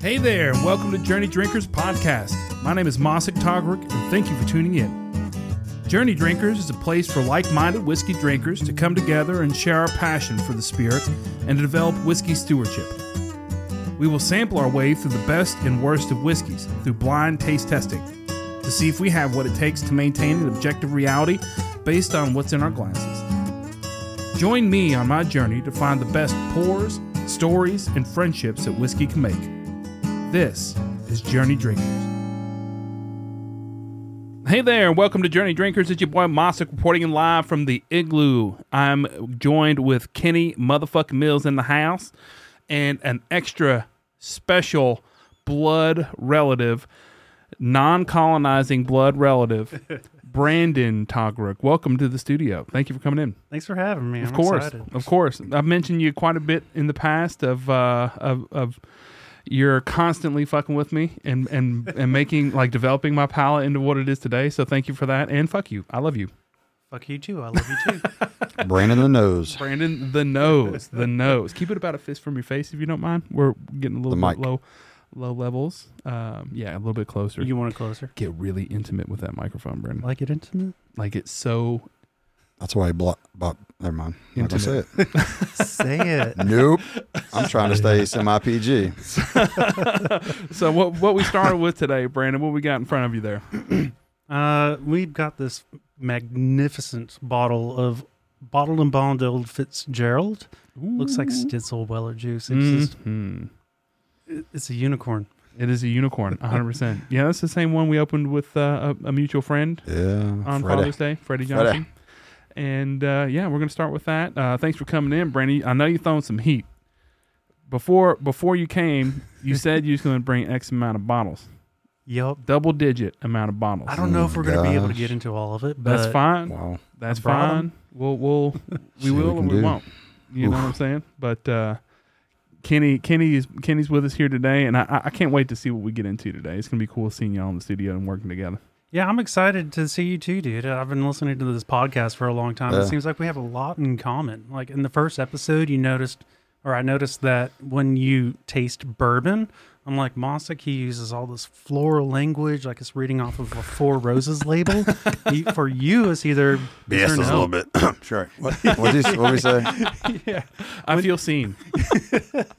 Hey there, and welcome to Journey Drinkers Podcast. My name is Masik Togrick, and thank you for tuning in. Journey Drinkers is a place for like minded whiskey drinkers to come together and share our passion for the spirit and to develop whiskey stewardship. We will sample our way through the best and worst of whiskeys through blind taste testing to see if we have what it takes to maintain an objective reality based on what's in our glasses. Join me on my journey to find the best pours, stories, and friendships that whiskey can make. This is Journey Drinkers. Hey there, and welcome to Journey Drinkers. It's your boy Mossack reporting in live from the Igloo. I'm joined with Kenny motherfucking Mills in the house and an extra special blood relative, non colonizing blood relative, Brandon Togruck. Welcome to the studio. Thank you for coming in. Thanks for having me. Of course, of course. I've mentioned you quite a bit in the past of uh, of of you're constantly fucking with me and and and making like developing my palate into what it is today. So thank you for that and fuck you. I love you, Fuck you too. I love you too. Brandon the nose. Brandon. The nose, the nose. Keep it about a fist from your face if you don't mind. We're getting a little The bit mic. low low levels. Um, yeah, a little bit closer. you want it closer? Get really intimate with that microphone, Brandon. Like it intimate? Like it's so That's why he bought. bought never mind. I'm not gonna say it. Say it. Nope. I'm trying to stay semi PG. so. What what we started with today, Brandon? What we got in front of you there? Uh, we've got this magnificent bottle of bottled and bond old Fitzgerald. Looks like Stitzel Weller juice. It's just Mhm. it- it's a unicorn. It is a unicorn, 100%. yeah, that's the same one we opened with uh, a, a mutual friend Yeah. on Friday. Father's Day, Freddie Freddie. Johnson. And uh, yeah, we're going to start with that. Uh, thanks for coming in, Brandy. I know you thrown some heat. Before before you came, you said you was going to bring X amount of bottles, Yup. double digit amount of bottles. I don't know if we're gonna be able to Gosh. get into all of it, but That's fine. Wow. That's I brought 'em. fine. We'll we'll we See what will we or can we do. won't. You know Oof. what I'm saying? But uh, Kenny Kenny is Kenny's with us here today, and I- I, I can't wait to see what we get into today. It's gonna be cool seeing y'all in the studio and working together. Yeah, I'm excited to see you too, dude. I've been listening to this podcast for a long time. Yeah. It seems like we have a lot in common. Like in the first episode, you noticed, or I noticed that when you taste bourbon, I'm like Mossack, he uses all this floral language, like it's reading off of a Four Roses label. He- for you, it's either yes, a little bit. sure. What what did you, what we say? I feel seen.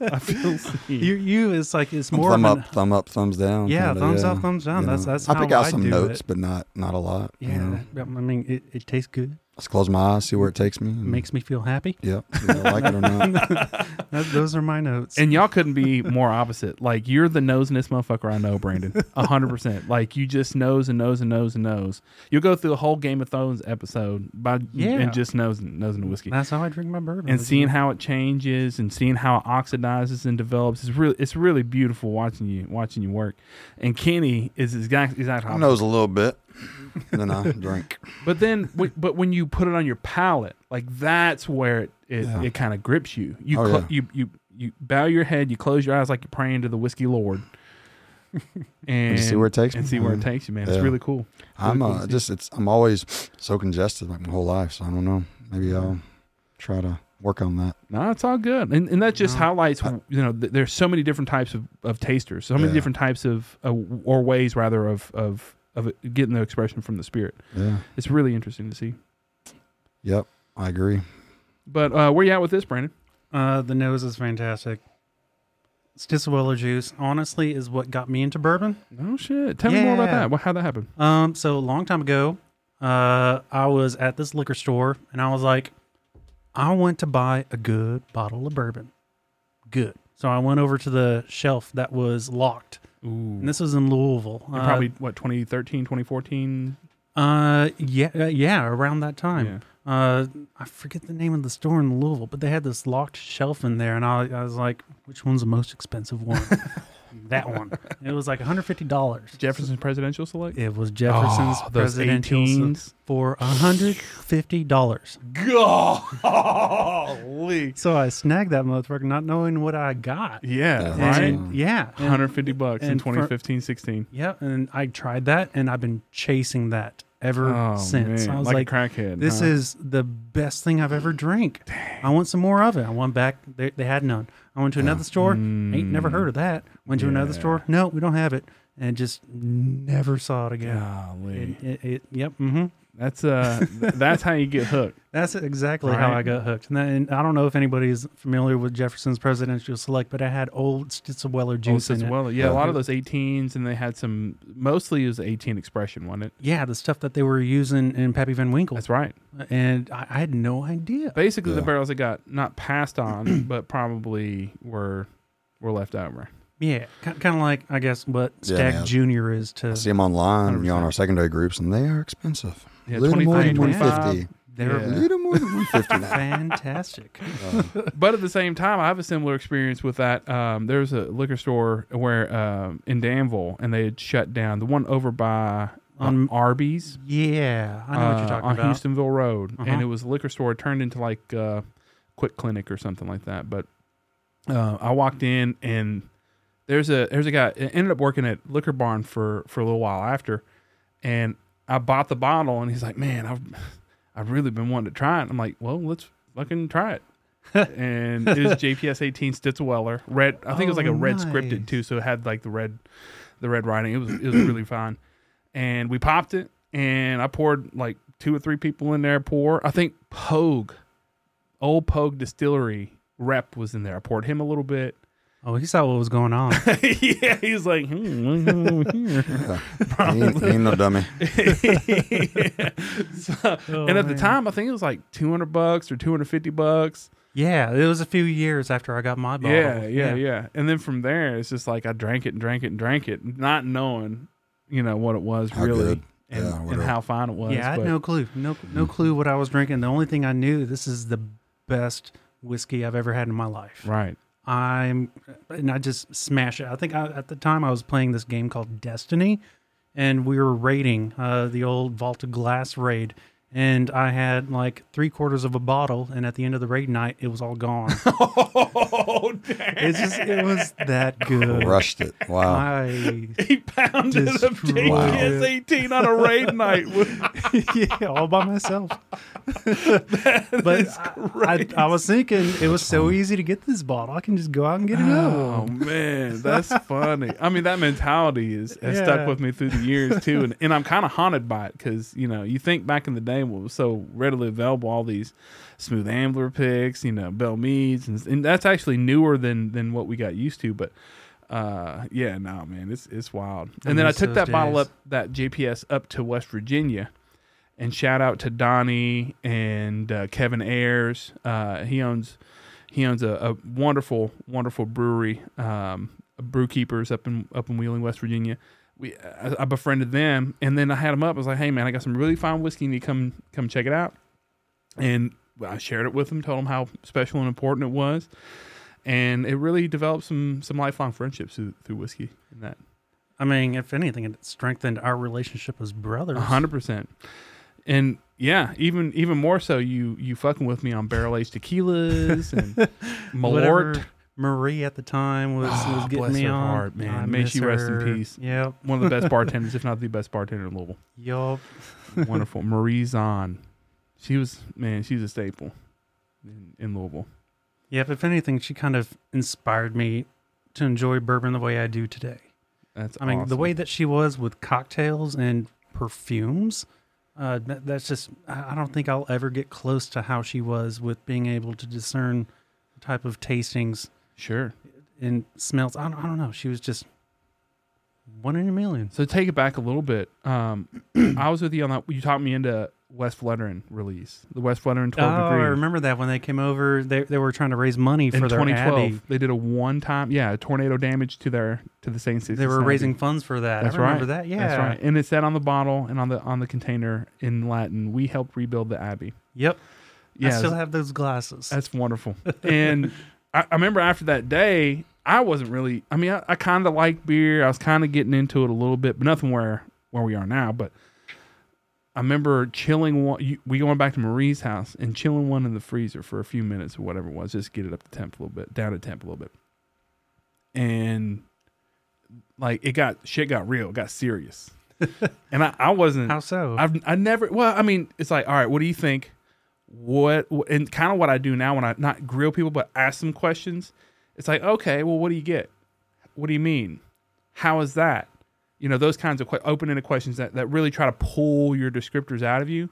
I feel seen. You, you, it's like it's more Thumb of an, up, thumb up, thumbs down. Yeah, kinda, thumbs up, thumbs down. You That's- know, that's I how pick out I some do notes, it. but not not a lot. you know. yeah. I mean, it, it tastes good, Just close my eyes, see where it takes me. and- makes me feel happy. Yep. Either I like it or not. That, those are my notes. and y'all couldn't be more opposite. Like you're the nosiness motherfucker I know, Brandon. A hundred percent. Like you just nose and nose and nose and nose. You'll go through a whole Game of Thrones episode by Yeah. and just nosing nosing the whiskey. that's how I drink my bourbon. and seeing how it changes and seeing how it oxidizes and develops is really it's really beautiful watching you watching you work. And Kenny is exactly exactly I nose a little bit, and then I drink. But then w- but when you put it on your palate, like that's where it it, Yeah. it kind of grips you. You Oh, cl- yeah. you you you bow your head, you close your eyes like you're praying to the whiskey lord. And see where it takes and me. see where it Mhm. takes you, man. It's Yeah. really cool. I'm Really cool uh, to just it's I'm always so congested like my whole life, so I don't know. Maybe I'll try to work on that. No, it's all good, and and that just No. highlights you know th- there's so many different types of, of tasters, so many Yeah. different types of uh, or ways rather of of of it- getting the expression from the spirit. Yeah. It's really interesting to see. Yep. I agree. But uh, where you at with this, Brandon? Uh, the nose is fantastic. Stisweller juice, honestly, is what got me into bourbon. Oh shit! Tell me more about Yeah. that. Well, how that happened? Um, so a long time ago, uh, I was at this liquor store and I was like, I want to buy a good bottle of bourbon. Good. So I went over to the shelf that was locked, Ooh, and this was in Louisville. Uh, probably what 2013, 2014. Uh, yeah, uh, yeah, around Yeah. that time. Uh, I forget the name of the store in Louisville, but they had this locked shelf in there, and I, I was like, which one's the most expensive one? that one. It was like $150. Jefferson's presidential select. It was Jefferson's Oh, those presidential 18s. s- for $150. Golly! So I snagged that motherfucker, not knowing what I got. Yeah, Yeah. right. And, yeah. and- 150 bucks in and for- 2015, 16. Yeah, and I tried that, and I've been chasing that ever since. Oh, man, I was like, like, a crackhead. this huh? is the best thing I've ever drank. I want some more of it. I went back. They, they had none. I went to another store. Ain't never heard of that. Went to another Mm. yeah. store. No, we don't have it. And just never saw it again. Golly. It, it, it, yep. Mm-hmm. That's uh, th- that's how you get hooked. That's exactly how Right. I got hooked. And, then, and I don't know if anybody's familiar with Jefferson's Presidential Select, but I had old Stitzelweller juice Juice in as it. well. Yeah, a Yeah. lot of those 18s, and they had some. Mostly it was 18 expression, wasn't it? Yeah, the stuff that they were using in Pappy Van Winkle. That's right. And I, I had no idea. Basically, the Yeah. barrels that got not passed on, but probably were were left over. Yeah, kind of like, I guess, what Yeah, Stack man. Junior is to I see them online, you know, 100%. on our secondary groups, and they are expensive. Yeah, Little more 23, than 25. 150. their Yeah. A little more than 150 now. fantastic. Uh, but at the same time, I have a similar experience with that. Um, there was a liquor store where um, in Danville, and they had shut down the one over by on On- Arby's. Yeah, I know what you're uh, talking on about. Houstonville Road, and Uh-huh. it was a liquor store. It turned into like uh, Quick Clinic or something like that. But uh, I walked in, and there's a there's a guy. It ended up working at Liquor Barn for for a little while after, and I bought the bottle, and he's like, "Man, I've I've really been wanting to try it." I'm like, "Well, let's fucking try it." and it is JPS 18 Stitzelweller red. I think it was like a Oh, red nice. scripted too, so it had like the red the red writing. It was it was really fine. And we popped it, and I poured like two or three people in there. Pour I think Pogue, old Pogue Distillery rep was in there. I poured him a little bit. Oh, he saw what was going on. yeah, he's like, hmm, what's going on here? yeah. he, ain't, he ain't no dummy. So- Oh, and at the man. time, I think it was like two hundred bucks or two hundred fifty bucks. yeah, it was a few years after I got my bottle. Yeah, yeah, yeah, And then from there, it's just like I drank it and drank it and drank it, not knowing, you know, what it was How really good. and, Yeah, what and it- how fine it was. Yeah, I had but- no clue, no, no clue what I was drinking. The only thing I knew, this is the best whiskey I've ever had in my life. Right. I'm, and I just smash it. I think I, at the time I was playing this game called Destiny, and we were raiding uh, the old Vault of Glass raid, and I had like three quarters of a bottle, and at the end of the raid night, it was all gone. Oh, damn. It's just it was that good. Rushed it. Wow. I He pounded Just up wow. JPS 18 on a raid night. yeah, all by myself. but I, I, I was thinking it was so easy to get this bottle. I can just go out and get another Oh one. man, that's funny. I mean, that mentality is has Yeah. stuck with me through the years too, and, and I'm kind of haunted by it because you know you think back in the day what was so readily available, all these smooth ambler picks, you know, Bell Meads, and, and that's actually newer than than what we got used to. But uh, yeah, no, man, it's it's wild. And, then I miss took those that bottle days. up that JPS up to West Virginia. And shout out to Donnie and uh, Kevin Ayers. Uh, he owns he owns a, a wonderful, wonderful brewery, um, Brewkeepers up in up in Wheeling, West Virginia. We I, I befriended them, and then I had them up. I was like, "Hey, man, I got some really fine whiskey. You need to come come check it out." And I shared it with them, told them how special and important it was, and it really developed some some lifelong friendships through, through whiskey. And that I mean, if anything, it strengthened our relationship as brothers. A hundred percent. And yeah, even even more so, you you fucking with me on barrel aged tequilas and Whatever Malort. Marie at the time was, Ah, was getting bless me her on. heart, man. I May she miss rest in her. peace. Yep. One of the best bartenders, if not the best bartender in Louisville. Yup. Wonderful. Marie Zahn. She was man, she's a staple in, in Louisville. Yep. If anything, she kind of inspired me to enjoy bourbon the way I do today. That's I mean, the awesome. way that she was with cocktails and perfumes, uh, that, that's just, I I don't think I'll ever get close to how she was with being able to discern the type of tastings Sure. and smells. I don't, I don't know. She was just one in a million. So take it back a little bit. Um I was with you on that you talked me into West Fluttering release. The West Fluttering Oh, twelve I degrees. remember that when they came over, they, they were trying to raise money for in their 2012 Abbey. they did a one time yeah tornado damage to their to the St. They were raising funds for that. That's I remember right. that. Yeah. that's right and it said on the bottle and on the on the container in latin we helped rebuild the abbey Yep. yeah I still have those glasses. that's wonderful and I, I remember after that day i wasn't really i mean i, I kind of liked beer i was kind of getting into it a little bit but nothing where where we are now but I remember chilling one. You, we going back to Marie's house and chilling one in the freezer for a few minutes or whatever it was, just get it up to temp a little bit, down to temp a little bit, and like it got shit got real, it got serious. and I, I wasn't. How so? I've I never. Well, I mean, it's like, all right, what do you think? What wh- and kind of what I do now when I not grill people, but ask them questions. It's like, okay, well, what do you get? What do you mean? How is that? You know, those kinds of que- open-ended questions that that really try to pull your descriptors out of you.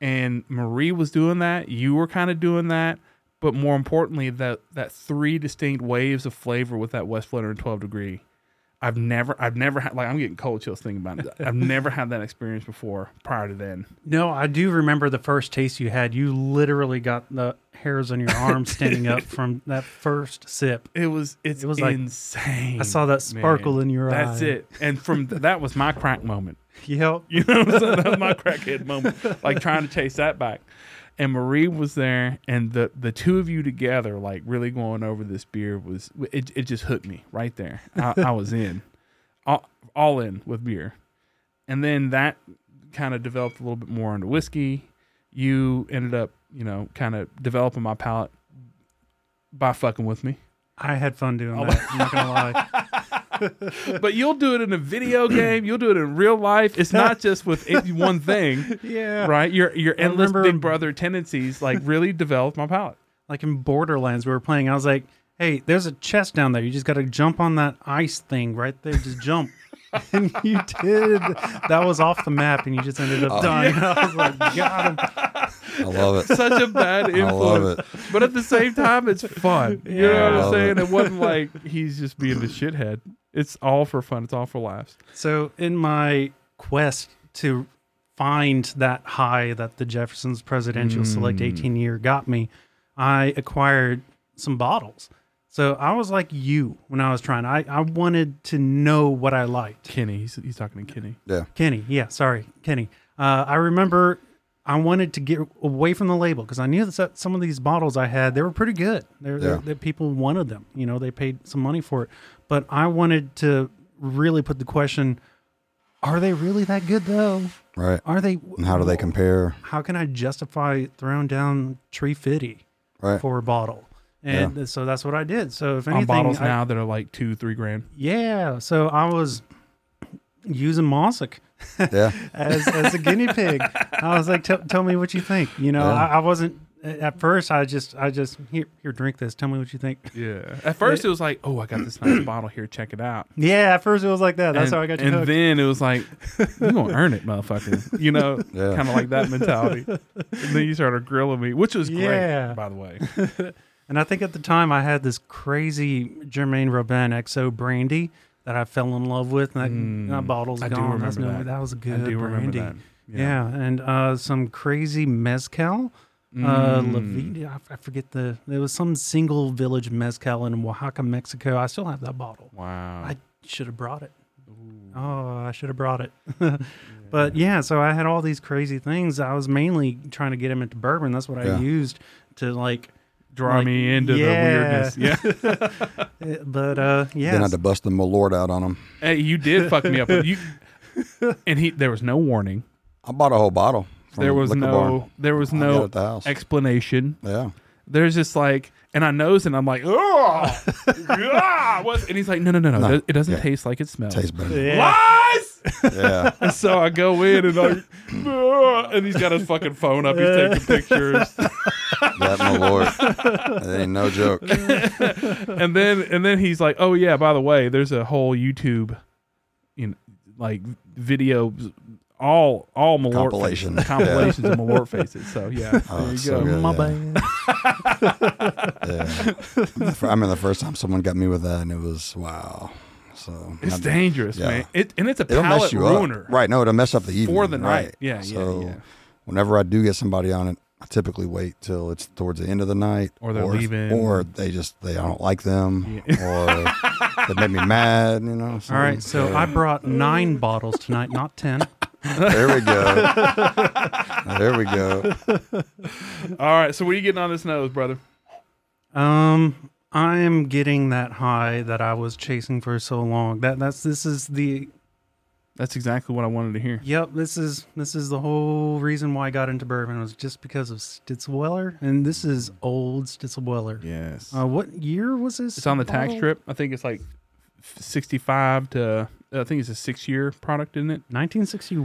And Marie was doing that. You were kind of doing that. But more importantly, that that three distinct waves of flavor with that West Flutter and twelve degree. I've never, I've never had like I'm getting cold chills thinking about it. I've never had that experience before prior to then. no, I do remember the first taste you had. You literally got the hairs on your arm standing up from that first sip. It was, it's It was, like, insane. I saw that sparkle in your Mm, That's eye. it. And from th- that was my crack moment. Yep. You know what I'm saying? That was my crackhead moment. Like trying to chase that back. And Marie was there, and the the two of you together, like really going over this beer was it. It just hooked me right there. I, I was in, all, all in with beer, and then that kind of developed a little bit more into whiskey. You ended up, you know, kind of developing my palate by fucking with me. I had fun doing Oh, that. I'm not gonna lie. But you'll do it in a video game. You'll do it in real life. It's not just with any one thing. Yeah. right? Your your endless remember- Big Brother tendencies like really developed my palate. Like in Borderlands, we were playing. I was like, "Hey, there's a chest down there. You just got to jump on that ice thing right there. Just jump." and you did. That was off the map, and you just ended up Oh. dying. I was like, "God, I'm I love it. Such a bad I love influence, it. but at the same time, it's fun. You Yeah, know I what I'm love saying? It. it. wasn't like he's just being the shithead. It's all for fun. It's all for laughs. So, in my quest to find that high that the Jefferson's Presidential Select 18 year got me, I acquired some bottles. So, I was like you when I was trying. I, I wanted to know what I liked. Kenny, he's, he's talking to Kenny. Yeah. Kenny, yeah, sorry, Kenny. Uh, I remember I wanted to get away from the label because I knew that some of these bottles I had, they were pretty good. They're, they're- Yeah. that people wanted them. You know, they paid some money for it. But I wanted to really put the question are they really that good though? Right. Are they? And how do they compare? How can I justify throwing down Tree Fitty Right. for a bottle? And so that's what I did. So if On anything, bottles I- now that are like two, three grand. yeah. So I was using Mossick Yeah. as, as a guinea pig. I was like, "Tell- tell me what you think. You know, Yeah. I, I wasn't at first. I just, I just here, here, drink this. Tell me what you think. Yeah. At first, it was like, oh, I got this nice bottle here. Check it out. Yeah. At first, it was like that. That's and, how I got you And hooked. then it was like, you gonna earn it, motherfucker. You know, Yeah. kind of like that mentality. And then you started grilling me, which was great, Yeah. by the way. And I think at the time I had this crazy Jermaine Robin XO brandy that I fell in love with, and that, and that bottle's Hmm. I do gone. That's remember no- that. was a I good do remember brandy. that. Yeah. and uh, some crazy mezcal. Uh, Mm. Hmm. Levita, I, I forget the. There was some single village mezcal in Oaxaca, Mexico. I still have that bottle. Wow. I should have brought it. Oh, I should have brought it. but yeah, so I had all these crazy things. I was mainly trying to get him into bourbon. That's what I Yeah. used to like Draw Like, me into yeah. the weirdness. Yeah. Uh, but uh Then I yeah had to bust the Malort out on them. hey, you did fuck me up. You and he there was no warning. I bought a whole bottle. From There was Liquor no Barn. there was I got it no at the house. explanation. yeah. There's just like and I nose and I'm like, oh, yeah, what-" and he's like, no, no, no, no, No. it doesn't Yeah. taste like it smells. Tastes better. Lies! Yeah. And so I go in and like, "Ugh," and he's got his fucking phone up. He's taking pictures, That Malort. It ain't no joke. and then and then he's like, oh yeah, by the way, there's a whole YouTube, you know, like video, all all Malort Compilation. faces, compilations of Malort faces. So yeah, Oh, there you it's go. so good. my yeah. bad Yeah. The fir- I remember the first time someone got me with that, and it was wow. So It's I- dangerous, yeah. man. It and it's a it'll palate mess you ruiner. up, right? No, it'll mess up the evening the right. night. Yeah, yeah, So yeah. whenever I do get somebody on it, I typically wait till it's towards the end of the night, Or they're leaving. or they just they I don't like them, or they made me mad. You know. all right so i brought nine bottles tonight not ten there we go. there we go. All right, so what are you getting on this nose, brother? um i am getting that high that i was chasing for so long that that's this is the That's exactly what I wanted to hear. yep this is this is the whole reason why i got into bourbon was just because of stitzelweller and this is old stitzelweller Yes, uh what year was this Oh. it's on the tax bottle? strip. I think it's like 65 to I think it's a six year product, isn't it? 1961. is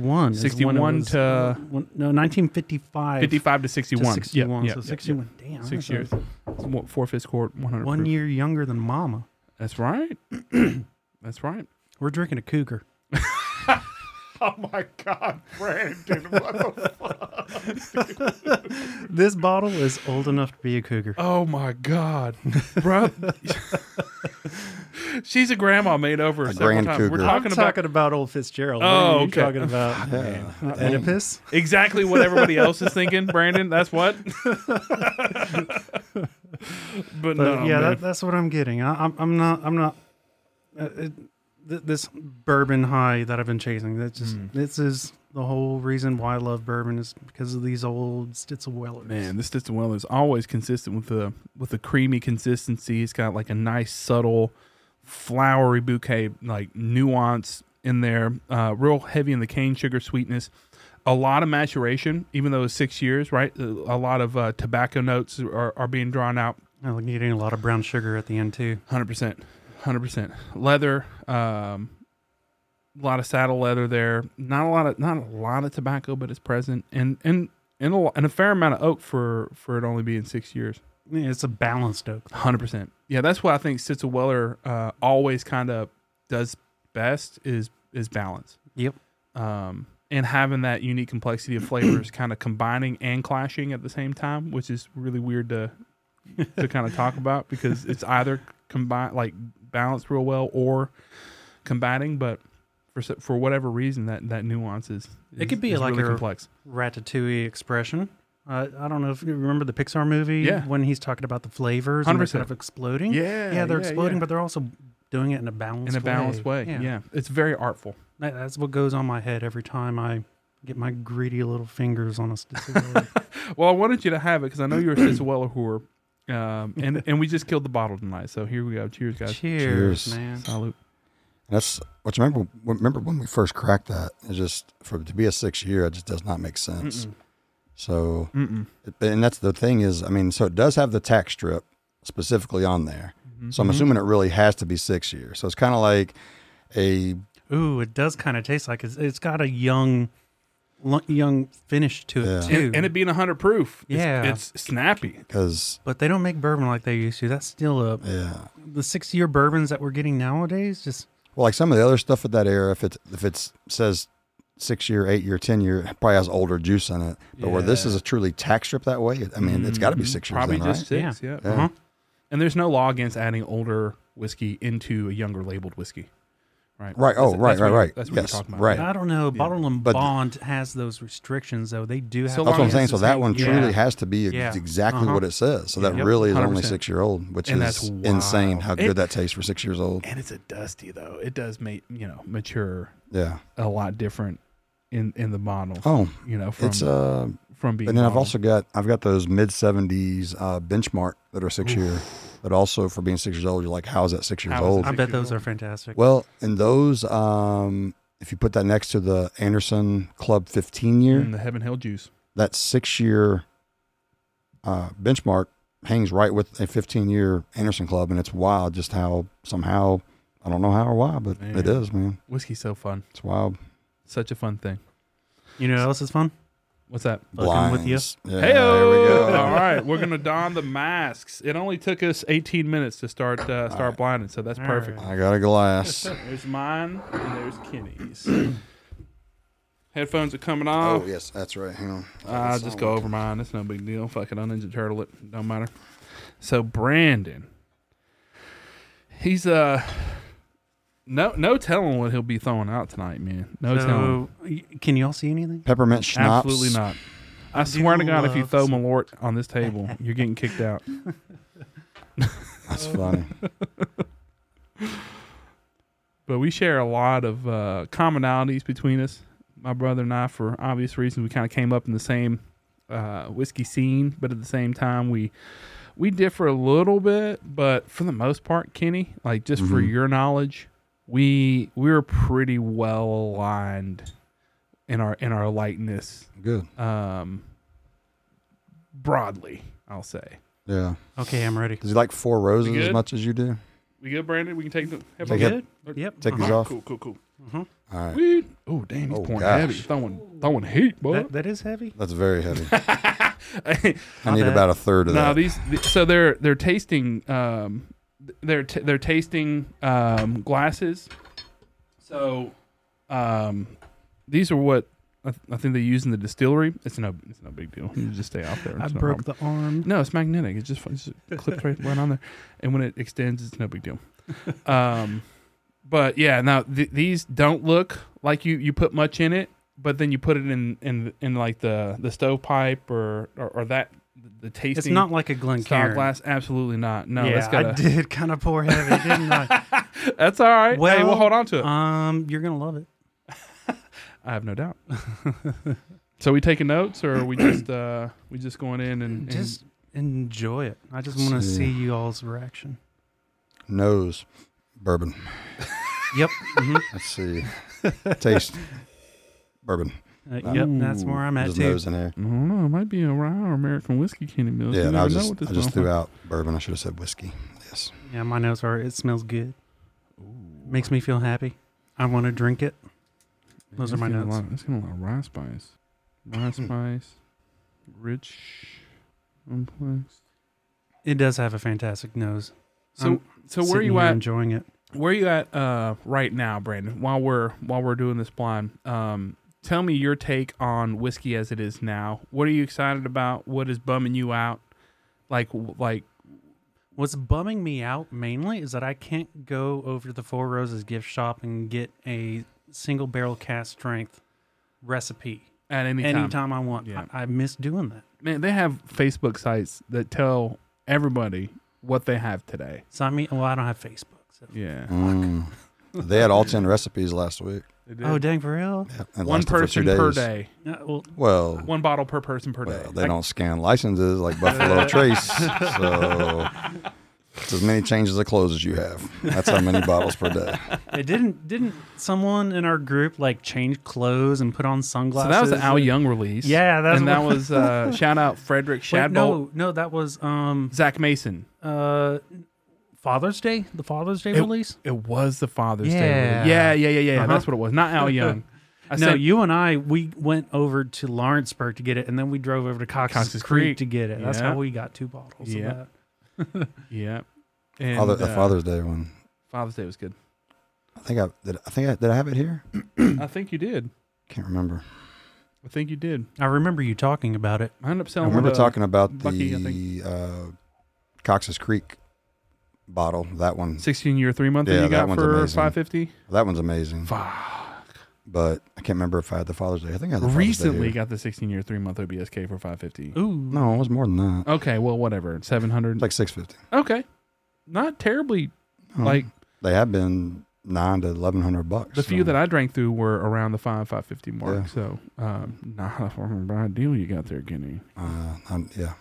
when it 61 was- uh, to- when- no 1955. 55 to to 61. 61. Yeah, so yeah, 61. Damn. Six that's a- years. yeah. One- Four fifths quart, 100. One proof. year younger than Mama. That's right. That's right. We're drinking a Cougar. Oh my God, Brandon. What the This bottle is old enough to be a Cougar. Oh my God, bro. She's a grandma made over. A several grand times. We're cougar. I'm talking about talking about old Fitzgerald. Oh, what are you okay. talking about Yeah. Uh, Oedipus. exactly what everybody else is thinking, Brandon. That's what. but, But no, yeah, man. that, that's what I'm getting. I, I'm, I'm not. I'm not. Uh, it, th- this bourbon high that I've been chasing. That's just. Mm. This is the whole reason why I love bourbon is because of these old Stitzel Wellers. Man, this Stetson Weller is always consistent with the with the creamy consistency. It's got like a nice subtle flowery bouquet, like nuance in there. Uh, real heavy in the cane sugar sweetness. A lot of maturation, even though it's six years, right? A a lot of uh, tobacco notes are, are being drawn out. I'm getting a lot of brown sugar at the end too. Hundred percent, hundred percent. Leather, um, a lot of saddle leather there. Not a lot of not a lot of tobacco, but it's present, and and and a, lo- and a fair amount of oak for for it only being six years. It's a balanced oak. Hundred percent. Yeah, that's what I think Sitzel Weller uh, always kind of does best is is balance. Yep. Um, and having that unique complexity of flavors, kind of combining and clashing at the same time, which is really weird to to kind of talk about because it's either combine like balanced real well or combating, but for s- for whatever reason that that nuance is, It is- could be is like really a- complex. Ratatouille expression. Uh, I don't know if you remember the Pixar movie Yeah. when he's talking about the flavors and they're kind 100%. of exploding. Yeah, yeah, they're yeah, exploding, yeah. but they're also doing it in a in balanced a balanced way. Yeah. it's very artful. That- that's what goes on my head every time I get my greedy little fingers on a Stitzel. Well, I wanted you to have it because I know you're a Ciceweller whore, um, and and we just killed the bottle tonight. So here we go. Cheers, guys. Cheers, Cheers. man. Salute. That's what you remember. Remember when we first cracked that? It just for to be a six year, it just does not make sense. Mm-mm. So, Mm-mm. and that's the thing is, I mean, so it does have the tax strip specifically on there. Mm-hmm. So I'm assuming it really has to be six years. So it's kind of like a Ooh, it does kind of taste like it's, it's got a young, lo- young finish to it Yeah. too. And, and it being hundred proof. it's- Yeah. it's, snappy. because but they don't make bourbon like they used to. That's still a yeah. the six year bourbons that we're getting nowadays. Just Well, like some of the other stuff at that era, if it if it says six year, eight year, ten year, it probably has older juice in it. But where this Yeah. is a truly tax strip that way, I mean, it's got to be six years, Mm-hmm. Probably then, just right? six. Yeah. Yeah. Uh-huh. And there's no law against adding older whiskey into a younger labeled whiskey. Right. Right. Oh, right, what right, you're- right. That's what Yes, you're talking about. right. I don't know. Bottle and But- Bond has those restrictions though. They do have. So That's what long I'm as saying. it's So that eight- one truly yeah. has to be Yeah. exactly Uh-huh. what it says. So that Yep. really is only 100%. six year old, which And that's is insane wild. how It- good that tastes for six years old. And it's a dusty though. It does make you know mature Yeah. a lot different in in the bottle. Oh, You know from it's uh. from being. And then I've bottled. also got I've got those mid seventies uh, benchmark that are six year, but also for being six years old, you're like, how is that six years How is old? it I bet Six-year-old. those are fantastic. Well, and those, um, if you put that next to the Anderson Club 15 year, Mm, the Heaven Hill juice. that six year uh, benchmark hangs right with a 15 year Anderson Club. And it's wild just how somehow, I don't know how or why, but Man. it is, man. Whiskey's so fun. It's wild. Such a fun thing. you know what else is fun? What's that? Fucking with you. Blinds. Yeah, Hey, Uh, there we All go. right, we're gonna don the masks. It only took us 18 minutes to start uh, start right. blinding, so that's All perfect. right. I got a glass. There's mine and there's Kenny's. Headphones are coming off. Oh, yes, that's right. Hang on. I'll uh, just go over mine. It's no big deal. Fuck it, I'll ninja turtle it. Don't matter. So Brandon, he's uh, no no telling what he'll be throwing out tonight, man. No telling. So, y- can y'all see anything? Peppermint schnapps. Absolutely not. I do swear to God, if you love throw some- Malort on this table, you're getting kicked out. That's funny. But we share a lot of uh, commonalities between us. My brother and I, for obvious reasons, we kind of came up in the same uh, whiskey scene, but at the same time, we we differ a little bit. But for the most part, Kenny, like just for Mhm. your knowledge, we we were pretty well aligned in our in our likeness, Good. um, broadly. I'll say. Yeah. Okay, I'm ready. Does he like four roses You as good? much as you do? We good, Brandon? We can take the. have Take our- it. Yep. Uh-huh. Take All these right, off. Cool, cool, cool. All right. Oh, damn, he's Oh, pouring gosh. heavy. Throwing, throwing heat, boy. That, that is heavy. That's very heavy. I My need bad. about a third of No, that. these th- so they're they're tasting um th- they're t- they're tasting um glasses. So um these are what I, th- I think they use in the distillery. It's no it's no big deal. You just stay out there. I It's no broke problem. the arm. No, it's magnetic. It's just, it's just clips right, right on there, and when it extends, it's no big deal. Um, but yeah, now th- these don't look like you you put much in it, but then you put it in in in like the the stovepipe or or, or that the tasting. It's not like a Style Glencairn. glass? Absolutely not. No, yeah, that's gotta, I did kind of pour heavy, didn't I? that's all right. hey, we'll Well, hold on to it. um, you're gonna love it. I have no doubt. so we taking notes, or are we just uh, we just going in and, and- Just enjoy it. I just want to See. see you all's reaction. Nose, bourbon. Yep. hmm Let's see. Taste, bourbon. Uh, yep. That's where I'm at There's too. nose in there. I don't know. It might be a rye or American whiskey candy mills. Yeah, You and I never was know just with this I just motherfucker. threw out bourbon. I should have said whiskey. Yes. Yeah, my nose are. It smells good. Makes me feel happy. I want to drink it. Those That's are my getting a notes. lot- That's getting a lot of rye spice, rye spice, rich, complex. It does have a fantastic nose. So I'm so where are sitting you here at? Enjoying it. where you at uh, right now, Brandon? While we're while we're doing this blind, um, tell me your take on whiskey as it is now. What are you excited about? What is bumming you out? Like like What's bumming me out mainly is that I can't go over to the Four Roses gift shop and get a single barrel cast strength recipe at any time. anytime I want. Yeah. I, I miss doing that. Man, they have Facebook sites that tell everybody what they have today. So I mean, well, I don't have Facebook. So. Yeah. Mm. they had all ten recipes last week. Oh, dang, for real? Yeah, and one lasted for two person per days. day. Uh, well, Well, One bottle per person per day. well, they don't scan licenses like Buffalo Trace, so it's as many changes of clothes as you have. That's how many bottles per day. it didn't. Didn't someone in our group like change clothes and put on So sunglasses? that was the Al Young release. Yeah, that's and what- that was uh, shout out Frederick Wait, Shadbolt, no, no, that was um Zach Mason. uh Father's Day, the Father's Day It- release. It was the Father's Day. Yeah. release. Yeah, yeah, yeah, yeah. yeah. Uh-huh. That's what it was. Not Al Young. I no, said, you and I, we went over to Lawrenceburg to get it, and then we drove over to Cox's, Cox's Creek, Creek. to get it. That's Yeah. how we got two bottles. Yeah. Of that. yeah. And, Father, uh, the Father's Day one. Father's Day was good. I think I did. I think I did. I have it here. I think you did. Can't remember. I think you did. I remember you talking about it. I ended up I selling. remember one to- talking about uh, Bucky, I the uh, Cox's Creek bottle. That one. sixteen year three month Yeah, that you that got one's for amazing. five fifty. That one's amazing. Fuck. But I can't remember if I had the Father's Day. I think I had the Father's Day Recently here. got the sixteen year three month OBSK for five fifty. Ooh, No, it was more than that. Okay, well whatever. Seven It's hundred. like six fifty. okay. Not terribly Oh, like they have been nine to eleven hundred bucks. The few that I drank through were around the five five fifty mark. Yeah. So um, not a fucking bad deal you got there, Guinea. uh, I'm, yeah,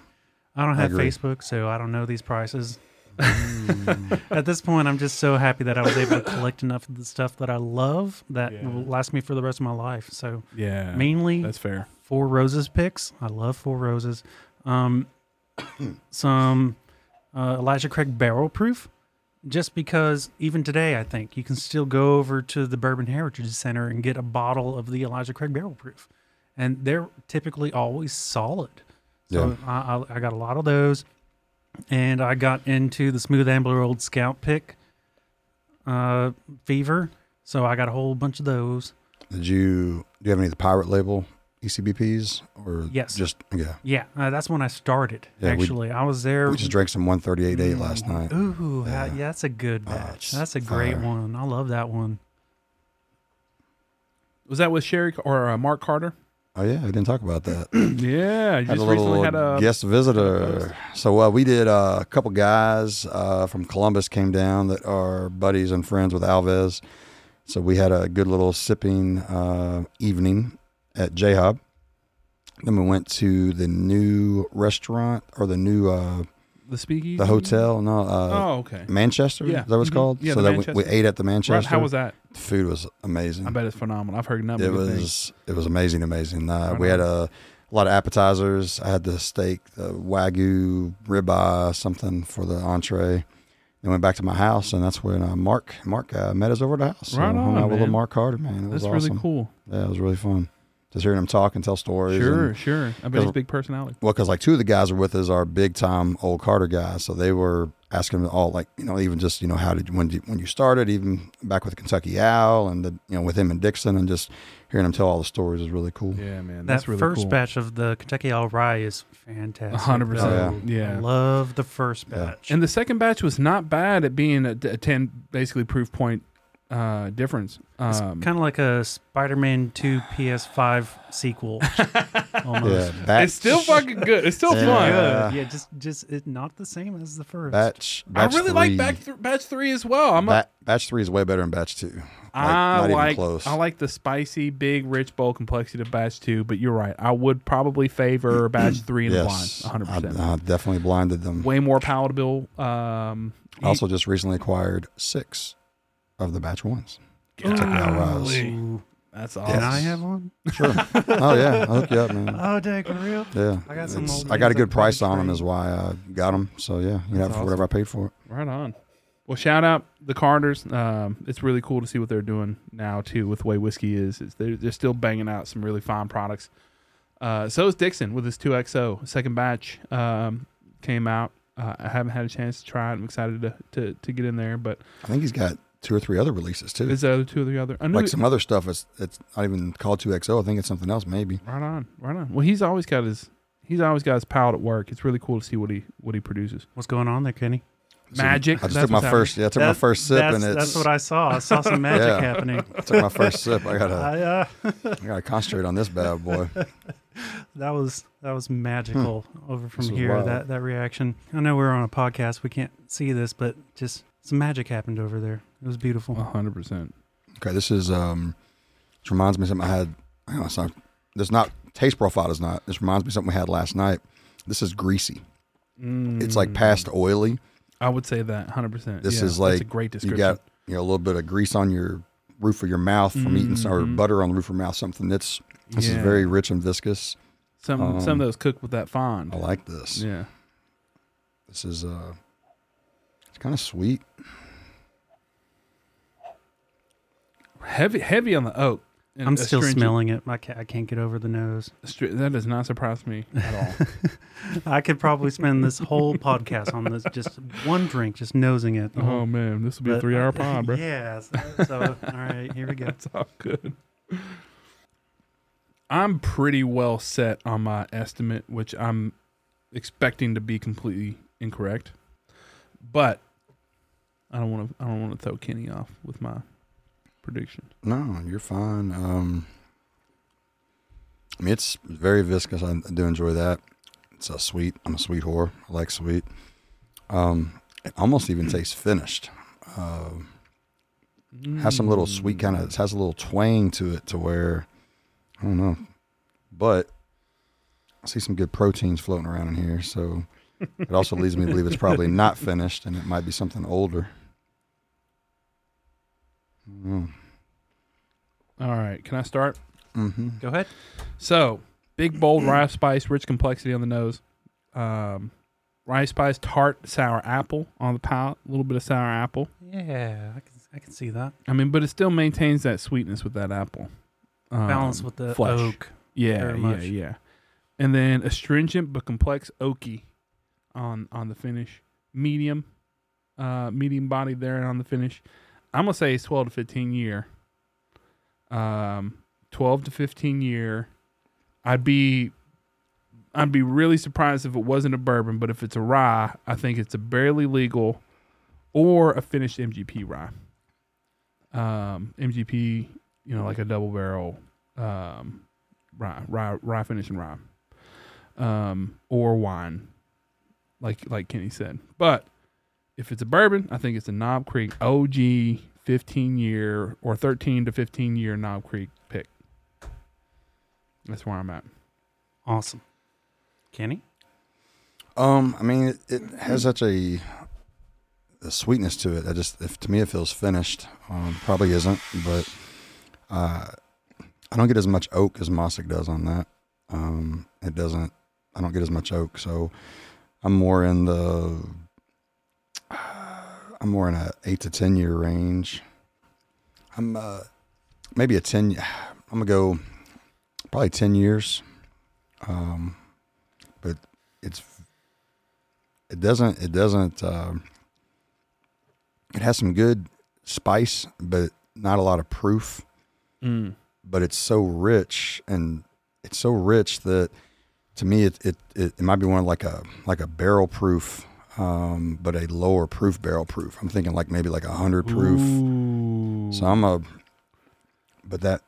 I don't have agree. Facebook, so I don't know these prices. Mm. At this point, I'm just so happy that I was able to collect enough of the stuff that I love that Yeah. will last me for the rest of my life. So Yeah, mainly that's fair. Four Roses picks. I love Four Roses. Um, some uh, Elijah Craig Barrel Proof, just because even today I think you can still go over to the Bourbon Heritage Center and get a bottle of the Elijah Craig Barrel Proof, and they're typically always solid. So I, I, I got a lot of those, and I got into the Smooth Ambler Old Scout pick, uh, Fever. So I got a whole bunch of those. Did you do you have any of the pirate label E ECBPs or Yes. Just yeah, Yeah, uh, that's when I started. Yeah, we- actually, I was there. we just drank some one thirty eight eight last Mm. night. Ooh, yeah. yeah, that's a good Oh, Ah, batch. it's that's a great fire. one. I love that one. Was that with Sherry or uh, Mark Carter? Oh yeah, I didn't talk about that. yeah, you had just a recently little had uh, a guest visitor. So uh, we did uh, a couple guys uh, from Columbus came down that are buddies and friends with Alves. So we had a good little sipping uh, evening at J Hub. Then we went to the new restaurant or the new uh, the speakeasy. the hotel. No, uh, Oh, okay. Manchester. Yeah. Is that what it's Mhm. called? Yeah, so the that we, we Manchester. ate at the Right, Manchester. how was that? The food was amazing. I bet it's phenomenal. I've heard nothing It but good things. was it was amazing, amazing. Uh, Right we had on. a, a lot of appetizers. I had the steak, the wagyu ribeye, something for the entree. and went back to my house, and that's when uh, Mark Mark uh, met us over at the house. Right hung on, out with little man. Mark Carter, man. It was That's awesome. really cool. Yeah, it was really fun. Just hearing him talk and tell stories. Sure, And, sure. I bet he's a big personality. well, because like two of the guys are with us are big time old Carter guys, so they were asking them all like you know even just you know how did you, when did you, when you started even back with Kentucky Owl and the, you know with him and Dixon and just hearing him tell all the stories is really cool. Yeah, man. That first batch of the Kentucky All Rye is fantastic. A hundred though. percent. Yeah. I love the first batch. And the second batch was not bad at being a, a 10 basically proof point uh, difference. it's Um, kind of like a Spider-Man 2 PS5 sequel, almost. Yeah, batch, it's still fucking good. It's still Yeah. fun. Yeah. Yeah. just just it, not the same as the first. batch, I batch really three. like batch, th- batch three as well. I'm a, Ba- batch three is way better than batch two. Like, I not like even close. I like the spicy, big, rich bowl complexity of batch two. But you're right. I would probably favor batch three and yes, blind. 100. percent I, I definitely blinded them. Way more palatable. Um, I also just recently acquired six of the batch ones. Ooh. Kentucky Owl Rise. Ooh. that's Can awesome. Yes. I have one? Sure. oh yeah, I'll hook you up, man. Oh, dang, for real? Yeah, I got some It's- old I got a things I good price probably on them, trade. is why I got them. So yeah, you got it That's for whatever I paid for it. Right on. Well, shout out the Carters. Um, it's really cool to see what they're doing now too with the way whiskey is. It's, they're, they're still banging out some really fine products. Uh, so is Dixon with his two XO second batch um, came out. Uh, I haven't had a chance to try it. I'm excited to, to, to get in there, but I think he's got two or three other releases too, is the other two or the other? I knew like it- some other stuff. It's it's not even called two XO. I think it's something else, maybe. right on, right on. Well, he's always got his he's always got his palate at work. It's really cool to see what he what he produces. What's going on there, Kenny? So Magic, I just that's took my what's happening. first. Yeah, I took my That- first sip, that's, and it's that's what I saw. I saw some magic Yeah. happening. took my first sip. I gotta I, uh, I gotta concentrate on this bad boy. that was that was magical Hmm. over from This was here. wild. That that reaction. I know we're on a podcast. We can't see this, but just some magic happened over there. It was beautiful. hundred percent. Okay, this is um, this reminds me of something I had. I don't know, it's not, this not taste profile is not. This reminds me of something we had last night. This is greasy. It's Mm. like past oily. Mm. I would say that hundred percent. This Yeah, that's is a like great You description. got you know a little bit of grease on your roof of your mouth from eating some, or Mhm. butter on the roof of your mouth. Something that's this Yeah. is very rich and viscous. some um, some of those cooked with that fond. I like this. Yeah. This is uh, it's kind of sweet. Heavy heavy on the oak. and I'm still astringent. smelling it. I can't, I can't get over the nose. Astri- that does not surprise me at all. I could probably spend this whole podcast on this just one drink, just nosing it. the whole- oh man, this will be a Uh-huh. but- uh, three hour pod, bro. Yeah. So, so, all right, here we go. That's all good. I'm pretty well set on my estimate, which I'm expecting to be completely incorrect. But I don't want to. I don't want to throw Kenny off with my prediction. No, you're fine. Um, I mean, it's very viscous. I do enjoy that. It's a sweet. I'm a sweet whore. I like sweet. Um, it almost even tastes finished. Uh, has some little Mm. sweet kind Hmm. of. It has a little twang to it, to where I don't know, but I see some good proteins floating around in here. So it also leads me to believe it's probably not finished, and it might be something older. All right, can I start? Mm-hmm. Go ahead. So, big, bold rice spice, rich complexity on the nose. Um, rice spice, tart, sour apple on the palate. A little bit of sour apple. Yeah, I can, I can see that. I mean, but it still maintains that sweetness with that apple. Um, Balance with the flesh. oak. Yeah, very yeah, much. yeah. And then astringent but complex oaky on on the finish. Medium, uh, medium body there on the finish. I'm gonna say it's 12 to 15 year. Um, 12 to 15 year. I'd be, I'd be really surprised if it wasn't a bourbon, but if it's a rye, I think it's a barely legal, or a finished MGP rye. Um, MGP, you know, like a double barrel. Um, rye, rye, rye finish and rye, um, or wine, like like Kenny said. But if it's a bourbon, I think it's a Knob Creek OG 15 year or 13 to 15 year Knob Creek pick. That's where I'm at. Awesome. Kenny? Um, I mean, it, it has such a, a sweetness to it. I just, if, to me, it feels finished. Um, probably isn't, but uh, I don't get as much oak as Mossick does on that. Um, it doesn't. I don't get as much oak, so I'm more in the. I'm more in a eight to ten year range. I'm uh, maybe a ten. I'm gonna go probably ten years. Um, but it's it doesn't it doesn't um it has some good spice, but not a lot of proof. Mm. But it's so rich and it's so rich that to me it it, it, it might be one like a like a barrel proof um, but a lower proof barrel proof. I'm thinking like maybe like a hundred proof. Ooh. So I'm a, but that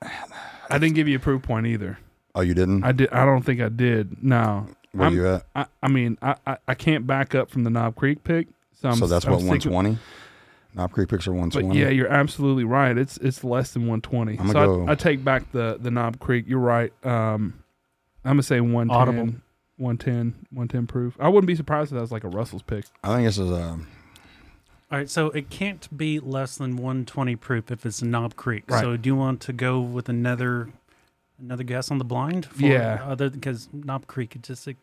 I didn't give you a proof point either. oh you didn't I did. I don't think I did. No. where I'm- you at? I, I mean, I, I, I can't back up from the Knob Creek pick. So, I'm, so that's I'm what thinking- 120. Knob Creek picks are But 120. yeah, you're absolutely right. It's it's less than 120. so I'ma go- I, I take back the the Knob Creek. You're right. Um, I'm gonna say 110, Audible. 110, 110 proof. I wouldn't be surprised if that was like a Russell's pick. I think this is a All right, so it can't be less than 120 proof if it's Knob Creek. Right. So do you want to go with another another guess on the blind? For Yeah. Other because Knob Creek it just it-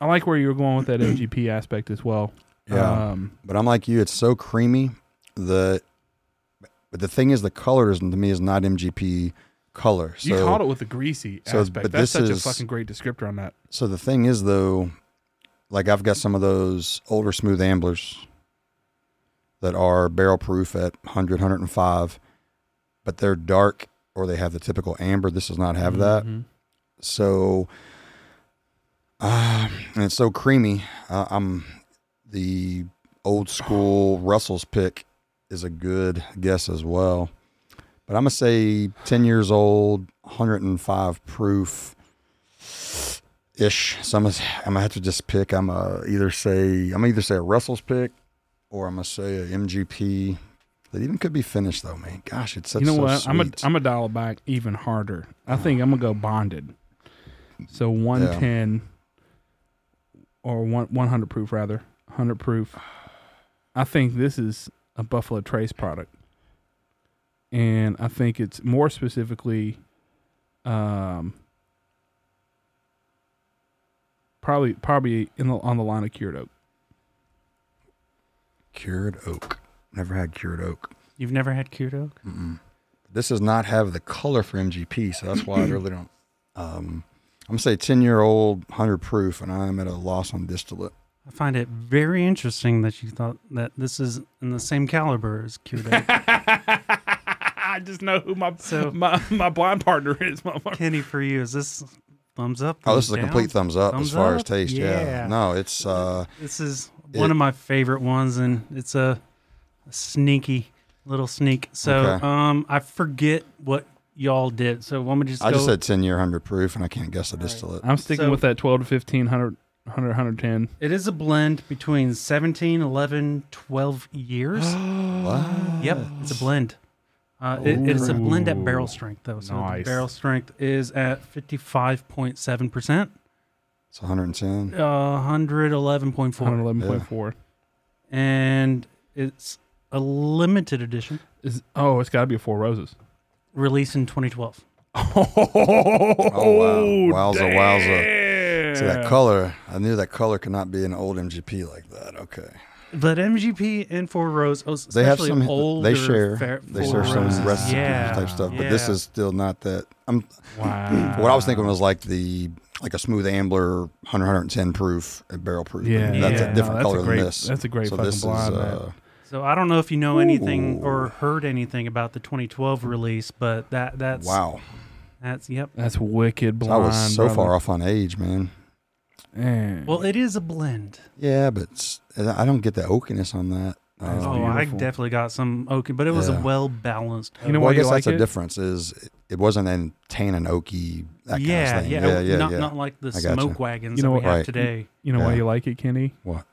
I like where you were going with that MGP aspect as well. yeah. Um, but I'm like you. It's so creamy that. But the thing is, the color is to me is not MGP color. So you caught it with the greasy so, aspect. but That's this such is- a fucking great descriptor on that. So the thing is, though, like I've got some of those older smooth amblers that are barrel proof at 100, 105, but they're dark or they have the typical amber. This does not Mm. have that. Mhm. So, uh, and it's so creamy. Uh, I'm the old school Russell's pick is a good guess as well. But I'm gonna say 10 years old, 105 proof ish. So I'm gonna, I'm gonna have to just pick. I'm gonna either say I'm gonna either say a Russell's pick, or I'm gonna say a MGP. That even could be finished though, man. Gosh, it's such. you know so what? I'm a sweet. I'm a dial it back even harder. I think I'm gonna go bonded. So 110 or one 100 proof rather, 100 proof. I think this is a Buffalo Trace product, and I think it's more specifically, um, probably probably in the, on the line of cured oak. cured oak. Never had cured oak. you've never had cured oak. Mm-mm. This does not have the color for MGP, so that's why I really don't. Um, I'm gonna say 10 year old, 100 proof, and I'm at a loss on distillate. I find it very interesting that you thought that this is in the same caliber as cured oak. I just know who my So- my my blind partner is. motherfucker. Kenny, for you, is this thumbs up? Oh, this thumbs is a down? complete thumbs up Thumbs as far as up? taste. Yeah. Yeah. No, it's uh, This is one It- of my favorite ones, and it's a, a sneaky little sneak. So Okay. um, I forget what y'all did. So want me to just I go? just said 10 year, 100 proof, and I can't guess the All right. distillate. I'm sticking So- with that 12 to 15, 100, 100 110. It is a blend between 17, 11, 12 years. Oh. What? yep, it's a blend. Uh, it, it is a blend at barrel Ooh, strength, though. So the nice. barrel strength is at 55.7%, It's 110. uh, 111.4. 111.4. And it's a limited edition, Is oh, it's got to be a Four Roses. released in 2012. Oh, Wowza, wowza. See that color? I knew that color could not be an old MGP like that. Okay. But MGP and Four Rose, oh, especially They have some. older they share. fair- they Four share some Roses. recipes yeah, type stuff, but this yeah. is still not that. I'm Wow. What I was thinking was like the like a smooth ambler 100, 110 proof and barrel proof. yeah, And that's Yeah. a No, different that's color a great, than this. That's a great so fucking this is blind. man. uh, So I don't know if you know anything or Ooh. heard anything about the 2012 release, but that that's wow. That's yep. that's wicked So blind. I was so brother. far off on age, man. Man. Well, it is a blend. Yeah, but it's- I don't get the oakiness on that. That is Uh, oh, beautiful. I definitely got some oaky, but it was a Yeah. well balanced. You know well, why I you guess that's like a it? difference. Is it, it wasn't an tan and oaky that yeah, kind of thing. yeah, yeah, yeah, not, yeah. not like the I gotcha. smoke wagons You know that what- we have Right. today. you know why yeah. you like it, Kenny? What?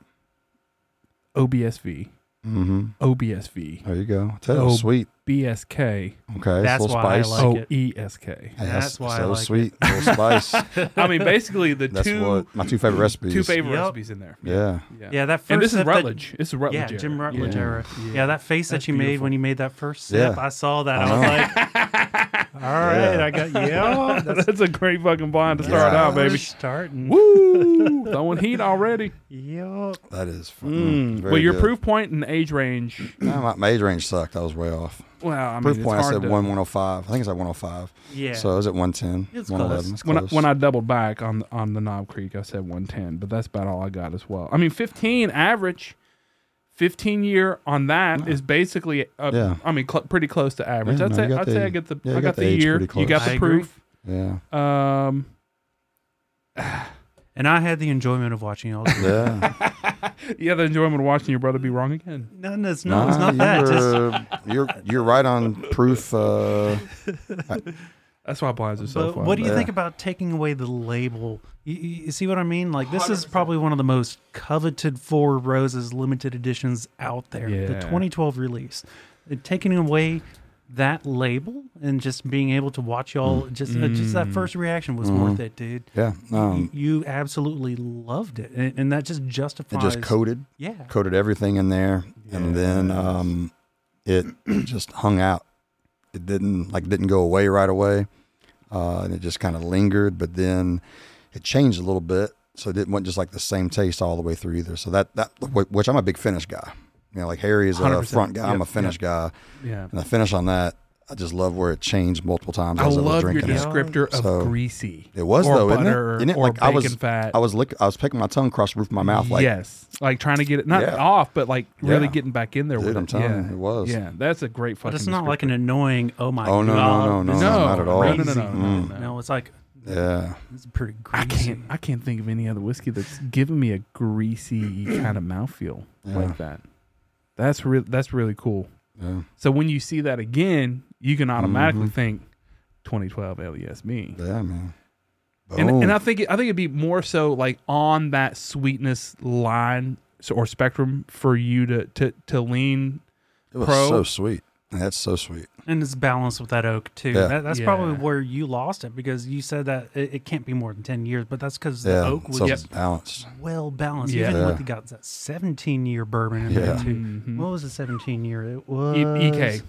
OBSV, Mm-hmm. OBSV, There you go. Tell Oh, sweet. BSK, Okay, that's it's a little why I spice. like it. E OESK. Hey, That's why I so like it. sweet. A little spice. I mean, basically the That's two what my two favorite recipes. two favorite Yep. recipes in there. Yeah. Yeah, that first and this is step that- Rutledge. It's yeah, Rutledge. era. Jim Rutledge Yeah. era. Yeah, that face That's that you made beautiful. when you made that first sip, Yeah. I saw that. I I, was like, All right, Yeah. I got yeah. That's That's a great fucking blind to start out, we're baby. starting. Woo! Throwing heat already. Yup. That is fun. Mm. Very Well, your good. proof point and age range. No, my, my age range sucked. I was way off. Well, I mean, proof it's point. I hard said to- one one hundred five. I think it's like one hundred five. Yeah. So I was at one ten. It's One close. eleven. It's When I, close. when I doubled back on on the Knob Creek, I said 110, but that's about all I got as well. I mean, 15 average, 15 year on that is basically, uh, Yeah. I mean, cl- pretty close to average. Yeah, I'd no, say you got I'd say the- I get the yeah, you I got got the the, age year, pretty you got I the agree. proof. yeah. Um, And I had the enjoyment of watching all. This. Yeah. yeah, the enjoyment of watching your brother be wrong again. No, no, it's not. it's Nah, not that. you Just were- you're you're right on proof. Uh, That's why blinds are so But fun. what do you Yeah. think about taking away the label? You, you you see what I mean? Like this is probably one of the most coveted Four Roses limited editions out there. The Yeah. 2012 release, Uh, taking away that label and just being able to watch y'all Mm. just uh, just that first reaction was Mm-hmm. worth it, dude. yeah. You, Um, you absolutely loved it, and, and that just it justifies. just coated yeah, coated everything in there, and then um, it just hung out. It didn't like didn't go away right away, uh, and it just kind of lingered. But then it changed a little bit, so it didn't wasn't just like the same taste all the way through either. So that that wh- which I'm a big finish guy. You know, like Harry is a 100%. front guy. I'm a Yep, finish guy, Yeah. and the finish on that, I just love where it changed multiple times. I as I was love your drinking it. dis- descriptor of So- greasy. It was or though, isn't it? butter, Isn't it? Or Like, I bacon was- fat. I was lick- I was picking my tongue across the roof of my mouth, like yes, like trying to get it not Yeah. off, but like really Yeah. getting back in there Dude, with I'm it. telling yeah. you, it was. Yeah, that's a great fucking. but it's not like descriptor. an annoying. Oh my Oh, no, no, god! no, this no, is not at all. Mm. No, no, no, crazy." no, no, no. No, it's like yeah. it's pretty. I Greasy. can't. I can't think of any other whiskey that's given me a greasy kind of mouthfeel Yeah. like that. That's real. That's really cool. Yeah, So when you see that again, you can automatically Mhm. think 2012 LESB. yeah, man. and, Boom. and I think I think it'd be more so like on that sweetness line so, or spectrum for you to to to lean. It was Pro. so sweet. That's so sweet. And it's balanced with that oak too. Yeah. That, that's Yeah. probably where you lost it because you said that it, it can't be more than ten years, but that's because yeah, the oak was so Yep. it's balanced. well balanced. Yeah. Even Yeah. with the got that seventeen year bourbon in there Yeah. too. Mhm. What was the seventeen year? It was E- uh, EK.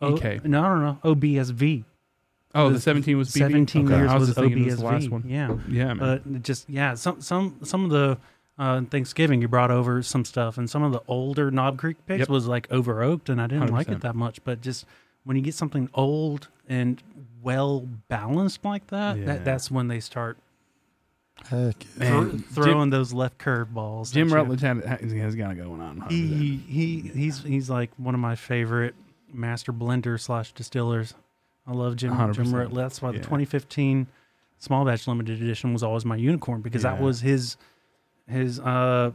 O- EK. No, no, no. OBSV. Oh, the The 17 was BB? Seventeen Okay. years I was, was, just thinking OBSV. it was the last one. Yeah. Uh, Yeah, man. But it just yeah, some some some of the uh, Thanksgiving you brought over some stuff, and some of the older Knob Creek picks Yep. was like over oaked, and I didn't like 100%. it that much. But just when you get something old and well balanced like that, Yeah. that that's when they start Heck yeah. thro- Man, throwing those left curve balls. Jim at you. Rutledge had, has got it going on. he, he he he's he's like one of my favorite master blender slash distillers. I love Jim Jim 100%. Rutledge. That's why the Yeah. 2015 small batch limited edition was always my unicorn because that Yeah. was his his uh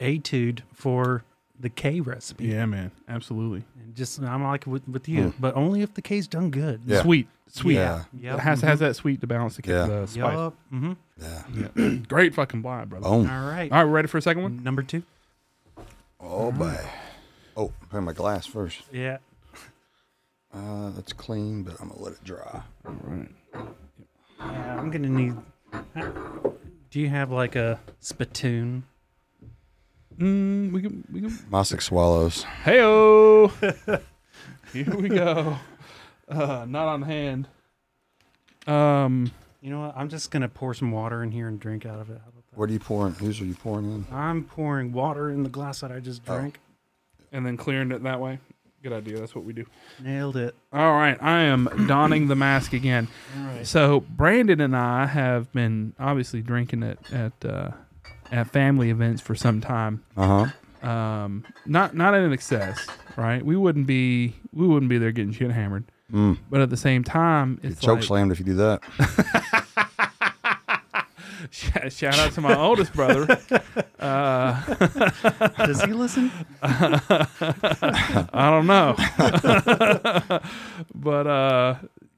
etude for the K recipe. Yeah, Hmm. man. Absolutely. And just I'm like with, with you, but only if the K's done good. Yeah. Sweet. Sweet. Yeah. Yep. Mm-hmm. It has has that sweet to balance the, Yeah. the spice. Yup. Mhm. Yeah. Yeah. Great fucking blind, brother. Boom. All right. All right, ready for a second one? Number two. Oh, Mm. boy. Oh, put in my glass first. Yeah. Uh, that's clean, but I'm going to let it dry. All right. Yeah, I'm gonna need. Do you have like a spittoon? Mm, we can we can Mossack swallows. Heyo. Here we go. Uh, not on hand. Um, You know what? I'm just gonna pour some water in here and drink out of it. How about that? What are you pouring? Whose are you pouring in? I'm pouring water in the glass that I just Oh. drank. and then clearing it that way. Good idea. That's what we do. Nailed it. All right, I am donning the mask again. All right. So Brandon and I have been obviously drinking it at uh, at family events for some time. Uh huh. Um, not not in excess, right? We wouldn't be we wouldn't be there getting shit hammered, Mm. but at the same time, You're it's choke like, slammed if you do that. Sh- shout out to my oldest brother. Uh, Does he listen? I don't know. but uh,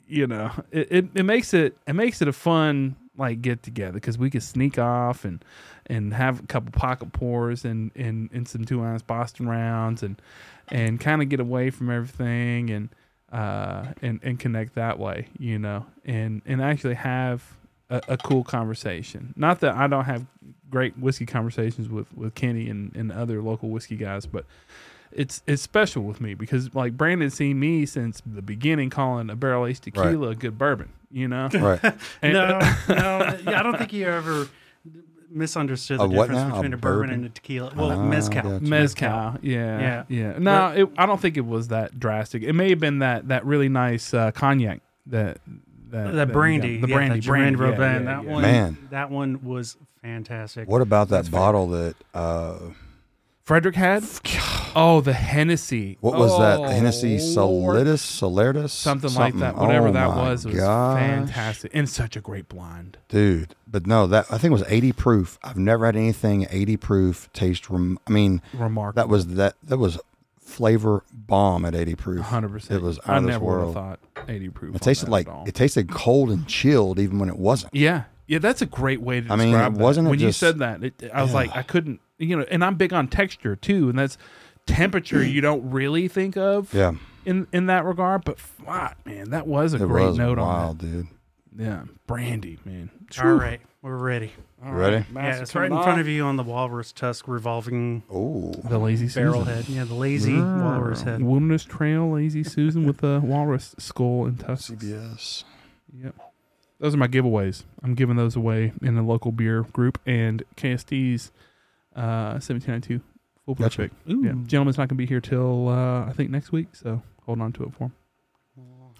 you know, it, it, it makes it it makes it a fun like get together because we could sneak off and and have a couple pocket pours and and, and some two ounce Boston rounds and and kind of get away from everything and uh and and connect that way, you know, and and actually have a, a cool conversation. Not that I don't have great whiskey conversations with with Kenny and and other local whiskey guys, but it's it's special with me because like Brandon's seen me since the beginning calling a barrel aged tequila a good bourbon, you know. Right. And- no, no, yeah, I don't think you ever misunderstood the A what difference now? A between a bourbon, bourbon? and a tequila. Well, Ah, mezcal. gotcha. Mezcal, yeah, Yeah. yeah. No, it, I don't think it was that drastic. It may have been that that really nice uh, cognac that that That we brandy, got. the brandy, brandy, yeah, Robin. yeah, that yeah. one, Man. that one was fantastic. What about that bottle that? Uh, Frederick had. Oh, the Hennessy. what was that? Oh, Hennessy Lord. Solidus, Solidus, something, like that. Oh, Whatever that was, it was gosh. fantastic and such a great blind. dude. But no, that I think it was 80 proof. I've never had anything 80 proof taste. Rem- I mean, Remarkable. that was that that was flavor bomb at 80 proof. hundred percent. It was out I of this never would have world. thought eighty proof. It tasted like it tasted cold and chilled, even when it wasn't. yeah, yeah. That's a great way to. I mean, describe that. wasn't it when you just- said that? It, I was like, I couldn't. You know, and I'm big on texture too, and that's temperature you don't really think of Yeah, in in that regard. But fuck, man, that was a it great was note on wild, dude. that. Yeah, brandy, man. All right, we're ready. All You ready? yeah, it's right in front of you on the walrus tusk revolving Oh, The lazy barrel Susan. head. Yeah, the lazy walrus head. Wilderness Trail, Lazy Susan with the walrus skull and tusks. CBS. Yep. Those are my giveaways. I'm giving those away in the local beer group and KST's uh, 1792 full price Gotcha. pick. Yeah. Gentleman's not going to be here till uh, I think next week, so hold on to it for him.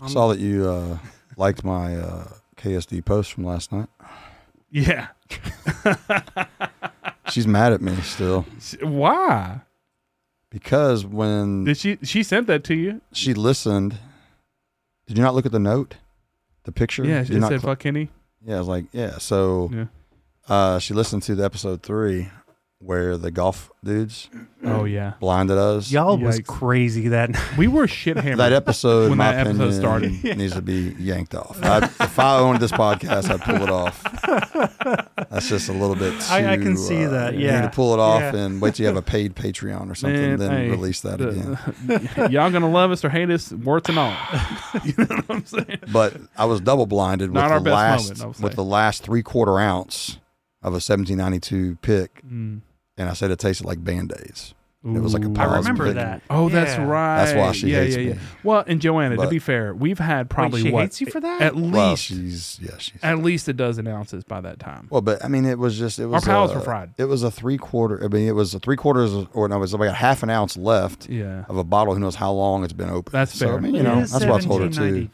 I saw that you uh, liked my uh, KSD post from last night. Yeah. She's mad at me still Why? because when Did she she sent that to you? she listened, did you not look at the note, the picture? Yeah, Did she you it not said cl- fuck Kenny. Yeah, I was like, yeah. So Yeah. uh, she listened to the episode three where the golf dudes Oh yeah. blinded us. Y'all was Yikes. crazy that night. We were shit That hammered. episode, When my that episode opinion, started. needs to be yanked off. I, if I owned this podcast, I'd pull it off. That's just a little bit. Too, I- I can see uh, that, you need yeah. to pull it off Yeah. and wait till you have a paid Patreon or something, Man, then hey, release that the- again. Y'all gonna love us or hate us, worth and all. you know what I'm saying? But I was double blinded with Not our the best last moment, I would with say. the last three quarter ounce of a 1792 pick, Mm. and I said it tasted like band aids. It was like a Ooh. I pause remember button. that. Oh, that's Yeah. right. That's why she yeah, hates yeah, yeah. me. Well, and Joanna, to But- be fair, we've had probably she what hates you for that? At least, Well, she's yeah, she's at least a dozen ounces by that time. Well, but I mean, it was just it was palates a- were fried. It was a three quarter. I mean, it was a three quarters, or no, it was about half an ounce left yeah, of a bottle. Who knows how long it's been open? That's So, I fair. mean, you It know, is that's what I told her too.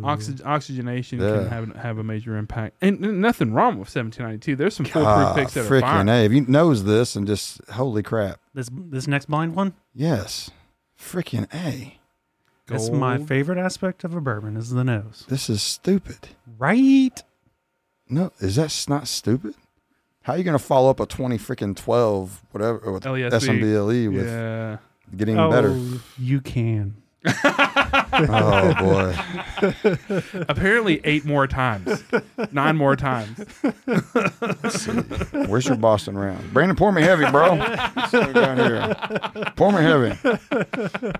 1792. Oxy- oxygenation Yeah. can have have a major impact, and, and nothing wrong with 1792. There's some foolproof Ah, picks that are fine. freaking a! If you knows this and just holy crap, This this next blind one. yes, freaking a! That's my Gold. favorite aspect of a bourbon is the nose. This is stupid. Right? No, is that s- not stupid? How you gonna follow up a twenty freaking twelve whatever or with LESB. SMBLE E with E Yeah, Oh. getting Oh, better? you can. Oh boy, apparently eight more times, nine more times. Where's your Boston round? Brandon, pour me heavy, bro. Sit down here. Pour me heavy. I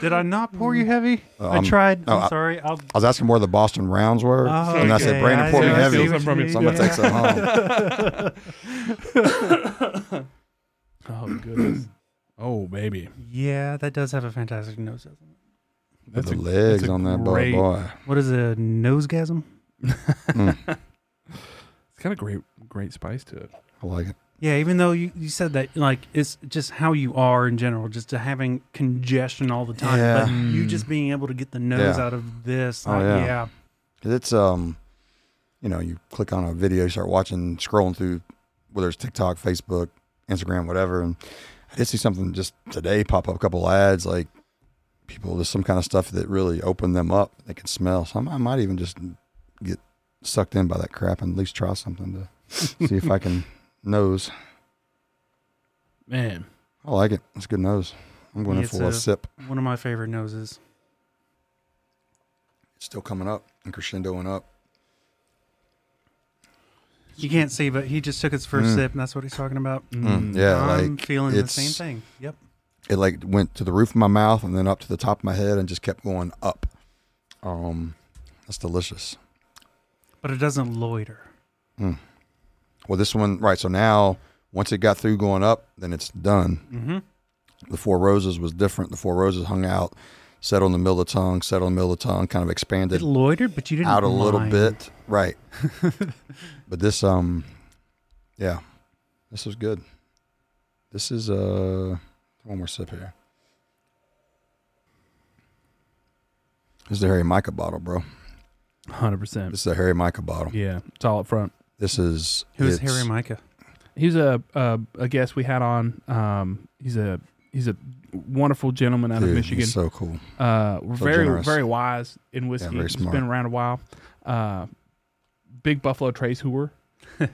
Did I not pour you heavy? Oh, I I'm- tried. no, I'm I- sorry. I'll. was asking where the Boston rounds were, Uh, Oh, and I said, okay. Brandon, I pour me see- I see heavy. what From you it. did. So I'm gonna take Yeah. some home. Oh goodness. Oh baby, Yeah, that does have a fantastic nose. doesn't it? That's the a- legs that's a on that boy, great- boy. What is a nosegasm? it's got a great great spice to it. I like it. Yeah, even though you, you said that, like it's just how you are in general, just to having congestion all the time. But Yeah. you just being able to get the nose Yeah. out of this. Oh, like, yeah. yeah. 'Cause it's um, you know, you click on a video, you start watching, scrolling through, whether it's TikTok, Facebook, Instagram, whatever, and I did see something just today pop up a couple ads like people there's some kind of stuff that really opened them up. They can smell. So I might- I might even just get sucked in by that crap and at least try something to see if I can nose. Man, I like it. It's a good nose. I'm going in It's for a, a- sip. One of my favorite noses. It's still coming up and crescendoing up. You can't see, but he just took his first Mm. sip, and that's what he's talking about. Mm, yeah, I'm like feeling the it's- same thing. Yep. it like went to the roof of my mouth and then up to the top of my head and just kept going up. Um, that's delicious. But it doesn't loiter. Well, this one, right? So now, once it got through going up, then it's done. Mm-hmm. The Four Roses was different. The Four Roses hung out, settled in the middle of the tongue, settled in the middle of the tongue, kind of expanded It loitered, but you didn't out a little mind. bit, right? but this, um, yeah, this was good. This is uh, one more sip here. This is the Harry Micah bottle, bro. 100%. This is the Harry Micah bottle. Yeah, it's all up front. This is Who's it's- Harry Micah? He's a, a a guest we had on. Um, he's a he's a wonderful gentleman out of dude, Michigan. he's so cool. uh, very generous. very wise in whiskey. very He's smart. been around a while. Uh, big Buffalo Trace hooer,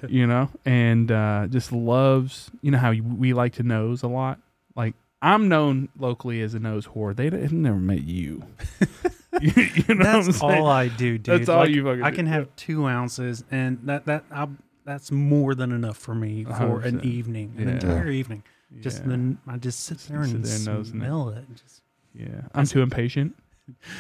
you know, and uh, just loves. You know how you- we like to nose a lot. Like I'm known locally as a nose whore. They have never met you. you, you know what I'm That's saying? all I do, dude. That's all Like, you fucking I do. can have two ounces, and that that I, that's more than enough for me A for hundred an percent. evening, an Yeah. entire evening. Just yeah. then, I just sit there Sit and there and nose and- smell it. Just yeah. I'm too impatient.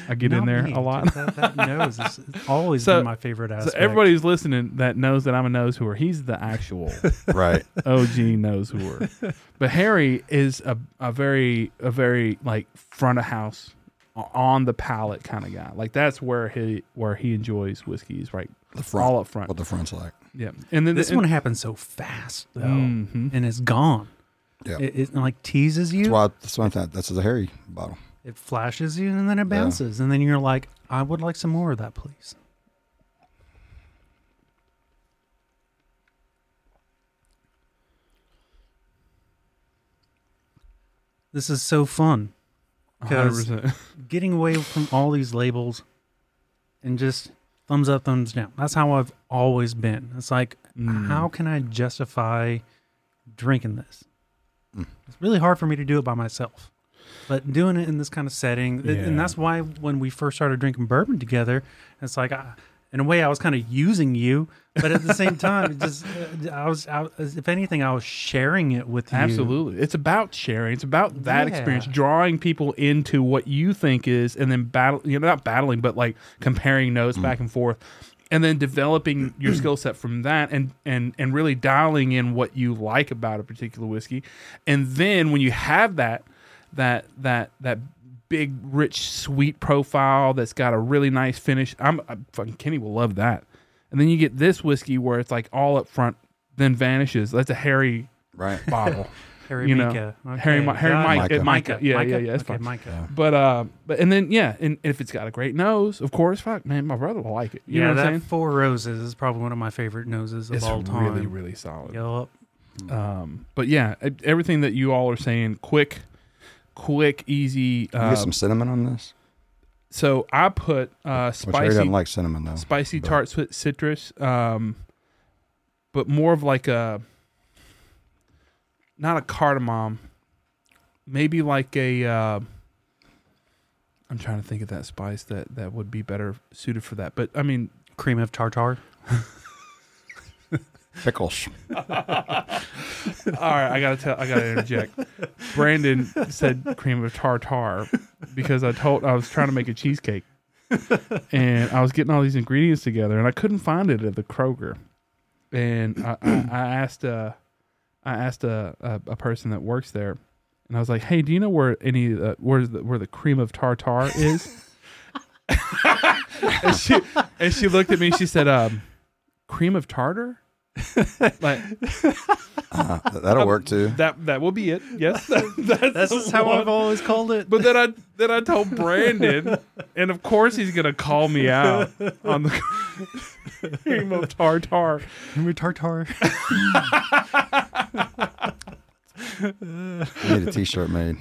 I get in not there me, a lot. just That, that nose is it's always So- been my favorite So aspect. everybody who's listening that knows that I'm a nose whore, he's the actual right. OG knows who her. But Harry is a, a very a very like front of house o- on the palate kind of guy. Like that's where he where he enjoys whiskeys, right? The front. All up front. What the front's like. Yeah. And then this and- one happened so fast though, Mhm. and it's gone. Yeah. It, it like teases you, That's why. That's why I thought that's the Harry bottle. it flashes you, and then it bounces, and then you're like, "I would like some more of that, please." This is so fun. 'Cause 100%. getting away from all these labels and just thumbs up, thumbs down. That's how I've always been. It's like, Mm. how can I justify drinking this? Mm. It's really hard for me to do it by myself. But doing it in this kind of setting, and- Yeah. and that's why when we first started drinking bourbon together, it's like, I, in a way, I was kind of using you, but at the same time, it just uh, I was, I was, if anything, I was sharing it with you. Absolutely. It's about sharing. It's about that Yeah. experience, drawing people into what you think is, and then battle, you know, not battling, but like comparing notes Mm. back and forth, and then developing your skill set from that and, and, and really dialing in what you like about a particular whiskey. And then when you have that, that, that, that, Big, rich, sweet profile that's got a really nice finish. I'm, i fucking Kenny will love that. And then you get this whiskey where it's like all up front, then vanishes. That's a hairy Right. bottle. Harry you know, Micah. Harry Mi- Harry got it. Micah. Micah. Micah. Yeah, yeah, yeah, it's okay, fine. Micah. But uh, but and then yeah, and if it's got a great nose, of course, fuck man, my brother will like it. You yeah, know what that I'm saying? Four Roses is probably one of my favorite noses of It's all time. really really solid. Yup. Um, but yeah, e- everything that you all are saying, quick, quick, easy. Can you Uh, get some cinnamon on this. so I put uh, Which Harry spicy doesn't like cinnamon though. spicy but- tart with citrus, um, but more of like a not a cardamom, maybe like a. Uh, I'm trying to think of that spice that that would be better suited for that. But I mean, Cream of tartar. Pickles. all right, I gotta tell, I gotta interject. Brandon said cream of tartar because I told I was trying to make a cheesecake, and I was getting all these ingredients together, and I couldn't find it at the Kroger, and I, I, I asked uh, I asked a, a a person that works there, and I was like, hey, do you know where any uh, where the where the cream of tartar is? and she and she looked at me, and she said, um, cream of tartar, like. Uh, th- that'll work too. That that will be it. Yes, that- that's, This is how I've always called it. But then I then I told Brandon, and of course he's gonna call me out on the cream of tartar. Cream of tartar. I need a T-shirt made.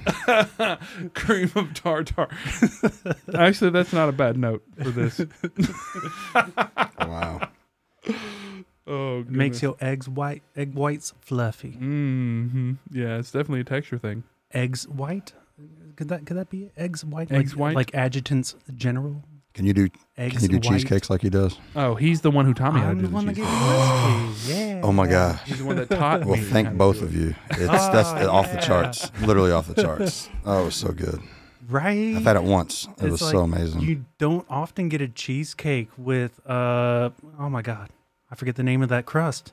Cream of tartar. Actually, that's not a bad note for this. Wow. Oh, It makes your eggs white. Egg whites fluffy. hmm Yeah, it's definitely a texture thing. Eggs white. Could that could that be it? eggs white? Eggs like, white? Like adjutants general. Can you do? Eggs Can you do white. cheesecakes like he does? Oh, he's the one who taught me how to I'm do the the one that cheese. gave you the recipe. Yeah. Oh my gosh. He's the one that taught Well, me. thank both of you. It's that's Oh, off the yeah. charts. Literally off the charts. Oh, it was so good. Right. I've had it once. It It's was like so amazing. You don't often get a cheesecake with uh oh my god, I forget the name of that crust.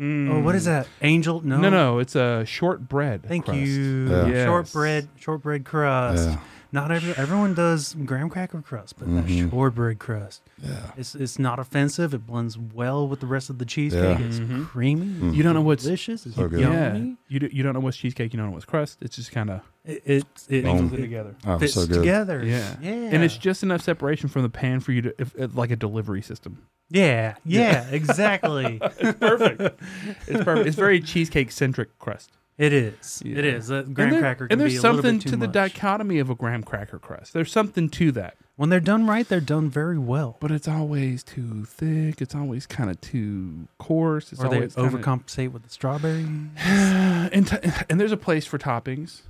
Oh, what is that? Angel? No, Mm. No, no, it's a shortbread. Thank crust. you. Yeah. Yes. Shortbread, shortbread crust. Yeah. Not every, everyone does graham cracker crust, but Mhm. that shortbread crust. Yeah. It's it's not offensive. It blends well with the rest of the cheesecake. Yeah. It's Mhm. creamy. Mm. You don't know what's Delicious. It's So good. yeah. yummy. You, do, you don't know what's cheesecake. You don't know what's crust. It's just kind of It it, it, Boom. it together. Oh, fits so good. together. Yeah. yeah. And it's just enough separation from the pan for you to, if, if- like a delivery system. yeah, yeah, exactly. Perfect. it's perfect. It's very cheesecake centric crust. It is. Yeah. It is. A graham there- cracker can and there's be a little something bit too to the much. dichotomy of a graham cracker crust. There's something to that, when they're done right, they're done very well. but it's always too thick. It's always kind of too coarse. It's or they always kinda- overcompensate with the strawberry. and t- and there's a place for toppings,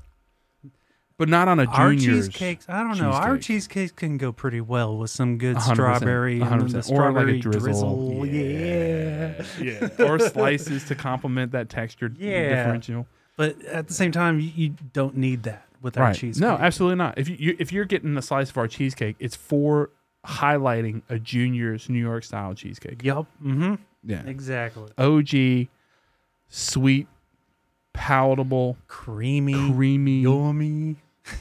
but not on a Our junior's. cheesecakes, I don't know. Our cheesecakes can go pretty well with some good 100%, strawberry and then 100%, or the like strawberry a drizzle. drizzle. Yeah. yeah, or slices to complement that textured Yeah. differential. But at the same time, you, you don't need that with our cheesecake. No, absolutely not. If you, you if you're getting a slice of our cheesecake, it's for highlighting a junior's New York style cheesecake. Yep. Mm-hmm. Yeah. Exactly. OG, sweet, palatable, Creamy. creamy, Yummy.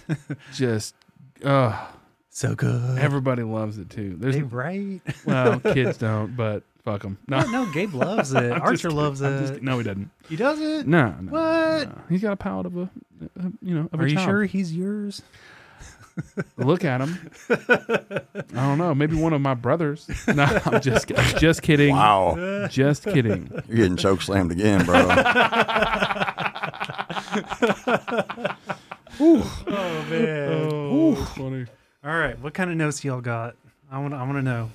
just uh So good. everybody loves it too. There's Hey, right? well, kids don't, but fuck them. No. No, Gabe loves it. I'm just Archer kidding. loves I'm just it. kidding. no, he doesn't. He doesn't. No, no. What? no. He's got a palate of a, a- you know, of a Are you child. sure he's yours? Look at him. I don't know. Maybe one of my brothers. No, I'm just, I'm just kidding. Wow. Just kidding. You're getting choke slammed again, bro. Oh man. Oh, that's funny. All right. What kind of notes y'all got? I want. I want to know.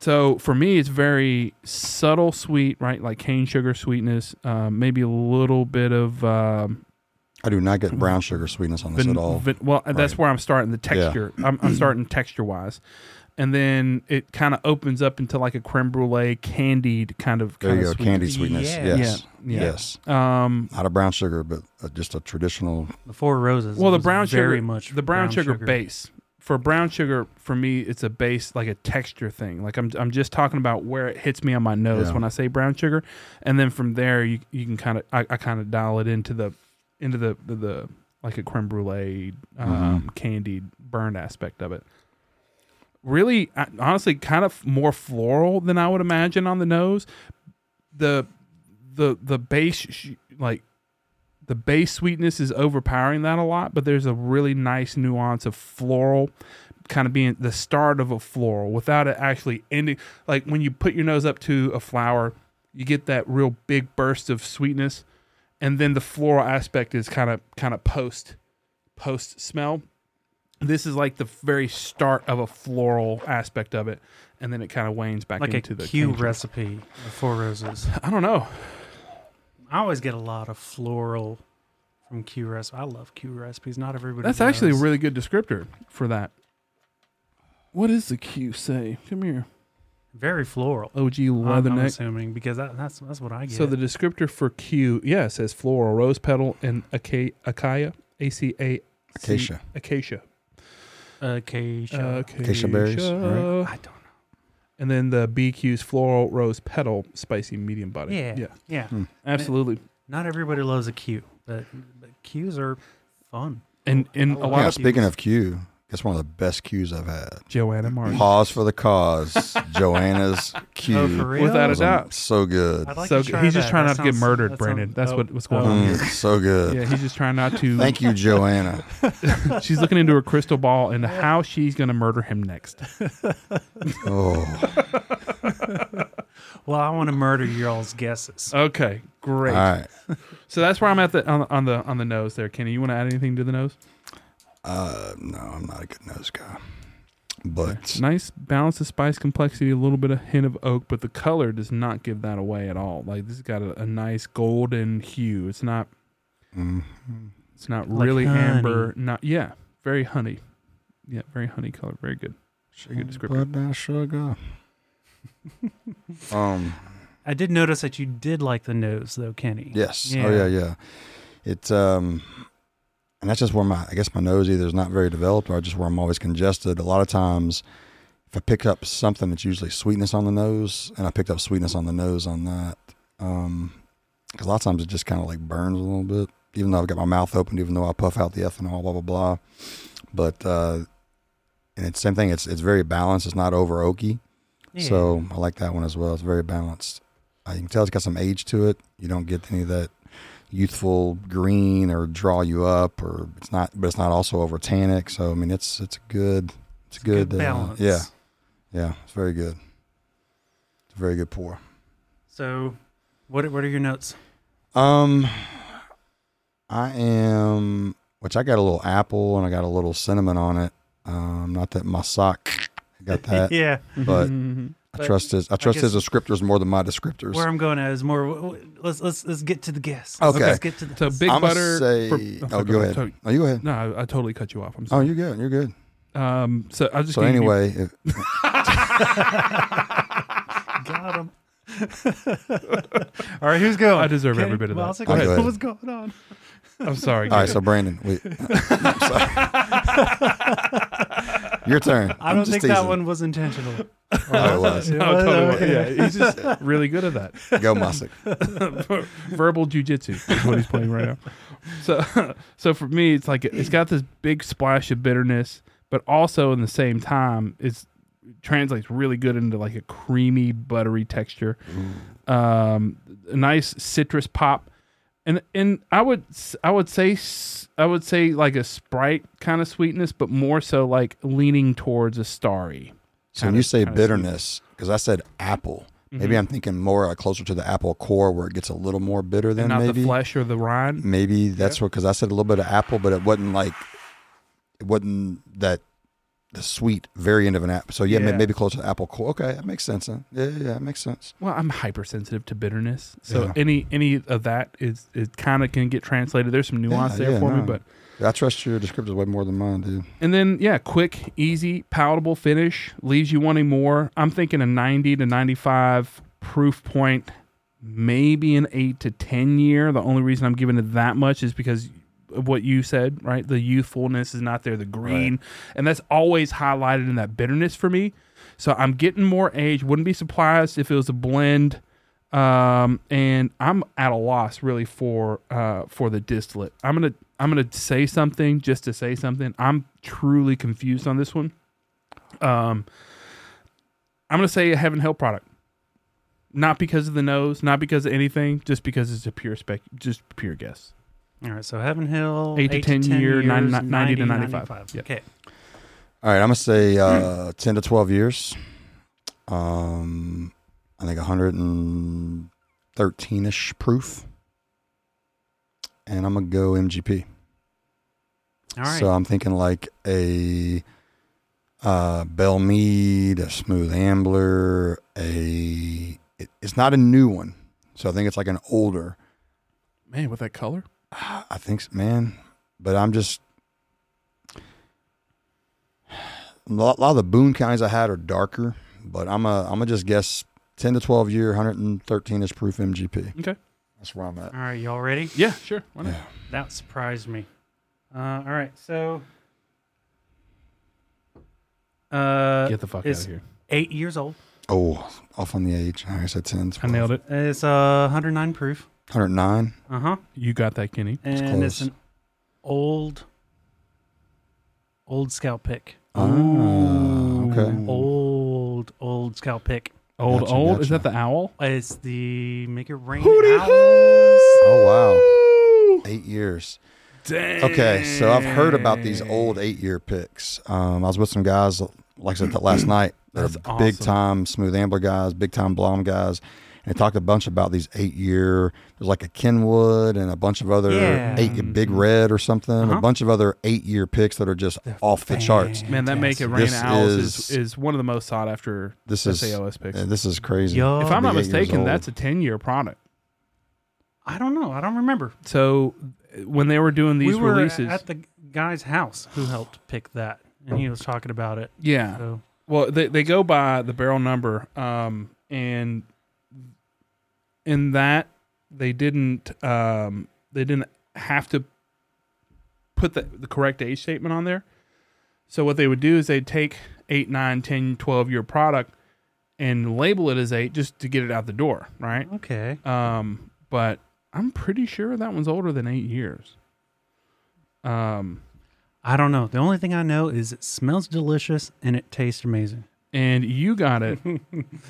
So for me, it's very subtle sweet, right? Like cane sugar sweetness, um, maybe a little bit of um, I do not get brown sugar sweetness on this Van- at all. van- well, that's Right. where I'm starting the texture. I'm, I'm starting texture wise, and then it kind of opens up into like a creme brulee candied kind of. There kind you of go, candy sweetness. Yeah. Yes. Yeah. Yes. Um, Not a brown sugar, but uh, just a traditional. The four roses. well, the was brown very sugar, much the brown, sugar, base for brown sugar for me, it's a base like a texture thing. Like I'm, I'm just talking about where it hits me on my nose Yeah. when I say brown sugar, and then from there you you can kind of I, I kind of dial it into the into the the, the like a creme brulee um, candied burned aspect of it. Really, I- honestly, kind of more floral than I would imagine on the nose. The the the base sh- like the base sweetness is overpowering that a lot, but there's a really nice nuance of floral kind of being the start of a floral without it actually ending like when you put your nose up to a flower, you get that real big burst of sweetness and then the floral aspect is kind of kind of post post smell. This is like the very start of a floral aspect of it, and then it kind of wanes back Like a into the Q candy. recipe. The four roses. I don't know. I always get a lot of floral from Q recipes. I love Q recipes. Not everybody. That's actually a does. really good descriptor for that. What does the Q say? Come here. Uh, very floral. OG I'm, I'm leatherneck. assuming because that, that's that's what I get. So the descriptor for Q, yeah, it says floral rose petal and aca- acacia, A C A Acacia. acacia, Uh, Uh, acacia. acacia berries, I right? don't know. And then the BQ's floral rose petal, spicy medium body. Yeah, yeah, yeah, absolutely. Not everybody loves a Q, but, but Qs are fun. And and I a love lot Yeah, of it. speaking of Q, that's one of the best Qs I've had. Joanna Martin. Pause for the cause. Joanna's Q. Oh, for real? Without a was, doubt. um, So good. I'd like so to good. try he's just that. trying That not to get sounds- murdered, that Brandon. sounds- That's oh, what what's going oh. on. Mm, Here. so good. Yeah, he's just trying not to. Thank you, Joanna. She's looking into her crystal ball and how she's going to murder him next. Oh, Well, I want to murder your all's guesses. Okay, great. all right. So that's where I'm at the on, on the on the nose there, Kenny. You want to add anything to the nose? Uh, no, I'm not a good nose guy. But Nice balance of spice complexity, a little bit of hint of oak, but the color does not give that away at all. Like this has got a, a nice golden hue. It's not mm, it's not Like really honey. amber. Not yeah, very honey. Yeah, very honey color. Very good. Very good descriptor. put that sugar. um. I did notice that you did like the nose, though, Kenny. Yes. Yeah. Oh yeah, yeah. It's um, and that's just where my I guess my nose either is not very developed or just where I'm always congested. A lot of times, if I pick up something, it's usually sweetness on the nose, and I picked up sweetness on the nose on that. Um, Because a lot of times it just kind of like burns a little bit, even though I've got my mouth open, even though I puff out the ethanol, blah blah blah. But uh, and it's same thing. It's it's very balanced. It's not over oaky. Yeah. So I like that one as well. It's very balanced. Uh, you can tell it's got some age to it. You don't get any of that youthful green or draw you up, or it's not. But it's not also over tannic. So I mean, it's it's a good. It's a good, uh, balance. yeah, yeah. It's very good. It's a very good pour. So, what are- what are your notes? Um, I am, which I got a little apple and I got a little cinnamon on it. Um, not that my sock got that, yeah, but I But trust his. I trust his guess- descriptors more than my descriptors. where I'm going at is more. w- w- Let's let's let's get to the guess. Okay. let's get to the. So big I'm gonna butter. say- for- oh, go ahead. sorry. Oh, you go ahead. no, I, I totally cut you off. I'm Oh, sorry. you're good. You're good. Um, so I just So gave you- anyway, if, got him. All right, who's going? I deserve every bit of that. Miles, Go what's- ahead. What's going on? I'm sorry. all right. Gary. So Brandon, wait. I'm sorry. your turn. I I'm don't just think that teasing. one was intentional. Oh, it was. No, Yeah, totally. okay. Yeah, he's just really good at that. Go, Masick. Verbal jujitsu is what he's playing right now. So, so for me, it's like it's got this big splash of bitterness, but also in the same time, it's it translates really good into like a creamy, buttery texture. Um, a nice citrus pop, and and I would s- I would say s- I would say like a Sprite kind of sweetness, but more so like leaning towards a starry. So when kinda- you say kinda sweet. Mm-hmm. bitterness, because I said apple, maybe I'm thinking more uh, closer to the apple core where it gets a little more bitter than And not maybe. the flesh or the rind. Maybe that's what because I said a little bit of apple, but it wasn't like it wasn't that the sweet variant of an apple. So yeah, may- Yeah. maybe closer to apple core. Okay, that makes sense. Huh? Yeah, yeah, yeah, that makes sense. Well, I'm hypersensitive to bitterness, so Yeah. any any of that is it kind of can get translated. There's some nuance Yeah, there yeah, for me, no. but I trust your descriptors way more than mine, dude. and then yeah, quick, easy, palatable finish leaves you wanting more. I'm thinking a 90 to 95 proof point, maybe an eight to 10 year. The only reason I'm giving it that much is because of what you said, right? The youthfulness is not there, the green, and that's always highlighted in that bitterness for me. So I'm getting more age. Wouldn't be surprised if it was a blend. Um, and I'm at a loss really for uh for the distillate. I'm gonna I'm gonna say something just to say something. I'm truly confused on this one. Um, I'm gonna say a heaven hell product. Not because of the nose, not because of anything, just because it's a pure spec, just pure guess. All right, so Heaven Hill, Eight to 10 year, years, nine- nine- 90 to 95. Yeah. Okay, All right, I'm gonna say uh, ten to twelve years. Um, I think 113 ish proof, and I'm gonna go MGP. all right. So I'm thinking like a uh, Bell Mead, a Smooth Ambler, a. It, it's not a new one, so I think it's like an older. Man, with that color, I think, s- man, but I'm just. A lot, lot of the Boone counties I had are darker, but I'm a I'm gonna just guess ten to twelve year, 113 is proof MGP. Okay. that's where I'm at. all right, y'all ready? yeah, sure. Why not? Yeah. That surprised me. Uh, all right, so uh, Get the fuck it's out of here. eight years old. Oh, off on the age. I said 10, I nailed it. It's uh, 109 proof. 109. Uh huh. You got that, Kenny. And it's close. an old, old scout pick. Oh, Ah, okay. Mm. Old, old scout pick. Old, Gotcha, old. Is that gotcha. the owl? It's the Make It Rain Hootie Owls. Oh wow. Eight years. Dang. Okay, so I've heard about these old eight-year picks. Um, I was with some guys, like I said that last night. They're That's awesome. big-time smooth ambler guys, big-time blom guys, and they talked a bunch about these eight-year. There's like a Kenwood and a bunch of other Yeah. eight, big red or something, Uh-huh. a bunch of other eight-year picks that are just off the charts. Man, that make it Fantastic. rain This owls is- is, is one of the most sought after This is SAOS picks. uh, this is crazy. Yo, if I'm not Big eight years mistaken, old. that's a ten year product. I don't know. I don't remember. So uh, when they were doing these we were releases, at the guy's house who helped pick that, and Oh. he was talking about it. yeah. So Well, they they go by the barrel number, um, and in that they didn't um, they didn't have to put the, the correct age statement on there. So what they would do is they'd take 8, 9, 10, 12 year product and label it as 8 just to get it out the door, right? okay, Um, but I'm pretty sure that one's older than eight years. Um, I don't know. The only thing I know is it smells delicious and it tastes amazing. and you got it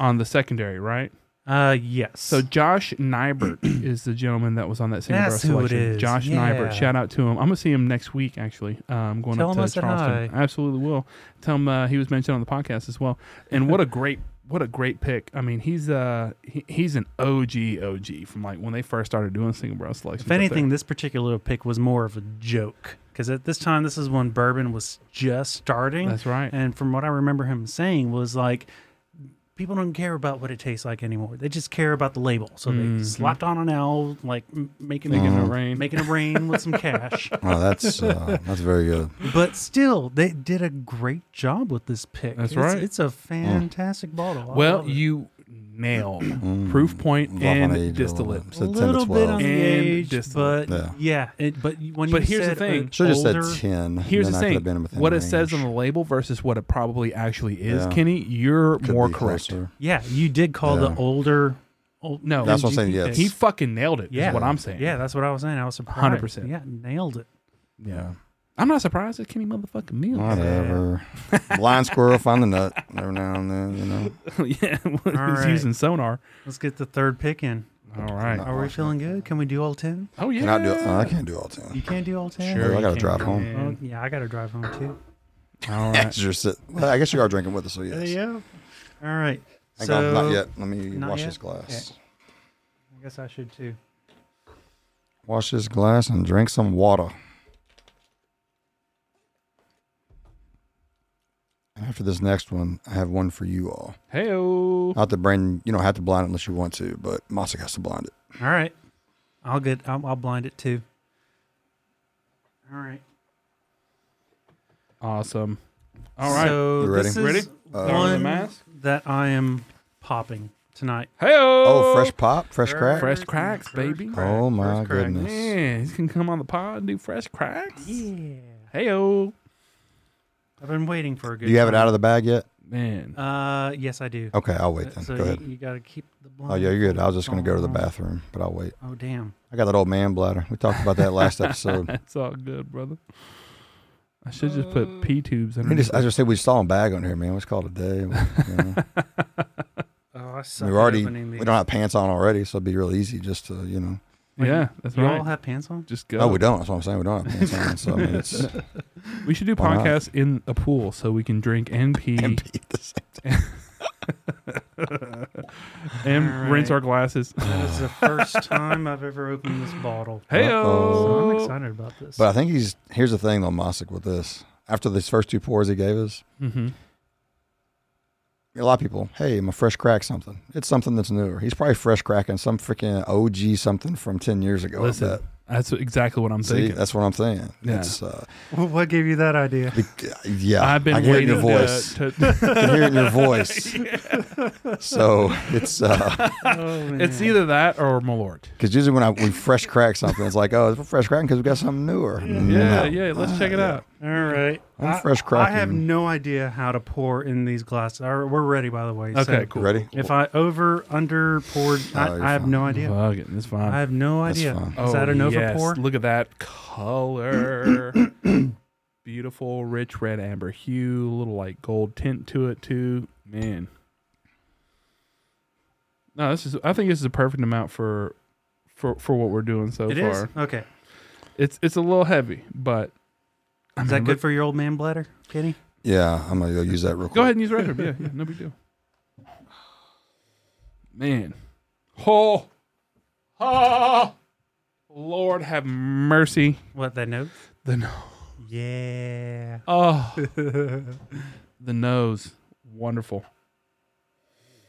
on the secondary, right? Uh, yes. So Josh Nybert is the gentleman that was on that single That's bar who it selection. is. Josh Yeah. Nybert, shout out to him. I'm gonna see him next week. Actually, uh, I'm going Tell up him to I said Charleston. hi. I absolutely will. Tell him uh, he was mentioned on the podcast as well. And what a great, what a great pick. I mean, he's uh he, he's an OG OG from like when they first started doing single bar selections. if up there. anything, this particular pick was more of a joke because at this time, this is when bourbon was just starting. that's right. And from what I remember him saying was like, people don't care about what it tastes like anymore. They just care about the label. So they Mhm. slapped on an owl, like m- making Making a it rain. making a rain with some cash. Oh, that's uh, that's very good. But still, they did a great job with this pick. That's It's- right. It's a fantastic bottle. I well, love it. you nailed Mm. proof point Love on age and a little distillate. a bit. Said 10 to little bit 12. on the And age, distillate. but yeah, it, but you- when But you here's the said thing. uh, Should have just said older- 10. Here's then the I could have been thing: within what it range. says on the label versus what it probably actually is, Yeah. Kenny. You're Could more be correct. closer. yeah, you did call Yeah. the older. Old, No, That's what I'm MGP saying, yeah, pick. it's- He fucking nailed it. Yeah, Yeah, is what I'm saying. Yeah, that's what I was saying. I was surprised. 100%. Yeah, nailed it. yeah. I'm not surprised that Kenny motherfucking nailed Whatever. Blind squirrel find the nut every now and then, you know. it. yeah, he's right. using sonar. Let's get the third pick in. All right. No. Are we feeling good? Can we do all ten? Oh yeah. Can I do? oh, I can't do all ten. You can't do all ten. I you gotta can, drive home. Oh, man. yeah, I gotta drive home too. All Yeah, right. you're sit- well, I guess you are drinking with us, so yes. go. All right. Hang so on, not yet. Let me not wash yet? this glass. I guess I should too. Wash this glass and drink some water. And after this next one, I have one for you all. Hey oh. Not to Brandon, you don't have to blind it unless you want to, but Mossack has to blind it. All right. I'll get. I'll, I'll blind it too. All right. Awesome. All right. So You ready? this Ready? is Uh, Down to the one mask. that I am popping tonight. Hey oh. Oh, fresh pop, fresh crack. Fresh cracks, baby. Oh my First crack. goodness. Man, he's gonna come on the pod and do fresh cracks. Yeah. Hey oh. I've been waiting for a good. Do you have it out of the bag yet? Man. Uh, yes, I do. Okay, I'll wait Uh, then. so Go ahead. You, you gotta keep the blind. Oh yeah, you're good. I was just gonna go to the Uh-huh. on. bathroom, but I'll wait. Oh damn. I got that old man bladder. We talked about that last episode. That's all good, brother. I should just Uh, put P tubes We underneath. just, I just said we saw a bag on here, man. Let's call it a day. We, you know. Oh, I suck. we at were already opening we these. don't have pants on already, so it'd be real easy just to you know. yeah, that's You right. all have pants on? just go. No, Oh, we don't. That's what I'm saying. We don't have pants on. So I mean, it's We should do Why not? podcasts in a pool so we can drink and pee and and, pee at the same All rinse right. our glasses. This is the first time I've ever opened this bottle. Hey, So I'm oh. excited about this. But I think he's here's the thing though, Mossack, with this. After these first two pours he gave us, hmm a lot of people, hey, I'm a fresh crack something. It's something that's newer. He's probably fresh cracking some freaking OG something from ten years ago. I Listen, bet. That's exactly what I'm See, uh, thinking. that's what I'm saying. Yeah. It's uh, what gave you that idea? bec- yeah. I've been I can hear it in waiting your to- voice. to- I can hear it in your voice. So it's uh, Oh, it's either that or Malort. Because usually when I we fresh crack something, it's like, oh, it's fresh cracking because we got something newer. Mm-hmm. Yeah, No. yeah. Let's check it yeah. out. All right. I'm I- fresh I have cracking. no idea how to pour in these glasses. All right, we're ready, by the way. so Okay, cool. Ready? If I over, under, poured, Oh, I, you're I have no idea. Fuck it, it's fine. I have no That's idea. fine. Is that an Oh, yes. overpour? Look at that color. Beautiful, rich red amber hue, little like gold tint to it too. Man, no, this is. I think this is a perfect amount for for for what we're doing so It far. is? Okay. It's it's a little heavy, but I Is mean, that good look- for your old man bladder, Kenny? Yeah, I'm gonna go use that real quick. Go ahead and use record. yeah, yeah, no big deal. Man, oh, oh, Lord have mercy. What, that note? The no- Yeah. Oh, the nose. Wonderful.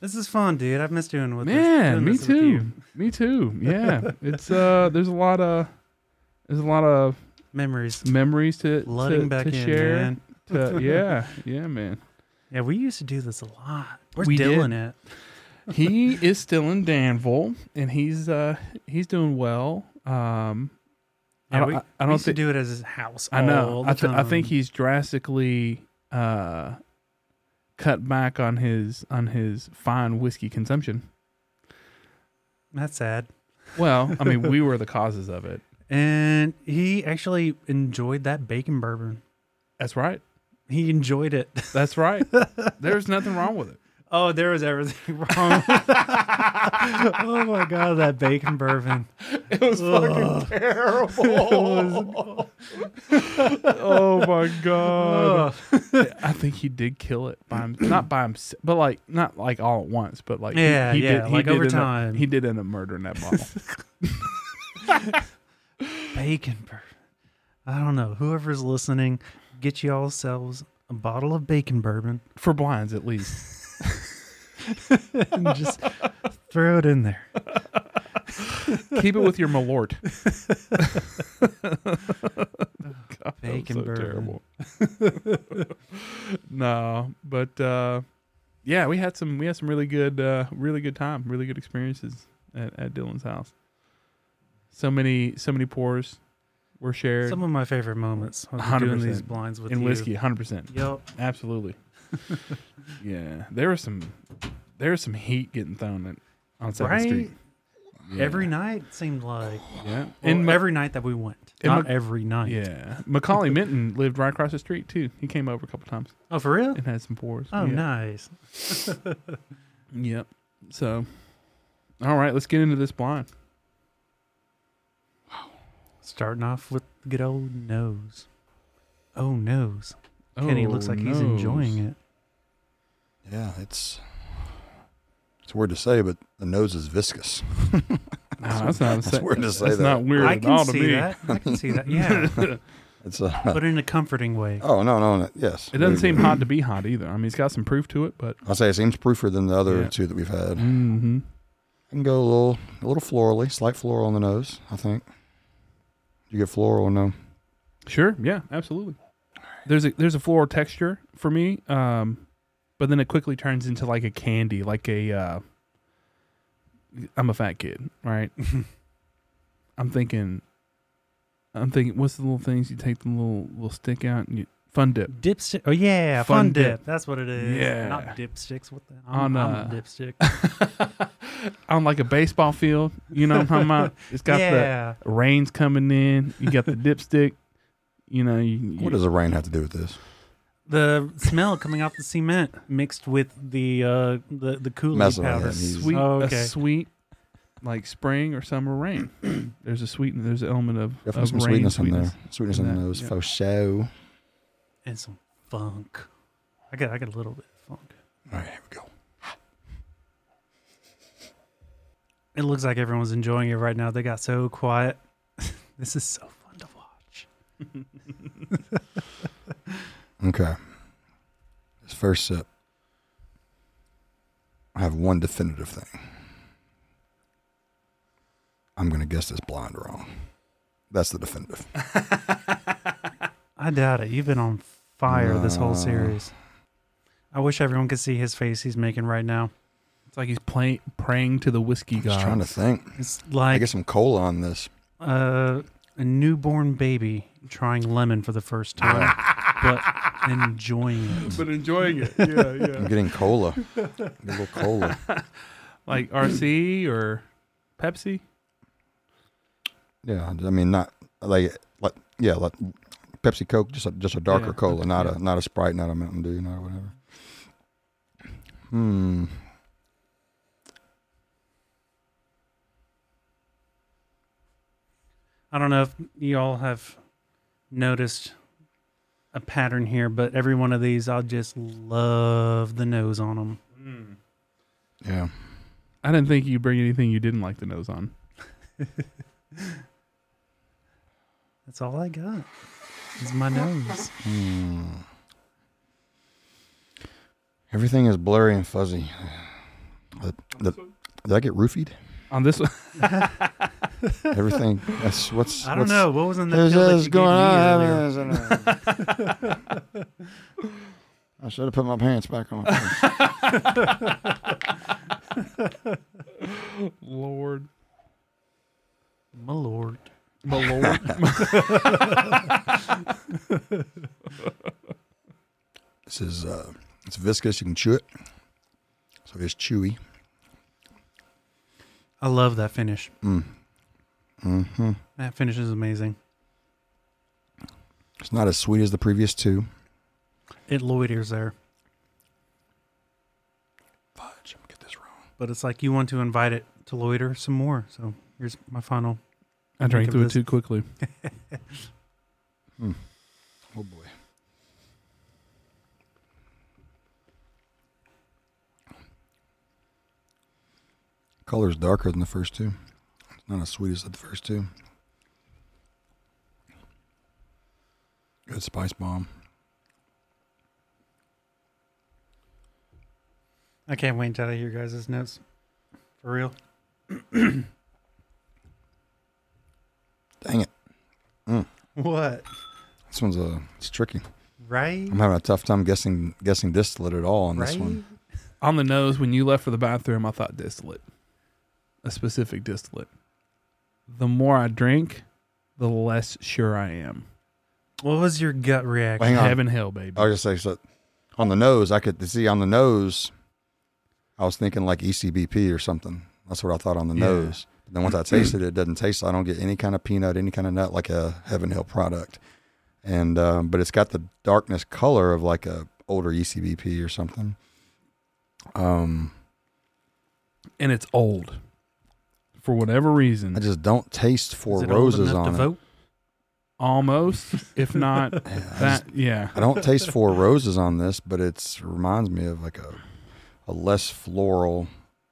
This is fun, dude. I've missed doing with this- Man, doing me this with you. too. Me too. Yeah. It's uh there's a lot of there's a lot of Memories. memories to Flooding to, back to in, share. man. to- yeah. Yeah, man. Yeah, we used to do this a lot. We're We still did. in it. He is still in Danville and he's uh he's doing well. Um I Yeah, don't, we- I, I we don't used think to do it as his house. I know. all the I, th- I think time. he's drastically uh cut back on his on his fine whiskey consumption. That's sad. Well, I mean, we were the causes of it. and he actually enjoyed that bacon bourbon. That's right. He enjoyed it. That's right. There's nothing wrong with it. Oh, there was everything wrong. with that. oh my god, that bacon bourbon. It was fucking terrible. oh my god. Ugh. I think he did kill it by him, not by himself, but like not like all at once, but like he- Yeah, he, yeah, did, he like did over end up- time. he did end up murdering that bottle. bacon bourbon. I don't know. Whoever's listening, get y'all selves a bottle of bacon bourbon for blinds at least. and just throw it in there. Keep it with your malort. God, that was Bacon so bourbon. terrible. no, but uh, yeah, we had some we had some really good uh, really good time, really good experiences at, at Dylan's house. So many so many pours were shared Some of my favorite moments was doing these 100% blinds with in you. whiskey, hundred percent. Yep. Absolutely. yeah, there was some there was some heat getting thrown at, on Second Right? Street Yeah. Every night it seemed like Yeah, in and Ma- every night that we went. in Not my- every night. yeah, Macaulay Minton lived right across the street too. He came over a couple times Oh, for real? and had some pours. Oh, yeah. nice. Yep. So, all right, let's get into this blind. Starting off with the good old nose. Oh, nose. Kenny looks Oh, like he's enjoying it. Yeah, it's it's weird to say, but the nose is viscous. that's not That's weird to say That's that. not weird I at can all to see me. that. I can see that. Yeah. It's uh, but in a comforting way. oh no no no yes. It doesn't seem hot. hot to be hot either. I mean, it's got some proof to it, but I'll say it seems proofer than the other Yeah. two that we've had. I mm-hmm. can go a little a little florally, slight floral on the nose. I think. You get floral or no? Sure. Yeah. Absolutely. There's a there's a floral texture for me, um, but then it quickly turns into like a candy, like a. Uh, I'm a fat kid, right? I'm thinking. I'm thinking. What's the little things you take the little little stick out and you fun dip Dipstick. Oh yeah, Fun fun, dip. dip. That's what it is. Yeah. Not dipsticks. What the? On, I'm, I'm uh, a dipstick. on like a baseball field. You know what I'm talking about? It's got yeah. the rain's coming in. You got the dipstick. You know you, you, What does the rain have to do with this? The smell coming off the cement mixed with the uh the the cooling Messing with powder. it, he's- sweet Oh, a okay. sweet like spring or summer rain. there's a sweet there's an element of, Definitely of some rain sweetness, in sweetness. there. Sweetness in in the that, nose yeah. for show. and some funk. I got I got a little bit of funk. All right, here we go. It looks like everyone's enjoying it right now. They got so quiet. this is so fun to watch. Okay. This first sip, I have one definitive thing. I'm going to guess this blind wrong. That's the definitive. I doubt it. You've been on fire this whole Nah. series. I wish everyone could see his face he's making right now. It's like he's playing praying to the whiskey I'm just trying to gods. think. It's I like get some cola on this. uh, a newborn baby trying lemon for the first Ah. time, but enjoying it. but enjoying it. Yeah, I'm yeah. getting cola. Get a little cola. like RC or Pepsi. Yeah, I mean not like like yeah, like Pepsi Coke, just a, just a darker Yeah, cola, not yeah. a not a Sprite, not a Mountain Dew, not whatever. Hmm. I don't know if you all have noticed a pattern here, but every one of these, I'll just love the nose on them. Yeah. I didn't think you'd bring anything you didn't like the nose on. That's all I got. Is my nose. Hmm. Everything is blurry and fuzzy. The- the- did I get roofied? On this one Everything. That's what's. I don't what's- know what was in that. There's pill that this you going gave me on. earlier? I should have put my pants back on. Lord. My lord. My Lord. This is uh, it's viscous. You can chew it, so it's chewy. I love that finish. Mm. hmm That finish is amazing. It's not as sweet as the previous two. It loiters there, Fudge, I'm gonna get this wrong. but it's like you want to invite it to loiter some more. So here's my final. I drank of through it this. too quickly. Oh boy. Color's darker than the first two. It's not as sweet as the first two. Good spice bomb. I can't wait until I hear guys' notes. For real. Dang it. What? This one's a it's tricky. Right? I'm having a tough time guessing guessing distillate at all on this one. On the nose, when you left for the bathroom, I thought distillate, a specific distillate. The more I drink, the less sure I am. What was your gut reaction? Hang on. Heaven, hell, baby. I was just say so on the nose, I could see on the nose. I was thinking like E ECBP or something. That's what I thought on the Yeah. nose. But then once I tasted it, it doesn't taste. I don't get any kind of peanut, any kind of nut, like a Heaven Hill product. And um, but it's got the darkness color of like a older E ECBP or something. Um, and it's old. For whatever reason, I just don't taste Is four it old roses enough on to it. vote? almost, if not Yeah, I just- that, yeah. I don't taste four roses on this, but it's reminds me of like a a less floral,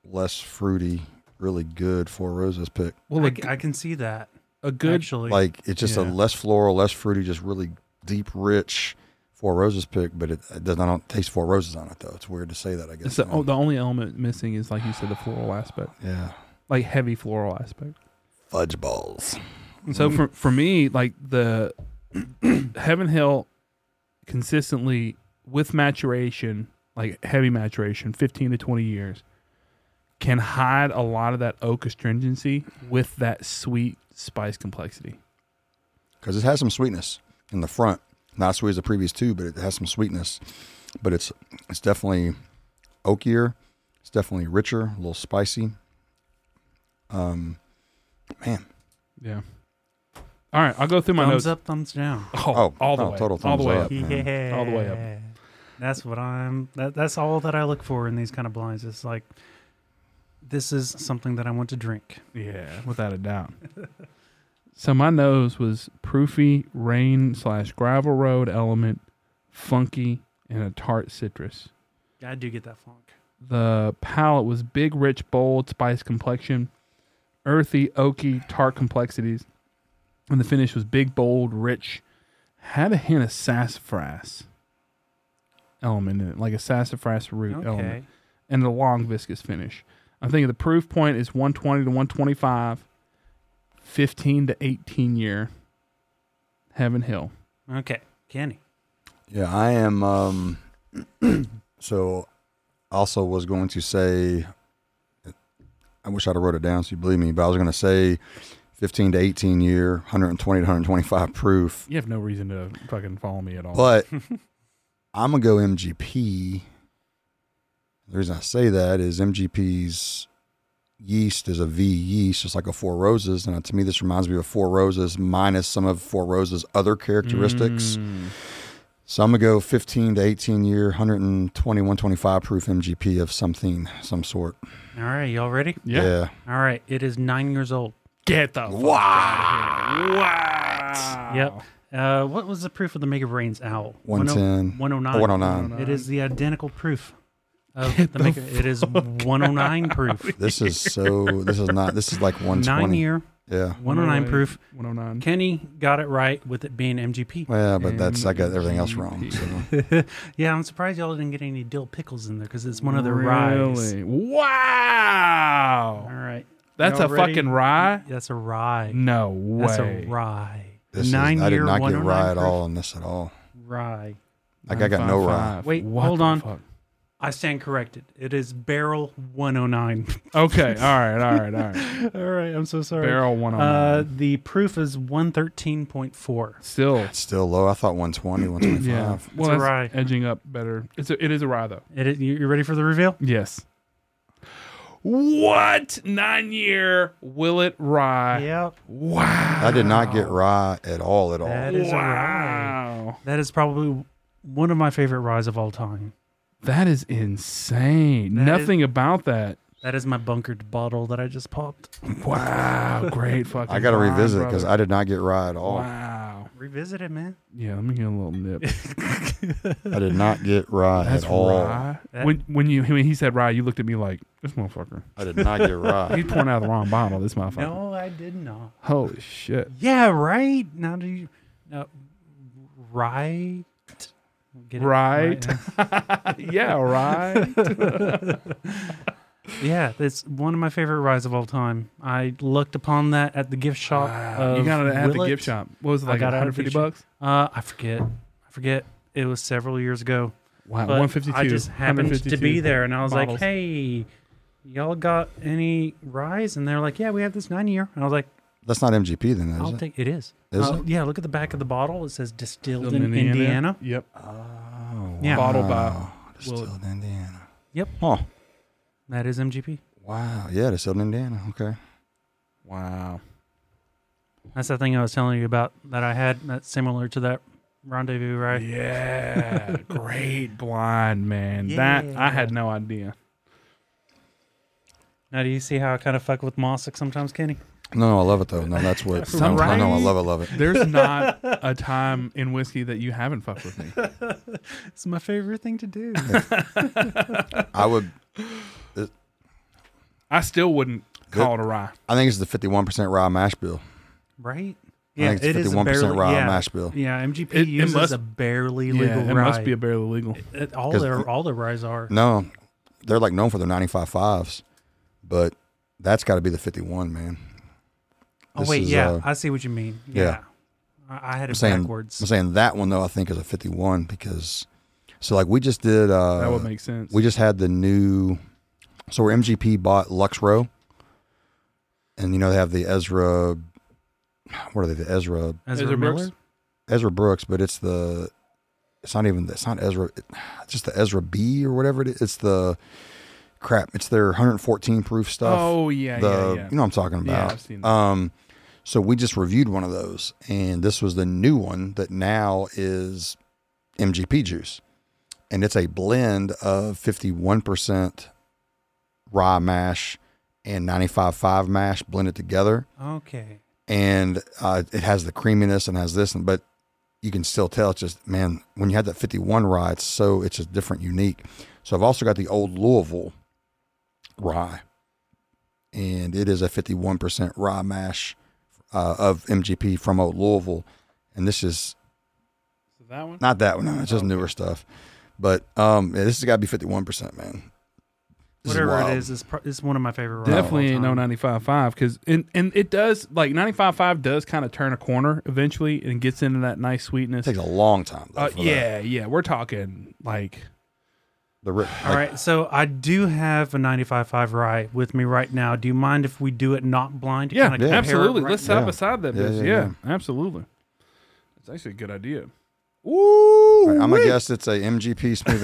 less fruity, really good four roses pick. Well, I, a, c- I can see that. a good actually. Like it's just a Yeah. less floral, less fruity, just really deep, rich four roses pick. But it, it does I don't taste four roses on it though. It's weird to say that. I guess. It's the, you know? oh, the only element missing is like you said the floral aspect, yeah, like heavy floral aspect. fudge balls. So for for me, like the Heaven Hill consistently with maturation, like heavy maturation, fifteen to twenty years, can hide a lot of that oak astringency with that sweet spice complexity. because it has some sweetness in the front. Not as sweet as the previous two, but it has some sweetness. But it's it's definitely oakier. It's definitely richer, a little spicy. Um, man, Yeah. All right, I'll go through my notes. thumbs up, thumbs down. Oh, Oh, all the oh, way, total all the thumbs way up. up. Yeah. All the way up. That's what I'm that, that's all that I look for in these kind of blinds. It's like this is something that I want to drink. Yeah, without a doubt. so my nose was proofy, rain slash gravel road element, funky, and a tart citrus. I do get that funk. The palate was big, rich, bold, spice complexion, earthy, oaky, tart complexities. And the finish was big, bold, rich. Had a hint of sassafras element in it, like a sassafras root Okay. element and a long viscous finish. I'm thinking the proof point is 120 to 125, 15 to 18 year Heaven Hill. Okay. Kenny. Yeah, I am. Um, so, also was going to say, I wish I'd have wrote it down so you believe me, but I was going to say 15 to 18 year, 120 to 125 proof. You have no reason to fucking follow me at all. But I'm gonna go MGP. The reason I say that is MGP's yeast is a V yeast, just like a Four Roses, and uh, to me this reminds me of Four Roses minus some of Four Roses' other characteristics. Mm. So I'm gonna go 15 to 18 year, 120, 125 proof MGP of something, some sort. All right, y'all ready? Yeah. All right, it is 9 years old. Get the fuck out of here. Wow. Yep. Uh, what was the proof of the Mega Brains owl? 110. 109. Oh, 109. It is the identical proof of the Mega. It is 109 proof. This is so. This is not. This is like 120. Nine year, Yeah. 109 proof. 109. Kenny got it right with it being MGP. Well, but that's I got everything else wrong. MGP. So. Yeah, I'm surprised y'all didn't get any dill pickles in there because it's one of their ryes. Really? All Wow. right. That's Y'all a ready? fucking rye? That's a rye. No way. That's a rye. This Nine is, I did year, not get 109 right at proof. all on this at all. Rye. Like I got no rye. 955. Wait, What hold the on. fuck? I stand corrected. It is barrel 109. Okay. All right. All right. All right. All right, I'm so sorry. Barrel one oh on Uh, the proof is 113.4. still. Still low. I thought 120, 125. Yeah. It's a that's rye. edging up better. It's a, it is a rye though. It is, you you ready for the reveal? Yes. What nine year will it rye? Yep. Wow! I did not get rye at all at all. That is a rye. wow! That is probably one of my favorite ryes of all time. That is insane. That is- Nothing about that. That is my bunkered bottle that I just popped. Wow! Great fucking. I got to rye, revisit because brother. I did not get rye at all. Wow. Revisit it, man. Yeah, let me get a little nip. I did not get rye That's at all. rye. That- When when you when he said rye, you looked at me like this motherfucker. I did not get He's rye. pouring out of the wrong bottle. This motherfucker. No, I did not. Holy shit! Yeah, right. Now do you? No, right. Get it? Right. yeah. yeah, right. Yeah, it's one of my favorite rides of all time. I looked upon that at the gift shop. you of got it at the Willett. gift shop. What was it I like? got it at the 150 gift shop. bucks. Uh, I forget. I forget. It was several years ago. Wow, but 152. I just happened to 152. be there, and I was bottles. like, "Hey, y'all got any rise?" And they're like, "Yeah, we have this nine year." And I was like, That's not MGP then, is "I'll it? take it." Is Is Uh, it? yeah? Look at the back of the bottle. It says distilled, Still in, Indiana. Yep. Oh, Yeah. Bottled by wow. Distilled in Indiana. Yep. Huh. That is MGP. Wow. Yeah, distilled in Indiana. Okay. Wow. That's the thing I was telling you about that I had. That's similar to that rendezvous, right? Yeah. Great blind man. That I Yeah. had no idea. Now, do you see how I kind of fuck with Mossick sometimes, Kenny? No, no, I love it though. No, that's what. I know, I know, I Right? love it, love it. There's not a time in whiskey that you haven't fucked with me. It's my favorite thing to do. I would. I still wouldn't call it a rye. I think it's the fifty-one percent rye mash bill. right? I think it's it is a fifty-one percent barely- rye yeah. mash bill. Yeah, MGP It- it uses must- a barely legal Yeah, it rye. must be a barely legal. It- all 'Cause their the- all their ryes are. No, they're like known for their 95 fives, but that's got to be the 51, man. Oh this wait, is, yeah, uh, I see what you mean. yeah. Yeah, I, I had I'm it saying, backwards. I'm saying that one though I think is a 51 because so like we just did uh that would make sense. we just had the new so where MGP bought Lux Row and you know they have the Ezra what are they the Ezra Ezra, Ezra Brooks? Miller, Ezra Brooks but it's the it's not even it's not Ezra it's just the Ezra B or whatever it is it's the crap it's their 114 proof stuff oh yeah, the yeah, yeah. you know what I'm talking Yeah, about. I've seen that. um so we just reviewed one of those and this was the new one that now is MGP juice. And it's a blend of 51% rye mash and 95.5 mash blended together Okay, and uh, it has the creaminess and has this and but you can still tell it's just man when you had that 51 rye it's so it's just different unique so i've also got the old louisville rye and it is a 51% rye mash uh, of mgp from old louisville and this is So that one. not that one no, it's Oh, just newer stuff but um yeah, this has got to be 51% man This whatever wild. it is, it's, pro- it's one of my favorite. ryes of all Definitely ain't no time. 95.5 because and, and it does like 95.5 does kind of turn a corner eventually and gets into that nice it sweetness. takes a long time though Uh, for that. yeah, yeah, we're talking like the ri- All right, so I do have a 95.5 rye with me right now. Do you mind if we do it not blind? to yeah, kinda compare it absolutely. right Let's Yeah. side by side that Yeah, bitch. yeah, Yeah, yeah. absolutely. It's actually a good idea. All right, Ooh, i'm gonna guess it's a mgp smooth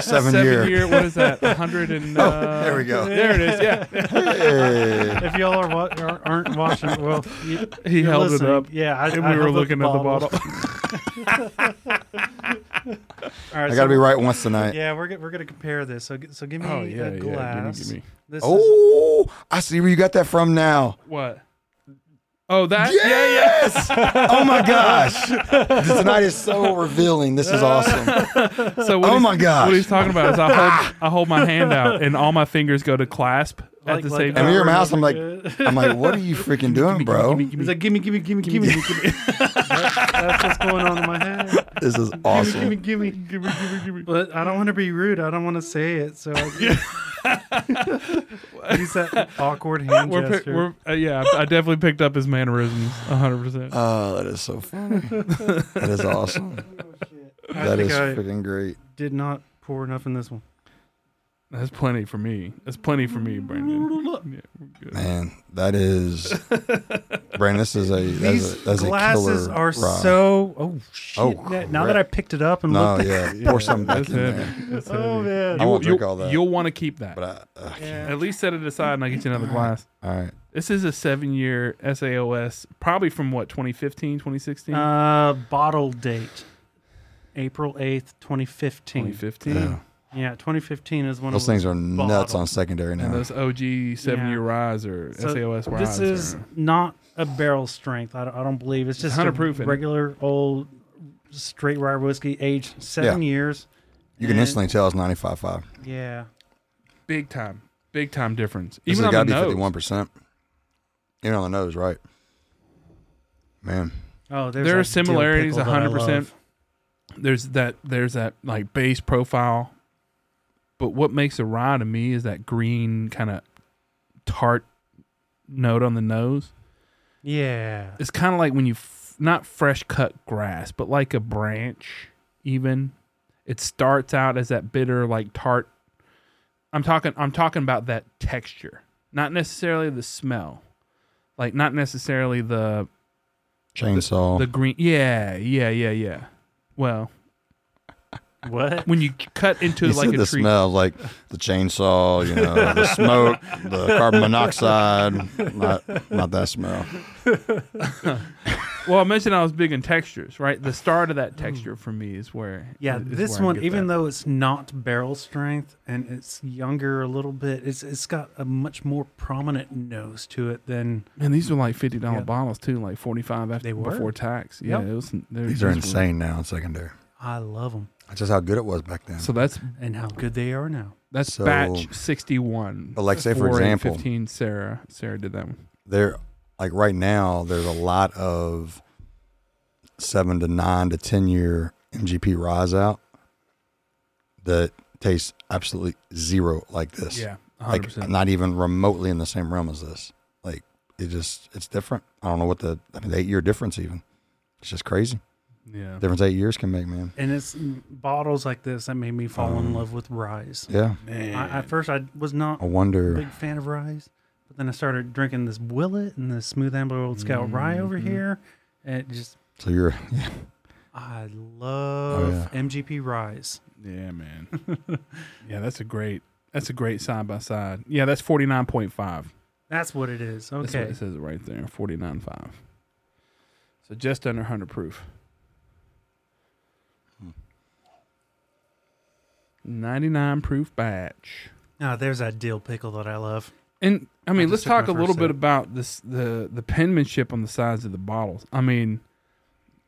seven, year, What is that? A hundred Oh, and uh, there we go. There it is. Yeah, Hey. If y'all are wa- are- aren't watching, well, you, he you're held listening. it up. Yeah, I, And I we were held up looking at the bottle. All right, I so- got to be right once tonight. Yeah, we're go- we're gonna compare this. So g- so give me Oh, yeah, yeah, a give me, glass. give me. This is, Oh, I see where you got that from now. What? Oh, that? Yes! oh my gosh. Tonight is so revealing. This is awesome. Yeah, yeah. So what Oh he's- my gosh. What he's talking about is I hold, I hold my hand out and all my fingers go to clasp at Like- the like same that. I'm time. in your mouth. I'm like, It's I'm like, what are you freaking doing, bro? like give me, give me, give me, give me, give me. That's what's going on in my head. This is Give me, awesome. give me, give me, give me, give me. But I don't want to be rude. I don't want to say it. So I use that awkward hand We're, pick- gesture. we're, uh, yeah, I I definitely picked up his mannerisms 100%. Oh, that is so funny. That is awesome. I That think is I freaking great. did not pour enough in this one. That's plenty for me. That's plenty for me, Brandon. Yeah, we're good. Man, that is. Brandon. This is a that's These a, that's a glasses killer are rye. so. Oh shit! Oh, That- now crap. that I picked it up and No, looked, yeah, Yeah, pour some back that's in heavy. there. That's at, oh heavy. man, I You'll- won't drink you'll- all that. You'll want to keep that. But I, uh, Yeah. At least set it aside, and I will get you another glass. all right, This is a seven-year SAOS, probably from what 2015, 2016, Uh, bottle date, April eighth, twenty fifteen. 2015. yeah. Yeah, twenty fifteen is one those of things are nuts bottle. on secondary And now. those OG seven-year rise or So SAOS rise. This is or- not a barrel strength. I don't, I don't believe it's just a 100 proof in it. regular old straight rye whiskey, aged seven years. you can and- instantly tell it's 95.5. Yeah, big time, big time difference. This Even has on got to the be nose. 51. percent Even on the nose, right? Man, Oh, there's There are that dill similarities, pickle that I 100%. love. There's that. There's that like base profile. But what makes a rye to me is that green kind of tart note on the nose. Yeah, it's kind of like when you f- not fresh cut grass, but like a branch. Even it starts out as that bitter, like tart. I'm talking. I'm talking about that texture, not necessarily the smell, like not necessarily the chainsaw. the green. Yeah, yeah, yeah, yeah. Well, what? when you c- cut into you like said a the tree, smell like the chainsaw, you know, the smoke, the carbon monoxide. Not, not that smell. well, I mentioned I was big in textures, right? The start of that texture for me is where. Yeah, is this where I one, get even that. though it's not barrel strength and it's younger a little bit, it's it's got a much more prominent nose to it than and these were like fifty dollar Yeah. bottles too, like forty five after They were. before tax. Yeah, Yep. it was. they're- These are were- insane now in secondary. I love them That's just how good it was back then. So that's and how good they are now. that's So- batch sixty one. But like say for example, fifteen. Sarah Sarah did that one. there like right now there's a lot of seven to nine to ten year MGP rise out that tastes absolutely zero like this. Yeah, hundred Like percent. not even remotely in the same realm as this. Like it just it's different. I don't know what the I mean the eight year difference even. It's just crazy. Yeah, Difference eight years can make, man. And it's mm, bottles like this that made me fall Um, in love with rice. Yeah. I, at first, I was not I a wonder big fan of rice, but then I started drinking this Willet and this Smooth Amber Old Scout rye over Mm-hmm. here, and it just so you're I Oh, love yeah. MGP rise. yeah, man. yeah, that's a great. That's a great side by side. Yeah, that's forty nine point five. That's what it is. That's Okay. what it says right there. Forty nine five. So just under hundred proof. Ninety nine proof batch. Now Ah, there's that dill pickle that I love. And I mean, just let's took my talk a first little bit sip. about this the the penmanship on the sides of the bottles. I mean,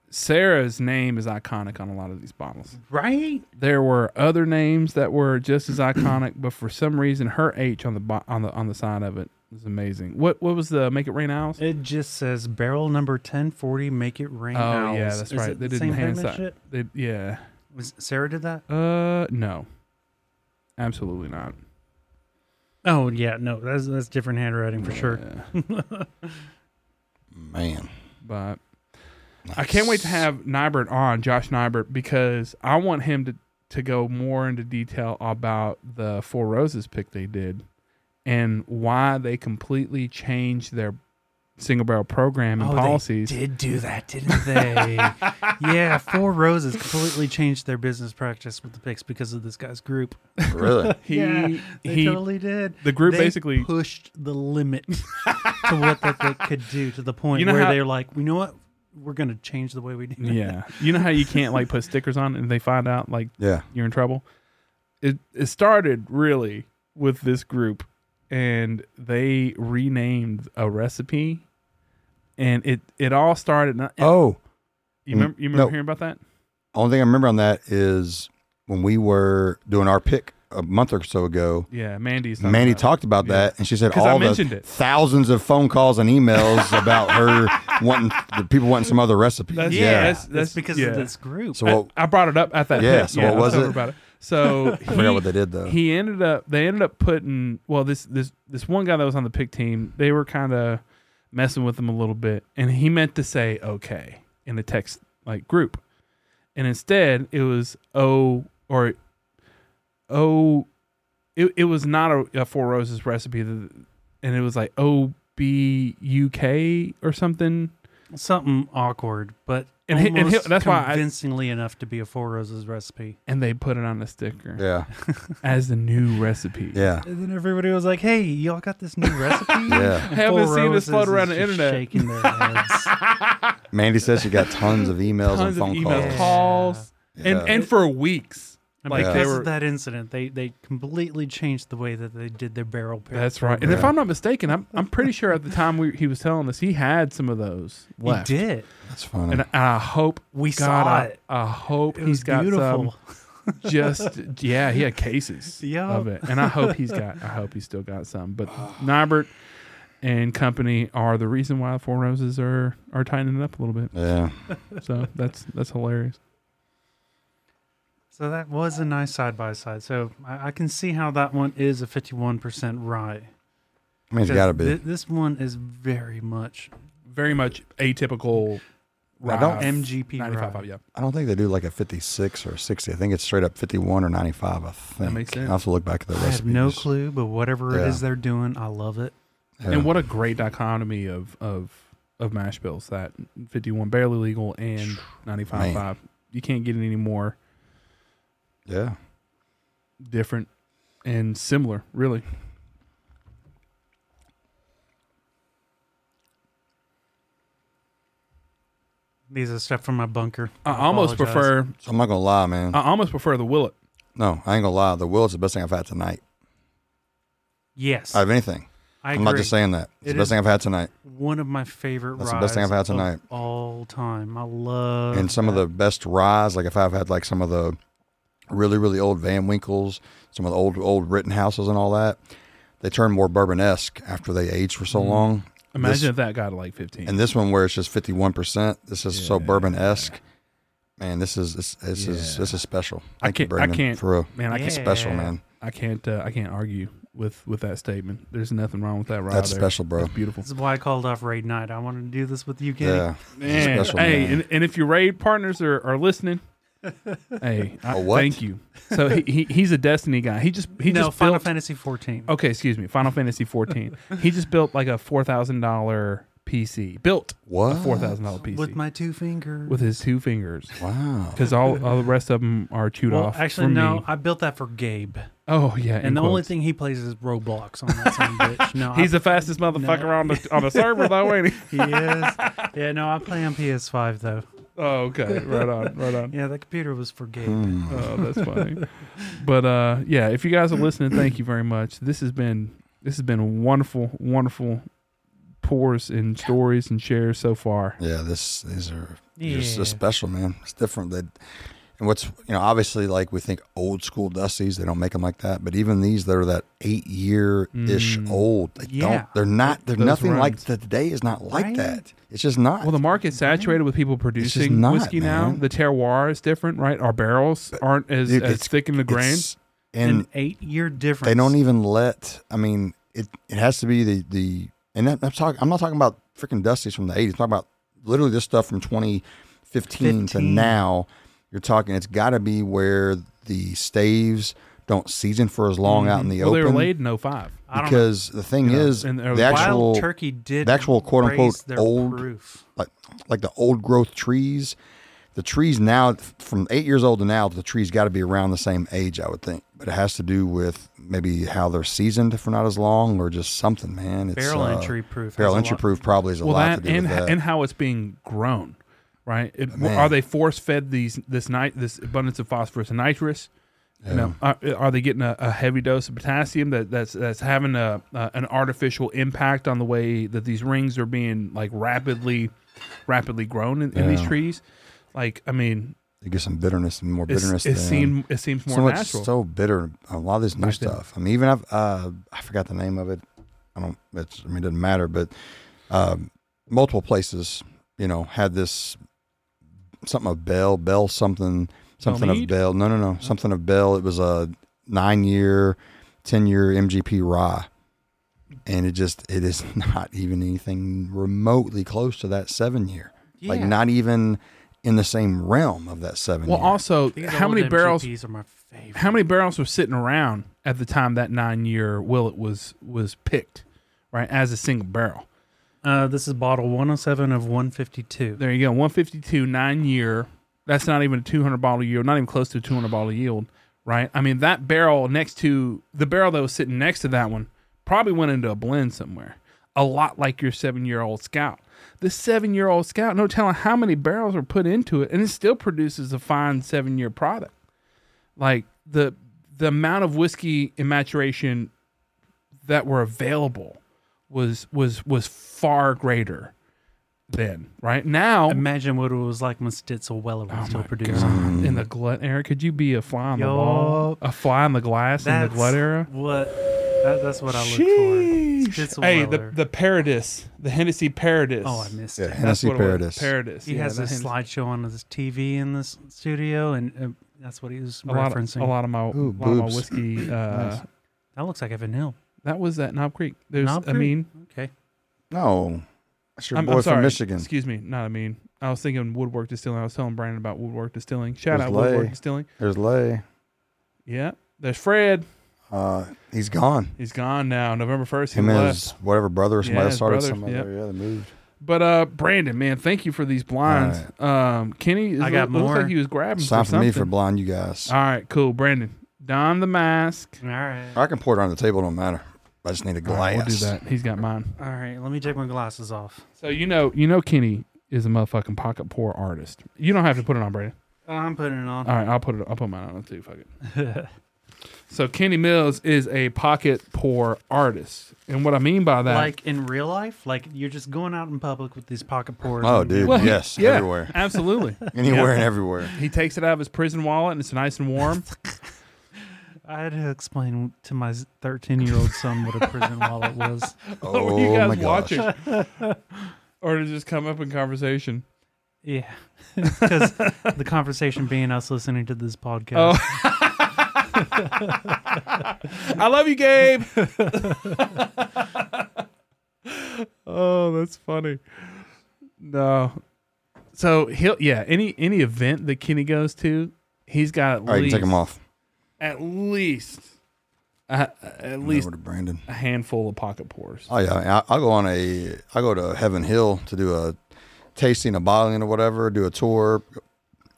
Sarah's name is iconic on a lot of these bottles. Right? There were other names that were just as iconic, but for some reason, her H on the bo- on the on the side of it is amazing. What what was the Make It Rain Owls? It just says barrel number 1040, make it rain. oh owls. yeah, that's Is right. it They the didn't same hand penmanship? sign. They, yeah. Was Sarah did that? Uh, no. Absolutely not. Oh yeah, no, that's that's different handwriting for sure. Yeah. man. But I can't wait to have Nybert on, Josh Nybert, because I want him to, to go more into detail about the Four Roses pick they did and why they completely changed their single barrel program and oh, policies. they did do that, didn't they? yeah, Four Roses completely changed their business practice with the picks because of this guy's group. really He, yeah, they he totally did. the group They basically pushed the limit to what that they could do to the point You know where how- they're like, you know what, we're gonna change the way we do. it." Yeah. You know how you can't like put stickers on and they find out like Yeah. you're in trouble. It it started really with this group and they renamed a recipe and it it all started not- Oh. you remember you remember no. hearing about that? Only thing I remember on that is when we were doing our pick a month or so ago. Yeah, Mandy's talking Mandy about it. talked about Yeah. that, and she said 'Cause I all mentioned the it. thousands of phone calls and emails about her wanting the people wanting some other recipe. That's- yeah, Yeah. that's, that's- because yeah. of this group. So what, I, I brought it up at that. Yeah, pick. so what I was told her it? About it. So I forgot what they did though. he ended up they ended up putting well this this this one guy that was on the pick team they were kind of messing with him a little bit and he meant to say okay in the text like group and instead it was oh or oh it, it was not a, a four roses recipe that- and it was like oh be UK or something. Something awkward, but And and, he- and almost he- that's why I- convincingly enough to be a Four Roses recipe. And they put it on a sticker Yeah. as the new recipe. Yeah. And then everybody was like, "Hey, y'all got this new recipe?" Yeah. And Haven't Four seen this Roses float around the is just internet. Shaking their heads. Mandy says she got tons of emails Tons and of phone emails, calls. calls, and Yeah. and for weeks. And Like, because they were- of that incident, they they completely changed the way that they did their barrel pair. That's right. And if I'm not mistaken, I'm I'm pretty sure at the time we, he was telling us he had some of those he left. did. That's funny. And I hope We God, saw I, it. I hope It he's was got beautiful. some. Just yeah, he had cases Yeah. of it, and I hope he's got. I hope he's still got some. But Nybert and company are the reason why Four Roses are are tightening it up a little bit. yeah. So that's that's hilarious. So that was a nice side by side. So I, I can see how that one is a 51% rye. I mean, it's got to be. Th- this one is very much Very much atypical. I don't- rye. MGP 95 rye. yeah. I don't think they do like a 56 or 60. I think it's straight up 51 or 95. I think. makes sense. I have to look back at the I recipes. have no clue, but whatever Yeah. it is they're doing, I love it. Yeah. And what a great dichotomy of of of mash bills that 51 barely legal and 95 Man. five. You can't get any more Yeah. different and similar, really. These are stuff from my bunker. I, almost apologize. prefer So I'm not gonna lie, man. I almost prefer the Willet. no, I ain't gonna lie. The Will's the best thing I've had tonight. Yes. Out of anything. I I'm agree. not just saying that. It's It the best is- thing I've had tonight, One of my favorite That's the best thing ryes I've had of tonight. all time. I Oh, love and some of that. the best ryes. Like if I've had like some of the really really old Van Winkles, some of the old old Rittenhouses and all that, they turn more bourbon esque after they age for Mm-hmm. so long. Imagine This- if that got to like 15. And this one where it's just 51 percent. This is so Yeah. bourbon esque. Man, this is this, this is Yeah. this is special. I Thank you, can't- I Brandon, can't- for real. man, I can't Special Yeah. man. I can't uh, I can't argue with with that statement. There's nothing wrong with that rye. That's there. special, bro. That's beautiful. This is why I called off raid night. I wanted to do this with you, gang. Yeah, This is Man, special, hey, man. and, and if your raid partners are, are listening, hey, I, A what? thank you. So he, he he's a Destiny guy. He just he no, just Final built, Fantasy 14. Okay, excuse me. Final Fantasy 14. he just built like a four thousand dollar PC. Built a What? four thousand dollar PC With my two fingers. with his two fingers Wow. because all, all the rest of them are chewed well, off. actually, from no. me. I built that for Gabe. Oh yeah, in And the only quotes. thing he plays is Roblox on that same bitch. No, He's I, the fastest motherfucker on the on the server though, ain't he? he is. Yeah, no, I play on PS5 though. Oh, okay, right on, right on. Yeah, that computer was for Gabe. Hmm. Oh, that's funny. But uh, yeah, if you guys are listening, thank you very much. This has been this has been wonderful, wonderful pours and stories and shares so far. Yeah, this these are Yeah. just uh, special, man. It's different. That and what's you know obviously like we think old school dusties, they don't make them like that. But even these that are that eight year ish Mm. old, they Yeah. don't. They're not. They're Those nothing like runs. the today is not like Right? that. It's just not. Well, the market's saturated with people producing not, whiskey now. man. The terroir is different, right? Our barrels aren't as, Dude, as it's- thick in the grain. It's- and An eight year difference. they don't even let. I mean, it it has to be the the and that, I'm talking. I'm not talking about freaking dusties from the 80s. I'm talking about literally this stuff from 2015 to 15. now. You're talking. It's got to be where the staves don't season for as long out in the well, open. they were laid in 05. I don't know. because the thing Yeah, is, and there the was wild actual Wild Turkey did the actual quote-unquote raise their old- proof. like like the old growth trees. The trees now, from eight years old to now, the trees got to be around the same age, I would think. But it has to do with maybe how they're seasoned for not as long, or just something, man. It's, Barrel uh, entry proof. Barrel has a entry lot- proof probably is a Well, lot that to do and with that. and how it's being grown, right? It, Man. are they force fed these this night this abundance of phosphorus and nitrous? You know, are, are they getting a, a heavy dose of potassium that, that's that's having a uh, an artificial impact on the way that these rings are being like rapidly, rapidly grown in, in these Yeah. trees? Like, I mean, you get some bitterness and more it's, bitterness. it than- seems it seems more um, so much natural. so bitter. A lot of this new Back then. stuff. I mean, even I've uh, I forgot the name of it. I don't. It's, I mean, it doesn't matter. But um, multiple places, you know, had this something of Bell, Bell something, something Mead? of Bell. No, no, no, something of Bell. It was a nine year, ten year MGP rye. And it just it is not even anything remotely close to that seven year. Like Yeah. not even in the same realm of that seven well, year. also, These how old many barrels? MGPs are my favorite. how many barrels were sitting around at the time that nine year willet was was picked right? As a single barrel. Uh, this is bottle 107 of 152. There you go. 152 nine year. That's not even a 200 bottle yield. Not even close to a 200 bottle yield, right? I mean that barrel next to the barrel that was sitting next to that one probably went into a blend somewhere. A lot like your seven year old Scout. The seven year old Scout, no telling how many barrels were put into it, and it still produces a fine seven year product. Like the the amount of whiskey in maturation that were available was was was far greater then. Right now, Imagine what it was like when Stitzel Weller Oh was still producing. God, in the glut era, could you be a fly on the wall, Yup. a fly on the glass in That's the glut era? What? That, that's what I look Sheesh. for. Stitzel Hey, the Weller. the Paradis, the Hennessy Paradis. oh, I missed Yeah, it. That's Hennessy what it was, Paradis. Paradis. He yeah, has the this Hennessy- slideshow on his TV in this studio, and uh, that's what he was A lot, of, referencing. a lot of my, Ooh, a lot of my boobs. whiskey. Uh, Nice. That looks like Evan Hill. That was at Knob Creek. There's, Knob I Creek? mean, Okay. No, that's your I'm, boy I'm sorry. from Michigan. Excuse me, not I mean. I was thinking Woodwork Distilling. I was telling Brandon about Woodwork Distilling. Shout There's out Lay. Woodwork Distilling. There's Lay. Yeah, there's Fred. Uh, he's gone. He's gone now. November first, he Him and left. his whatever brother or somebody Yeah, that his started brother, some other. yep. Yeah, they moved. But uh, Brandon, man, thank you for these blinds. Um, Kenny, it I got looks more. like he was grabbing It's time for for me something. for blind you guys. All right, cool, Brandon. Don the mask. All right. I can pour it on the table. Don't matter. I just need a All glass. right, we'll do that. He's got mine. All right. Let me take my glasses off. So you know, you know, Kenny is a motherfucking pocket pour artist. You don't have to put it on, Brandon. I'm putting it on. All right, I'll put it. I'll put mine on too. Fuck it. So Kenny Mills is a pocket pour artist, and what I mean by that, Like in real life, like you're just going out in public with these pocket pours. Oh, and- dude, Well, he- yes, yeah, everywhere, absolutely, anywhere and everywhere. he takes it out of his prison wallet, and it's nice and warm. I had to explain to my 13 year old son what a prison wallet was. Oh what were you guys my gosh. watching? or did it just come up in conversation? Yeah. Because the conversation being us listening to this podcast. Oh. I love you, Gabe. oh, that's funny. No. So he'll yeah, any any event that Kenny goes to, he's got at All right, you can least take them off. at least uh, at least Over to Brandon. a handful of pocket pours. Oh yeah, I- I'll go on a. I go to Heaven Hill to do a tasting, a bottling, or whatever. Do a tour,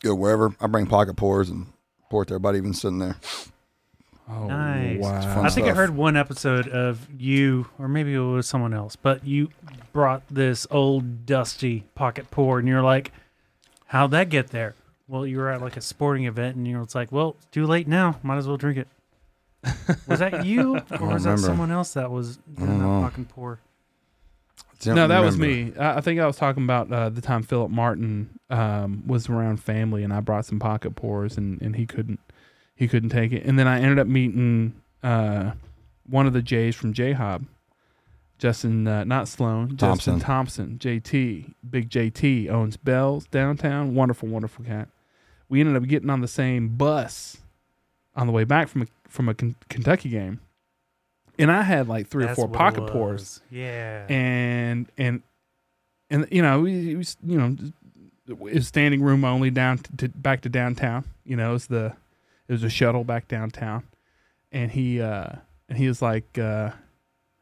go wherever. I bring pocket pours and pour it to everybody, even sitting there. Oh, Nice. wow. It's fun I think I stuff. heard one episode of you, or maybe it was someone else, but you brought this old dusty pocket pour, and you're like, "How'd that get there?" Well, you were at like a sporting event, and you're it's like, "Well, it's too late now. Might as well drink it." Was that you, or was that remember. someone else that was doing that don't know. pocket pour? Don't no, that was remember. me. I, I think I was talking about uh, the time Philip Martin um, was around family, and I brought some pocket pours, and, and he couldn't he couldn't take it. And then I ended up meeting uh, one of the Jays from J Hop, Justin uh, not Sloan, Justin Thompson. Thompson, JT, Big JT owns Bell's downtown. Wonderful, wonderful cat. We ended up getting on the same bus on the way back from a, from a Ken- Kentucky game, and I had like three That's or four what it pocket was. pours Yeah. and and and you know we, we you know it's standing room only down to, to- back to downtown you know it's the it was a shuttle back downtown and he uh and he was like uh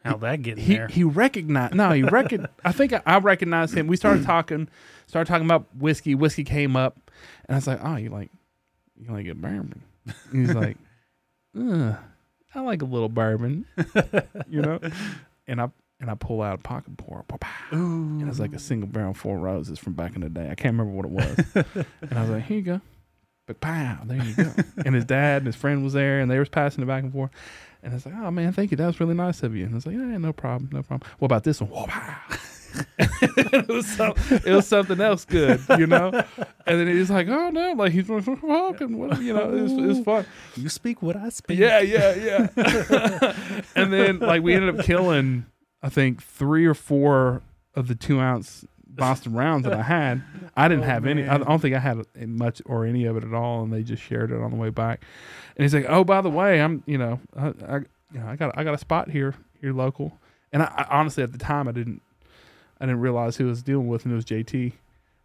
How'd that get he there? he recognized no he recon i think I, I recognized him we started talking started talking about whiskey whiskey came up and i was like oh you like you like a bourbon and he's like Ugh, i like a little bourbon you know and i and i pull out a pocket pour pa-pa, and it was Mm-hmm. like a single barrel four roses from back in the day i can't remember what it was and i was like here you go but pow, there you go. and his dad and his friend was there, and they was passing it back and forth. And it's like, oh man, thank you. That was really nice of you. And it's like, yeah, no problem, no problem. What about this one? Whoa, wow. it, was some, it was something else good, you know. And then he's like, oh no, like he's like, walking, what- you know, it's it's fun. you speak what I speak. Yeah, yeah, yeah. and then like we ended up killing, I think three or four of the two ounce Boston rounds that I had. I didn't Oh, have any. I man. don't think I had much or any of it at all, and they just shared it on the way back. And he's like, "Oh, by the way, I'm you know, I, I you know, I got I got a spot here here local." And I, I honestly at the time I didn't I didn't realize who I was dealing with, and it was JT.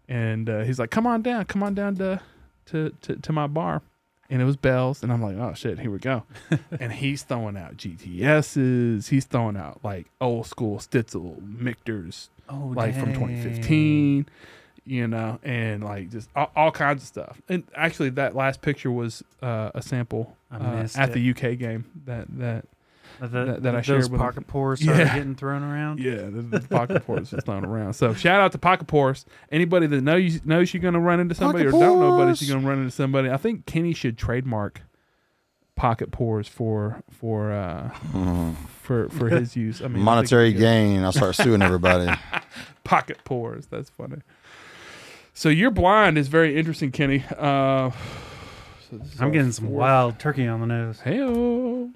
And uh, he's like, "Come on down, come on down to to to, to my bar." and it was bells, and I'm like, oh shit, here we go. and he's throwing out GTSs, he's throwing out like old school Stitzel Mictors, Oh, like from dang. 2015, you know, and like just all, all kinds of stuff. And actually, that last picture was uh, a sample I uh, missed at it. the UK game that that Uh, the- that- that I those shared with him. pocket pores started Yeah. getting thrown around. yeah, the, the pocket porous was thrown around. So shout out to pocket porous. Anybody that know you, knows you're going to run into somebody Pocket or don't know, but Porous. you're going to run into somebody. I think Kenny should trademark pocket porous for for uh, for for his use. I mean, I think Mm-hmm. Monetary he could- gain. I'll start suing everybody. pocket pores. That's funny. So you're blind is very interesting, Kenny. Uh, so this is I'm our getting some fourth- wild turkey on the nose. Heyo.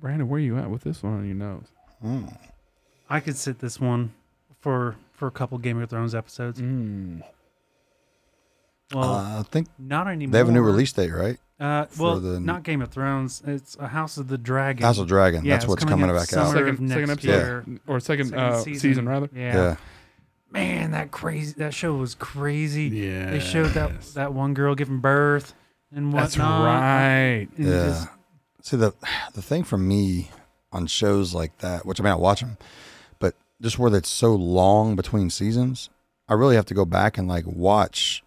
Brandon, where you at with this one on your nose? Mm. I could sit this one for for a couple Game of Thrones episodes. Mm. Well, Uh, I think not anymore. they have a new release date, right? Uh, for well, the- not Game of Thrones. It's a House of the Dragon. House of Dragon. Yeah, That's it's what's coming coming, out back out. summer. Second, of next second year. episode or second, Second uh, season. season. rather. yeah. Yeah. man, that crazy. That show was crazy. Yeah, They showed that that one girl giving birth and whatnot. That's right. And Yeah. just- See the the thing for me on shows like that, which I mean I watch them, but just where it's so long between seasons, I really have to go back and like watch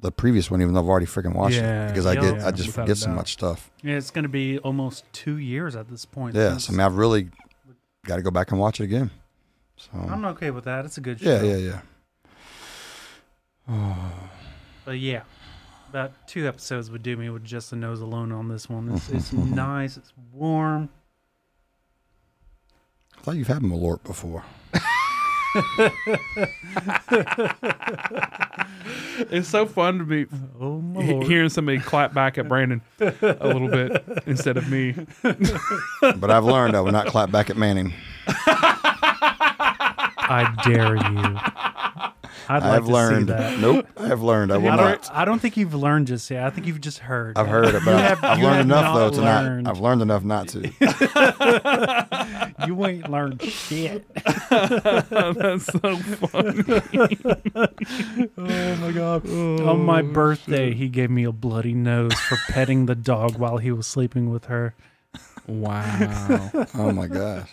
the previous one, even though I've already freaking watched Yeah, it because I get yeah, I just without a forget so doubt. much stuff. yeah, it's going to be almost two years at this point. Yeah, since- so I mean I've really got to go back and watch it again. So I'm okay with that. It's a good show. yeah, yeah, yeah. But yeah, about two episodes would do me with just the nose alone on this one. It's, it's nice. It's warm. I thought you've had Malort before. It's so fun to be Oh my he- lord! hearing somebody clap back at Brandon a little bit instead of me. But I've learned I would not clap back at Manning. I dare you. I'd like I've to learned. see that. Nope. I've learned. I will I not. don't, I don't think you've learned just yet. I think you've just heard. I've heard about. have- I've you learned have enough not though to learned. not. I've learned enough not to. You ain't learned shit. Oh, That's so fun. oh my god. On my birthday, he gave me a bloody nose for petting the dog while he was sleeping with her. Wow. Oh my gosh.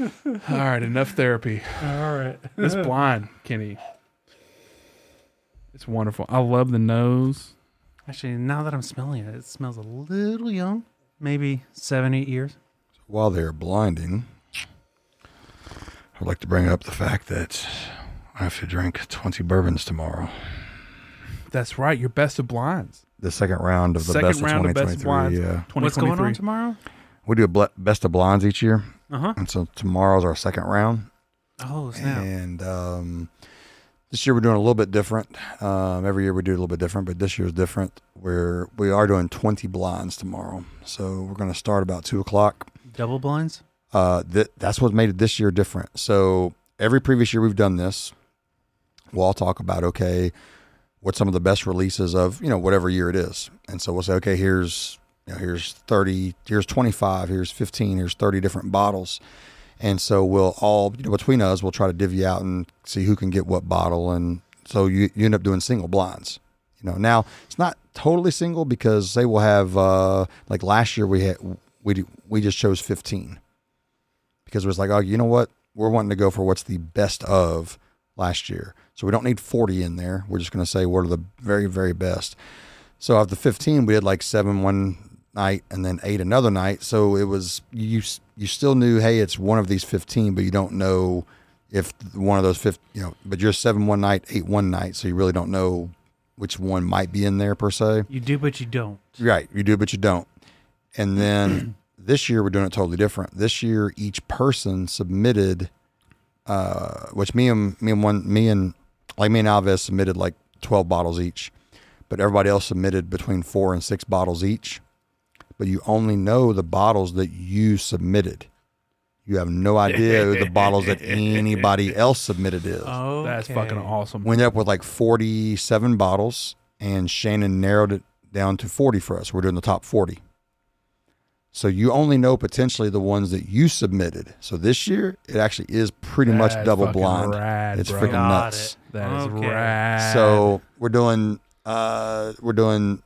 All right, enough therapy. All right. This blind, Kenny. It's wonderful. I love the nose. Actually, now that I'm smelling it, it smells a little young. Maybe seven, eight years. While they're blinding, I'd like to bring up the fact that I have to drink 20 bourbons tomorrow. That's right. Your best of blinds. The second round of the Second best round of of best 2023. blinds. yeah. What's going on 2023. tomorrow? We do a ble- best of blondes each year, Uh huh. and so tomorrow's our second round. Oh snap! And um, this year we're doing a little bit different. Um, every year we do a little bit different, but this year's different. We're we are doing 20 blinds tomorrow, so we're going to start about two o'clock. Double blinds. Uh, th- that's what made it this year different. So every previous year we've done this. We'll all talk about okay, what some of the best releases of you know whatever year it is, and so we'll say okay, here's you know, here's 30, here's 25, here's 15, here's 30 different bottles. And so we'll all, you know, between us, we'll try to divvy out and see who can get what bottle. And so you, you end up doing single blinds. You know, now it's not totally single because they will have, uh, like last year we had, we, do- we just chose 15 because it was like, oh, you know what? We're wanting to go for what's the best of last year. So we don't need 40 in there. We're just going to say what are the very, very best. So of the 15, we had like seven one night and then eight another night. So it was you you still knew, hey, it's one of these 15, but you don't know if one of those 15, you know, but you're seven one night, eight one night, so you really don't know which one might be in there per se. You do, but you don't. Right, you do, but you don't. And then this year we're doing it totally different. This year, each person submitted, uh, which me and me and one me and like me and Alves submitted like twelve bottles each, but everybody else submitted between four and six bottles each. But you only know the bottles that you submitted. You have no idea who the bottles that anybody else submitted is Oh, That's fucking awesome. we ended up with like 47 bottles and shannon narrowed it down to 40 for us we're doing the top 40 so you only know potentially the ones that you submitted so this year it actually is pretty much That's double fucking blind rad, it's bro. freaking Got nuts it. That is Okay. rad. so we're doing uh we're doing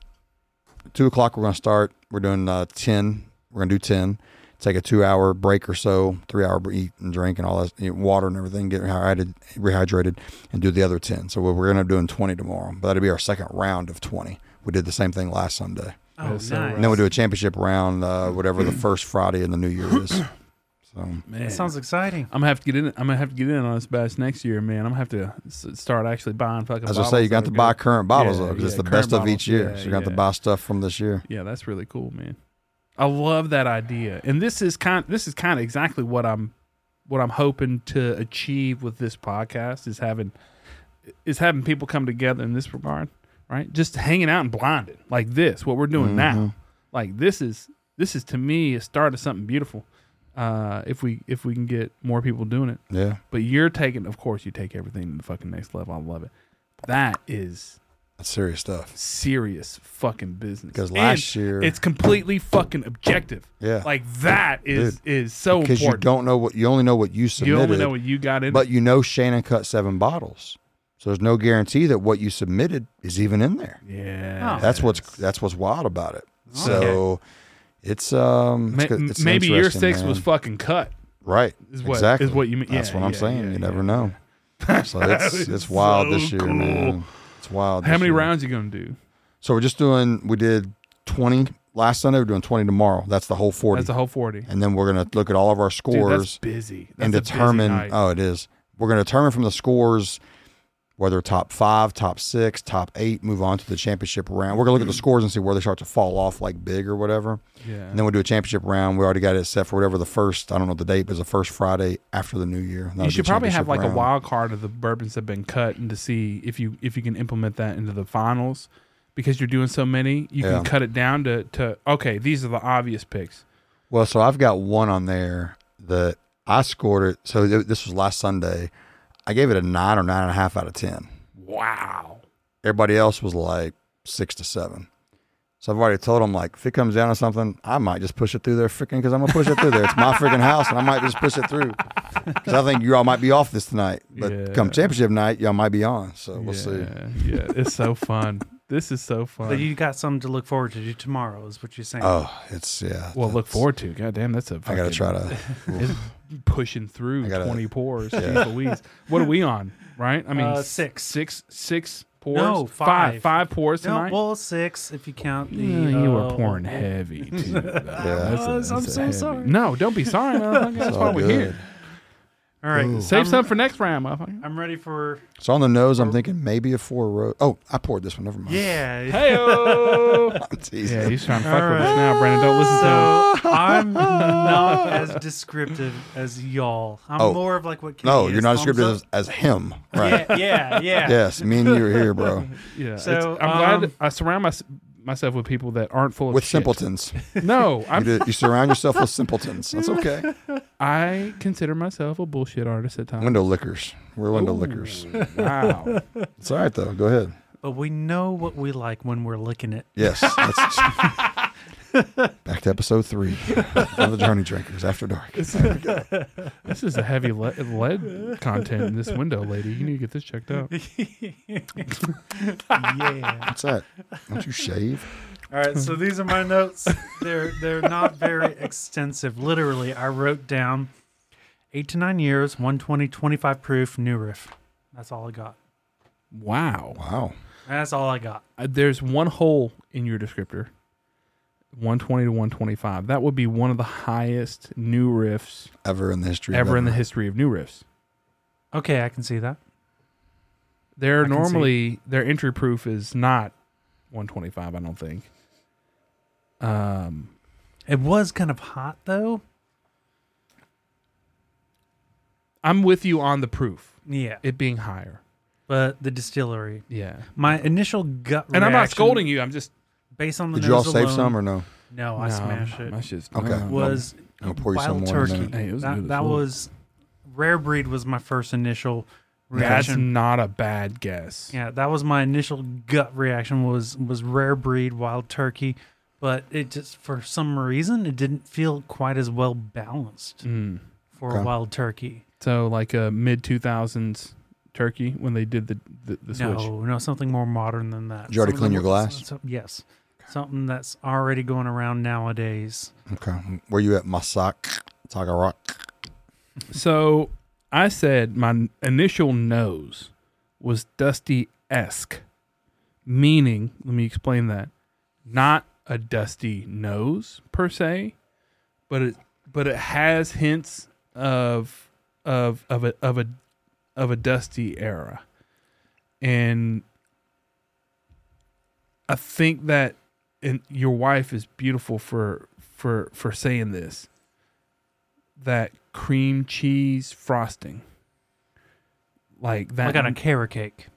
two o'clock, we're going to start. We're doing uh, 10. We're going to do 10. Take a two hour break or so, three hour eat and drink and all that, you know, water and everything, get rehydrated, rehydrated, and do the other 10. So we're going to be doing 20 tomorrow. But that'll be our second round of 20. We did the same thing last Sunday. Oh, That's so nice. And then we'll do a championship round, uh, whatever the first Friday in the new year is. So Man. That sounds exciting. I'm gonna have to get in. I'm gonna have to get in on this batch next year, man. I'm gonna have to s- start actually buying fucking. As I say, bottles you got that to are buy good. current bottles Yeah, of it. It's yeah, the current best of bottles. each year. Yeah, so you got to yeah. buy stuff from this year. Yeah, that's really cool, man. I love that idea, and this is kind. This is kind of exactly what I'm, what I'm hoping to achieve with this podcast is having, is having people come together in this regard, right? Just hanging out and blinded like this. What we're doing now, like this is this is to me a start of something beautiful. Uh, if we if we can get more people doing it, Yeah. but you're taking, of course, you take everything to the fucking next level. I love it. That is That's serious stuff. serious fucking business. Because And last year- it's completely fucking objective. Yeah. like that is is so Because you important. don't know what you only know what you You, submitted. only know what you got in. but you know Shannon cut seven bottles. So there's no guarantee that what you submitted is even in there. yeah, Oh. That's what's that's what's wild about it. So it's um Ma- it's, good- it's Oh. maybe year interesting, six was man. fucking cut. right is what- exactly is what you mean. That's Yeah, what I'm yeah, saying. yeah, you yeah. never know. So it's is it's wild so this year, cool. man. It's wild. How this many year. rounds you gonna do? So we're just doing. We did twenty last Sunday. We're doing twenty tomorrow. That's the whole forty. That's the whole forty. and then we're gonna look at all of our Dude, that's scores busy. That's and a busy determine. night. Oh, it is. We're gonna determine from the scores whether top five, top six, top eight, move on to the championship round. We're gonna look Hmm. at the scores and see where they start to fall off, like big or whatever. yeah. And then we'll do a championship round. We already got it set for whatever the first. I don't know the date, but it's the first Friday after the new year. That'll you be should probably have championship like a round. wild card of the bourbons that have been cut and to see if you if you can implement that into the finals because you're doing so many you Yeah. can cut it down to to okay these are the obvious picks Well, so I've got one on there that I scored it. So th- this was last Sunday. I gave it a nine or nine and a half out of 10. wow Everybody else was like six to seven. So I've already told them, like, if it comes down to something, I might just push it through there freaking because I'm going to push it through there. It's my freaking house and I might just push it through because I think you all might be off this tonight. But Yeah. come championship night, y'all might be on. So we'll see. yeah, yeah it's so fun this is so fun But you got something to look forward to do tomorrow, is what you're saying. Oh, it's, yeah. well look that's- forward to god damn that's a I got fucking- to try to. it's pushing through I gotta- 20 pours Yeah. Jeez Louise. what are we on right i mean Uh, s- six. six six pours No, five five. five pours no, tonight well, six if you count the. Yeah, you were uh, pouring heavy too. That's was. I'm so sorry. No, don't be sorry. motherfucker. That's It's why all we're good. here. All right, Ooh. Save I'm- some for next round, motherfucker. I'm ready for. So on the nose, I'm thinking maybe a four row. Oh, I poured this one. Never mind. Yeah. Hey, I'm teasing. yeah, he's trying to fuck All with us right. now, Brandon. Don't listen to him. So I'm not as descriptive as y'all. I'm Oh. more of like what. Kenny No, is, you're not as thumbs scripted up. as, as him, right? Yeah, yeah, yeah. Yes, me and you are here, bro. Yeah, So, it's- I'm glad um, I surround my, myself with people that aren't full of With shit. simpletons, No, you, I'm, do- you surround yourself with simpletons. That's okay. I consider myself a bullshit artist at times. Window lickers. We're window Ooh. lickers. Wow. It's all right though. Go ahead. But we know what we like when we're licking it. Yes. That's, back to episode three of the Journey Drinkers After Dark. This is a heavy le- lead content in this window, lady. You need to get this checked out. Yeah. What's that? Don't you shave? All right, so these are my notes. They're they're not very extensive. Literally, I wrote down 8 to 9 years, 120 25 proof new riff. That's all I got. Wow. Wow. That's all I got. Uh, There's one hole in your descriptor 120 to 125. That would be one of the highest new riffs Ever in the history. of ever in the ever. history of new riffs. Okay, I can see that. They're I can see. normally their entry proof is not 125. I don't think. Um, It was kind of hot though. I'm with you on the proof. Yeah. It being higher. But the distillery. Yeah. My initial gut And I'm not reaction scolding you. I'm just based on the Did you all nose save alone- some or no? No, I No, smashed it. My shit's Okay. no. was I'll pour you some wild more in a turkey. minute. Hey, it was that good as that fuck. was rare breed was my first initial That's reaction. not a bad guess. yeah, that was my initial gut reaction was was rare breed wild turkey, but it just for some reason it didn't feel quite as well balanced Mm. for Okay. wild turkey. So like a mid 2000s turkey when they did the the, the switch. No, no, something more modern than that. Did you already Something clean your more- glass? so- yes. something that's already going around nowadays. Okay. Were you at Masak Tagarok? So I said my initial nose was dusty esque, meaning, let me explain that. Not a dusty nose per se, but it but it has hints of of of a of a of a dusty era. And I think that and your wife is beautiful for for for saying this that cream cheese frosting. Like that. Like on a carrot cake,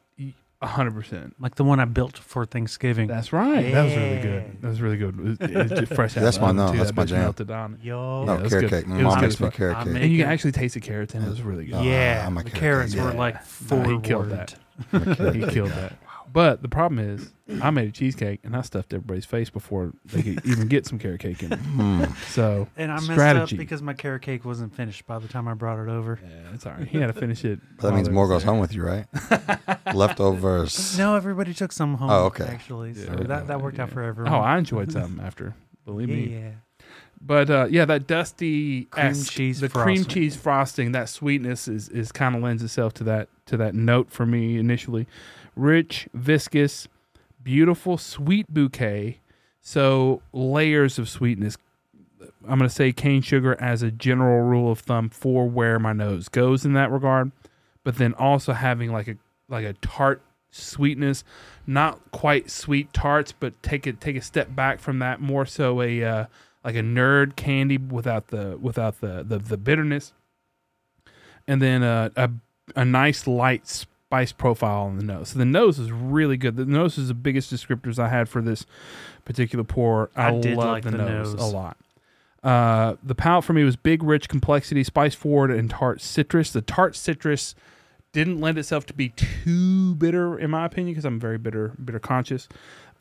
a hundred percent. like the one I built for Thanksgiving. That's right. That was really Yeah. good. That was really good. It was, it was fresh out That's of my the oven, no, too. that's That my bitch jam. melted on. it. Yo. Yeah, No, it was carrot good. cake. My It was mom good makes as me fuck. carrot I cake. made- And you can Yeah. actually taste the carrots, and it was really good. Yeah, Ah, I'm a the carrot carrots guy. were Yeah. like Nah, forward. he killed that. My carrot he cake. killed that. But the problem is, I made a cheesecake and I stuffed everybody's face before they could even get some carrot cake in. Them. Mm. So And I messed Strategy. up because my carrot cake wasn't finished by the time I brought it over. yeah, it's all right. He had to finish it. But that means while more they was goes there. home with you, right? Leftovers. No, everybody took some home. Oh, okay. Actually, so Yeah. that, that worked out Yeah. for everyone. Oh, I enjoyed something after. Believe yeah, me. yeah. But uh, yeah, that dusty Cream esque- cheese the cream frosting. cheese frosting, that sweetness is is kind of lends itself to that to that note for me initially. Rich, viscous, beautiful, sweet bouquet. So layers of sweetness. I'm gonna say cane sugar as a general rule of thumb for where my nose goes in that regard, but then also having like a like a tart sweetness, not quite sweet tarts, but take it take a step back from that, more so a uh, like a nerd candy without the without the the, the bitterness, and then uh, a a nice light spice profile on the nose. So the nose is really good. The nose is the biggest descriptors I had for this particular pour. I, I did love like the, the nose, nose. a lot. Uh, the palate for me was big, rich complexity, spice forward, and tart citrus. The tart citrus didn't lend itself to be too bitter in my opinion because i'm very bitter bitter conscious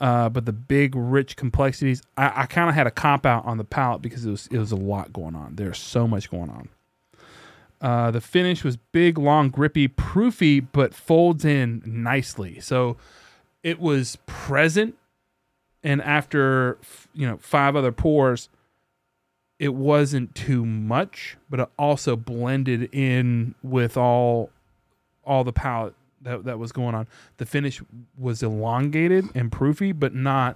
uh, but the big rich complexities i, I kind of had a cop out on the palate because it was it was a lot going on there's so much going on uh, the finish was big long grippy proofy but folds in nicely so it was present and after f- you know five other pours it wasn't too much but it also blended in with all all the palette that, that was going on. The finish was elongated and proofy, but not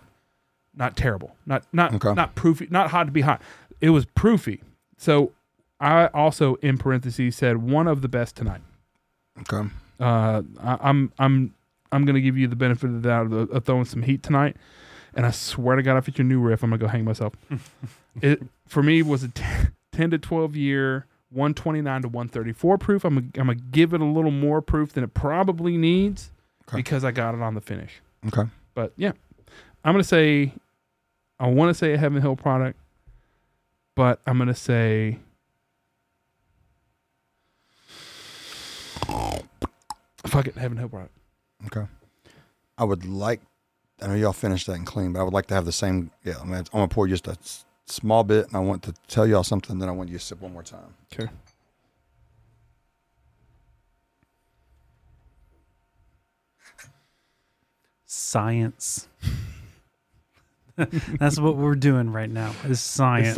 not terrible. Not not Okay. not proofy. Not hot to be hot. It was proofy. So I also in parentheses said one of the best tonight. Okay. Uh, I, I'm I'm I'm gonna give you the benefit of the doubt of, of throwing some heat tonight. And I swear to God, if it's your new riff, I'm gonna go hang myself. it for me was a 10, 10 to 12 year 129 to 134 proof. I'm gonna, I'm gonna give it a little more proof than it probably needs Okay. because I got it on the finish. Okay. But yeah, I'm gonna say I want to say a Heaven Hill product, but I'm gonna say fuck it, Heaven Hill product. Okay. I would like. I know y'all finished that and clean, but I would like to have the same. Yeah, I mean, I'm gonna pour just a s- small bit, and I want to tell y'all something. Then I want you to sip one more time. Okay. Science. That's what we're doing right now. Is science.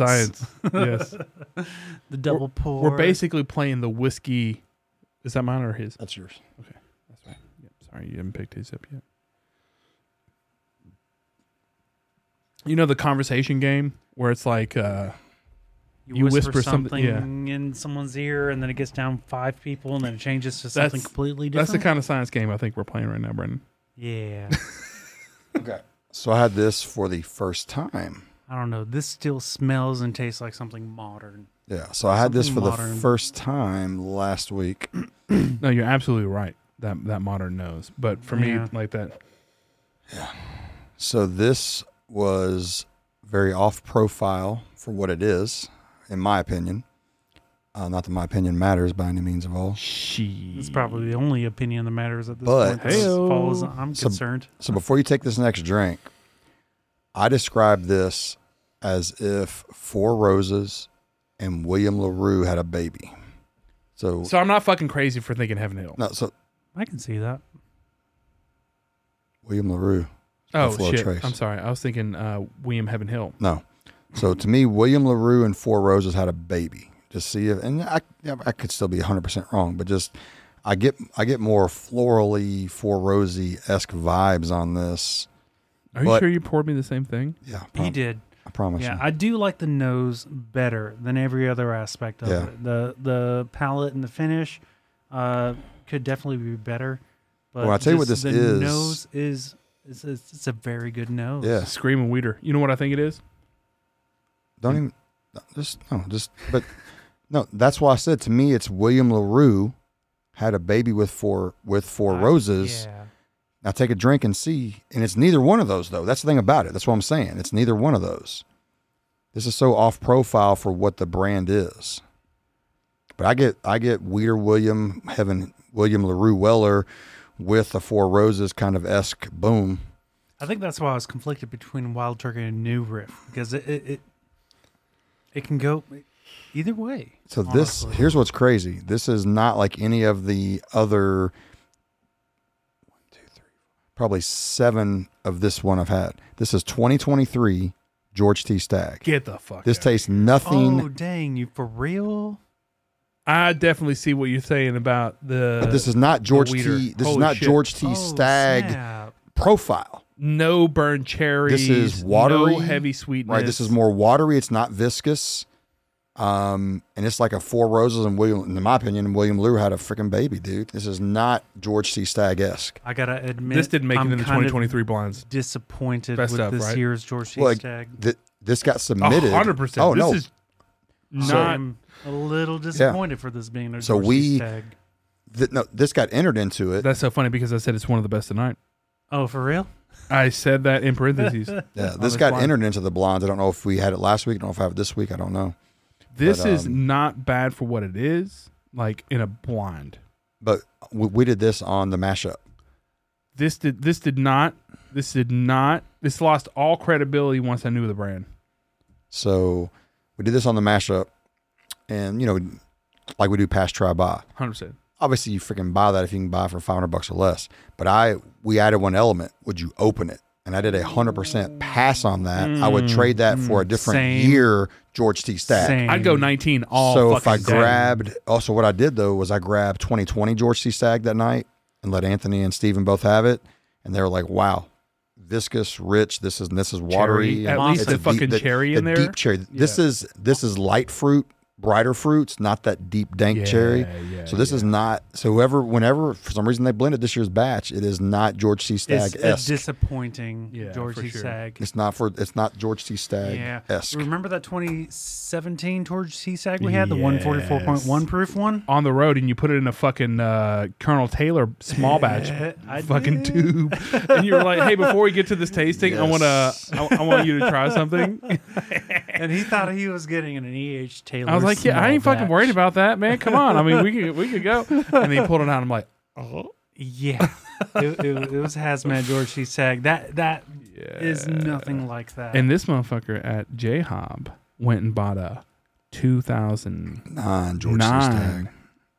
It's science. yes. The double pour. We're basically playing the whiskey. Is that mine or his? That's yours. That's right. Yep. Sorry, you haven't picked his up yet. You know the conversation game where it's like, uh, You, you whisper, whisper something- something in someone's ear, and then it gets down five people, and then it changes to That's- something completely different. that's the kind of science game I think we're playing right now, Brendan. Yeah. Okay. So I had this for the first time. I don't know. This still smells and tastes like something modern. Yeah. So I had this for Something the modern. first time last week. No, you're absolutely right. That that modern knows, but for Yeah. me, like that, So this was very off profile for what it is, in my opinion. Uh, not that my opinion matters by any means of all. she. It's probably the only opinion that matters at this But- point. As Heyo. far as I'm Some- concerned, So before you take this next drink, I describe this as if Four Roses and William LaRue had a baby. So, So I'm not fucking crazy for thinking Heaven Hill. no, so I can see that. William LaRue is Oh Buffalo shit! Trace. I'm sorry. I was thinking uh, William Heaven Hill. No. So to me, William LaRue and Four Roses had a baby. Just see if, and I, yeah, I could still be 100% wrong, but just I get I get more florally, Four Rosy esque vibes on this. Are you But- sure you poured me the same thing? Yeah, I, He prom- did. I promise Yeah, you. I do like the nose better than every other aspect of Yeah. it. The the palette and the finish uh, could definitely be better. But Well, I'll tell you what just this the is. Nose is it's, it's, it's a very good nose. yeah, Screaming Weeder. You know what I think it is? don't even no, just no, just but no. That's why I said to me, it's William LaRue had a baby with four with four Uh, roses. Yeah. Now take a drink and see. And it's neither one of those, though. That's the thing about it. That's what I'm saying. It's neither one of those. This is so off profile for what the brand is. But I get I get Weeder William, Heaven William LaRue Weller with the Four Roses kind of esque boom. I think that's why I was conflicted between Wild Turkey and New Riff because it it it, it can go either way. So this honestly. here's what's crazy. This is not like any of the other one, two, three, probably seven of this one I've had. This is 2023 George T. Stag. Get the fuck. This out. tastes nothing. Oh dang, you for real? I definitely see what you're saying about the. But this is not George T. Weeder. This is Holy not shit. George T. Oh, Stag snap. profile, no burn cherries. This is watery, No heavy sweetness. right? This is more watery. It's not viscous, um, and it's like a Four Roses and William. In my opinion, William Lou had a freaking baby, dude. This is not George T. Stag esque. I gotta admit, This didn't make I'm it into kind of 2023 blinds. Disappointed Best with up, this right? year's George C. Like Stag. th- this got submitted. hundred percent. Oh this no, is not. I'm a little disappointed for this being their So George we- C. Stag. th- no, this got entered into it. that's so funny because I said it's one of the best tonight. Oh, for real? I said that in parentheses. Yeah, on this got blind. entered into the blinds. I don't know if we had it last week. I don't know if I have it this week. I don't know. This But, is um, not bad for what it is. Like in a blind. But we, we did this on the mashup. This did. This did not. This did not. This lost all credibility once I knew the brand. So we did this on the mashup, and you know, like we do past try by. Hundred percent. obviously you freaking buy that if you can buy it for 500 bucks or less but i we added one element would you open it and i did a 100% pass on that i would trade that for a different Same. year george t stack Same. I'd go 19 all. so if i fucking day. grabbed also what i did though was i grabbed 2020 george t stack that night and let anthony and steven both have it and they were like wow viscous rich this is and this is watery Cherry. and At least it's the a deep- fucking cherry in the there. deep cherry this is this is light fruit brighter fruits not that deep dank cherry yeah, so this is not. So whoever, whenever for some reason they blended this year's batch, it is not George C. It's Stag a esque. disappointing Yeah, George for C. sure. Stag. It's not for. It's not George C. Yeah. Stag esque. Remember that 2017 George C. Stag we had, the 144.1 proof one? on the road and you put it in a fucking uh, Colonel Taylor small batch I fucking did. tube, and you were like, "Hey, before we get to this tasting, I want Yes. to, I, I want you to try something." And he thought he was getting an EH Taylor. I was like, "Yeah, I ain't small fucking worried batch." about that, man. Come on, I mean, we could, we could go." And then he pulled it out. And I'm like, "Oh." Yeah. it, it, it was hazmat George C. Stag. That that "Yeah." is nothing like that. Uh, And this motherfucker at J Hob went and bought a 2009 Nine George C. Stag.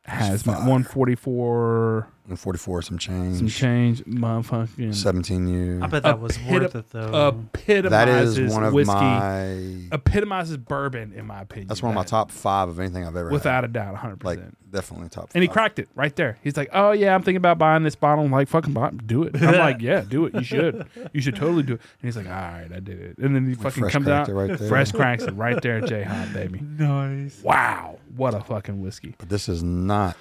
has fire. 144 One forty four, some some change. change, motherfucking Seventeen years. I bet a that was pit worth of- it though. epitomizes That is one of whiskey. my. epitomizes bourbon, in my opinion. That's one of my That- top five of anything I've ever had. without a doubt, 100. Like uh, percent definitely top. And he five. cracked it right there. He's like, "Oh yeah, I'm thinking about buying this bottle." I'm like, "Fucking buy, it. do it." I'm like, "Yeah, do it. You should. You should totally do it." And he's like, "All right, I did it." And then he fucking fresh comes cracked out, it right there. fresh cracks it right there, J Hop baby. Nice. Wow, what a fucking whiskey. But this is not.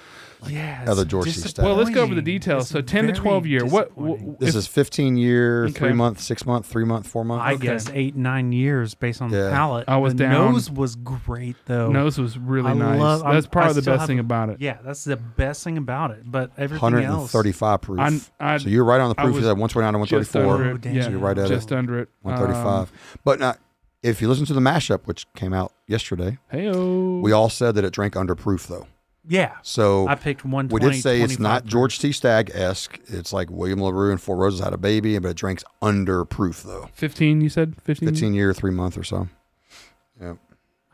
yeah. other it's George C. Stag. Well, let's go over the disappointing. details. It's so 10 to very 12 year. What? disappointing. This if- is fifteen year, Okay. three month, six month, three month, four month. I Okay. guess eight nine years based on Yeah. the palette. I was the down- Nose was great though. nose was really I nice. love- I'm- That's I probably the still best have thing a- about it. Yeah, that's the best thing about it. But everything Hundred else, and thirty five proof. I, I so you're right on the I proof. was He's at one twenty nine to one thirty just four. under um, Oh, it. damn. Yeah, So you're right at it. just under it. 135. but not, if you listen to the mashup, which came out yesterday, Hey, oh, we all said that it drank under proof, though. yeah, So I picked one. Oh. we did say it's not George T. Stag esque. It's like William LaRue and Four Roses had a baby, but it drinks under proof, though. 15, you said? 15? 15 year, three month or so.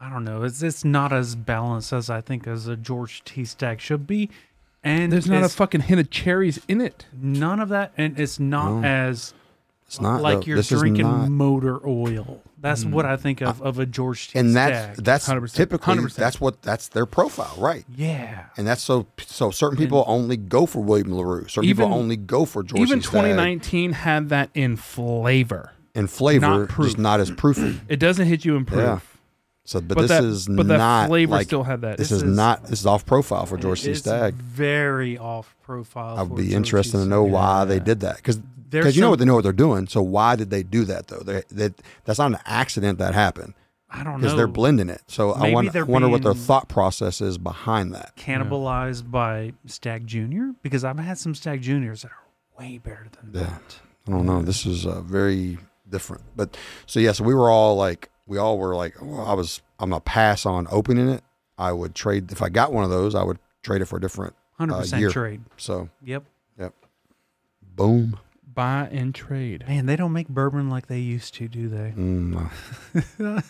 I don't know. It's it's not as balanced as I think as a George T. Stag should be, and There's not a it's fucking hint of cherries in it. none of that, and it's not No. as It's not like though. you're This is drinking not- motor oil. That's what Mm. I think of of a Georgetown and that's stag. that's 100%, typically 100%. that's what that's their profile, right? yeah. And that's so so certain people only go for William Larue. Certain Even- people only go for George. Even 2019 had that in flavor. and flavor, not proof. just not as proofy. It doesn't hit you in proof. Yeah. So, but, But this that- is but that not flavor like, still had that. This, This is, is- not this is off profile for George C. It's Stagg. Very off profile. I'd for be George interested C. to know why they Yeah. did that because There's you know some- what they know what they're doing. So why did they do that though? They, that that's not an accident that happened I don't know. because they're blending it. So I Maybe wonder, I they're wonder what their being- thought process is behind that. cannibalized by Stag Junior because I've had some Stag Juniors that are way better than Yeah. Uh, that. I don't know. This is uh, very different. But so yeah, so we were all like, we all were like, well, I was, I'm gonna pass on opening it. I would trade if I got one of those, I would trade it for a different. Hundred year. percent trade. So Yep. boom. Buy and trade. Man, they don't make bourbon like they used to, do they? Mm, uh,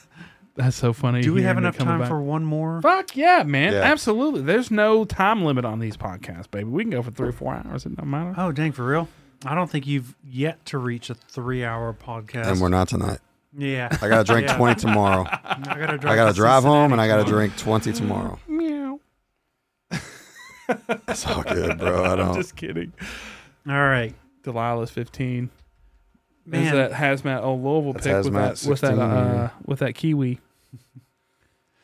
That's so funny. Do we have hearing it enough coming time back. for one more? Fuck yeah, man! Yeah. Absolutely. There's no time limit on these podcasts, baby. We can go for three or four hours. It don't matter. Oh, dang, for real? I don't think you've yet to reach a three-hour podcast. and we're not tonight. yeah, I gotta drink Yeah. 20 tomorrow. I gotta drive. I gotta to drive home and I gotta Cincinnati drink 20 tomorrow. Meow. It's all good, bro. I don't. Just kidding. tomorrow. All right, Delilah's 15. There's man. that hazmat old Louisville That's pick with that hazmat with that 16 uh, here. with that kiwi.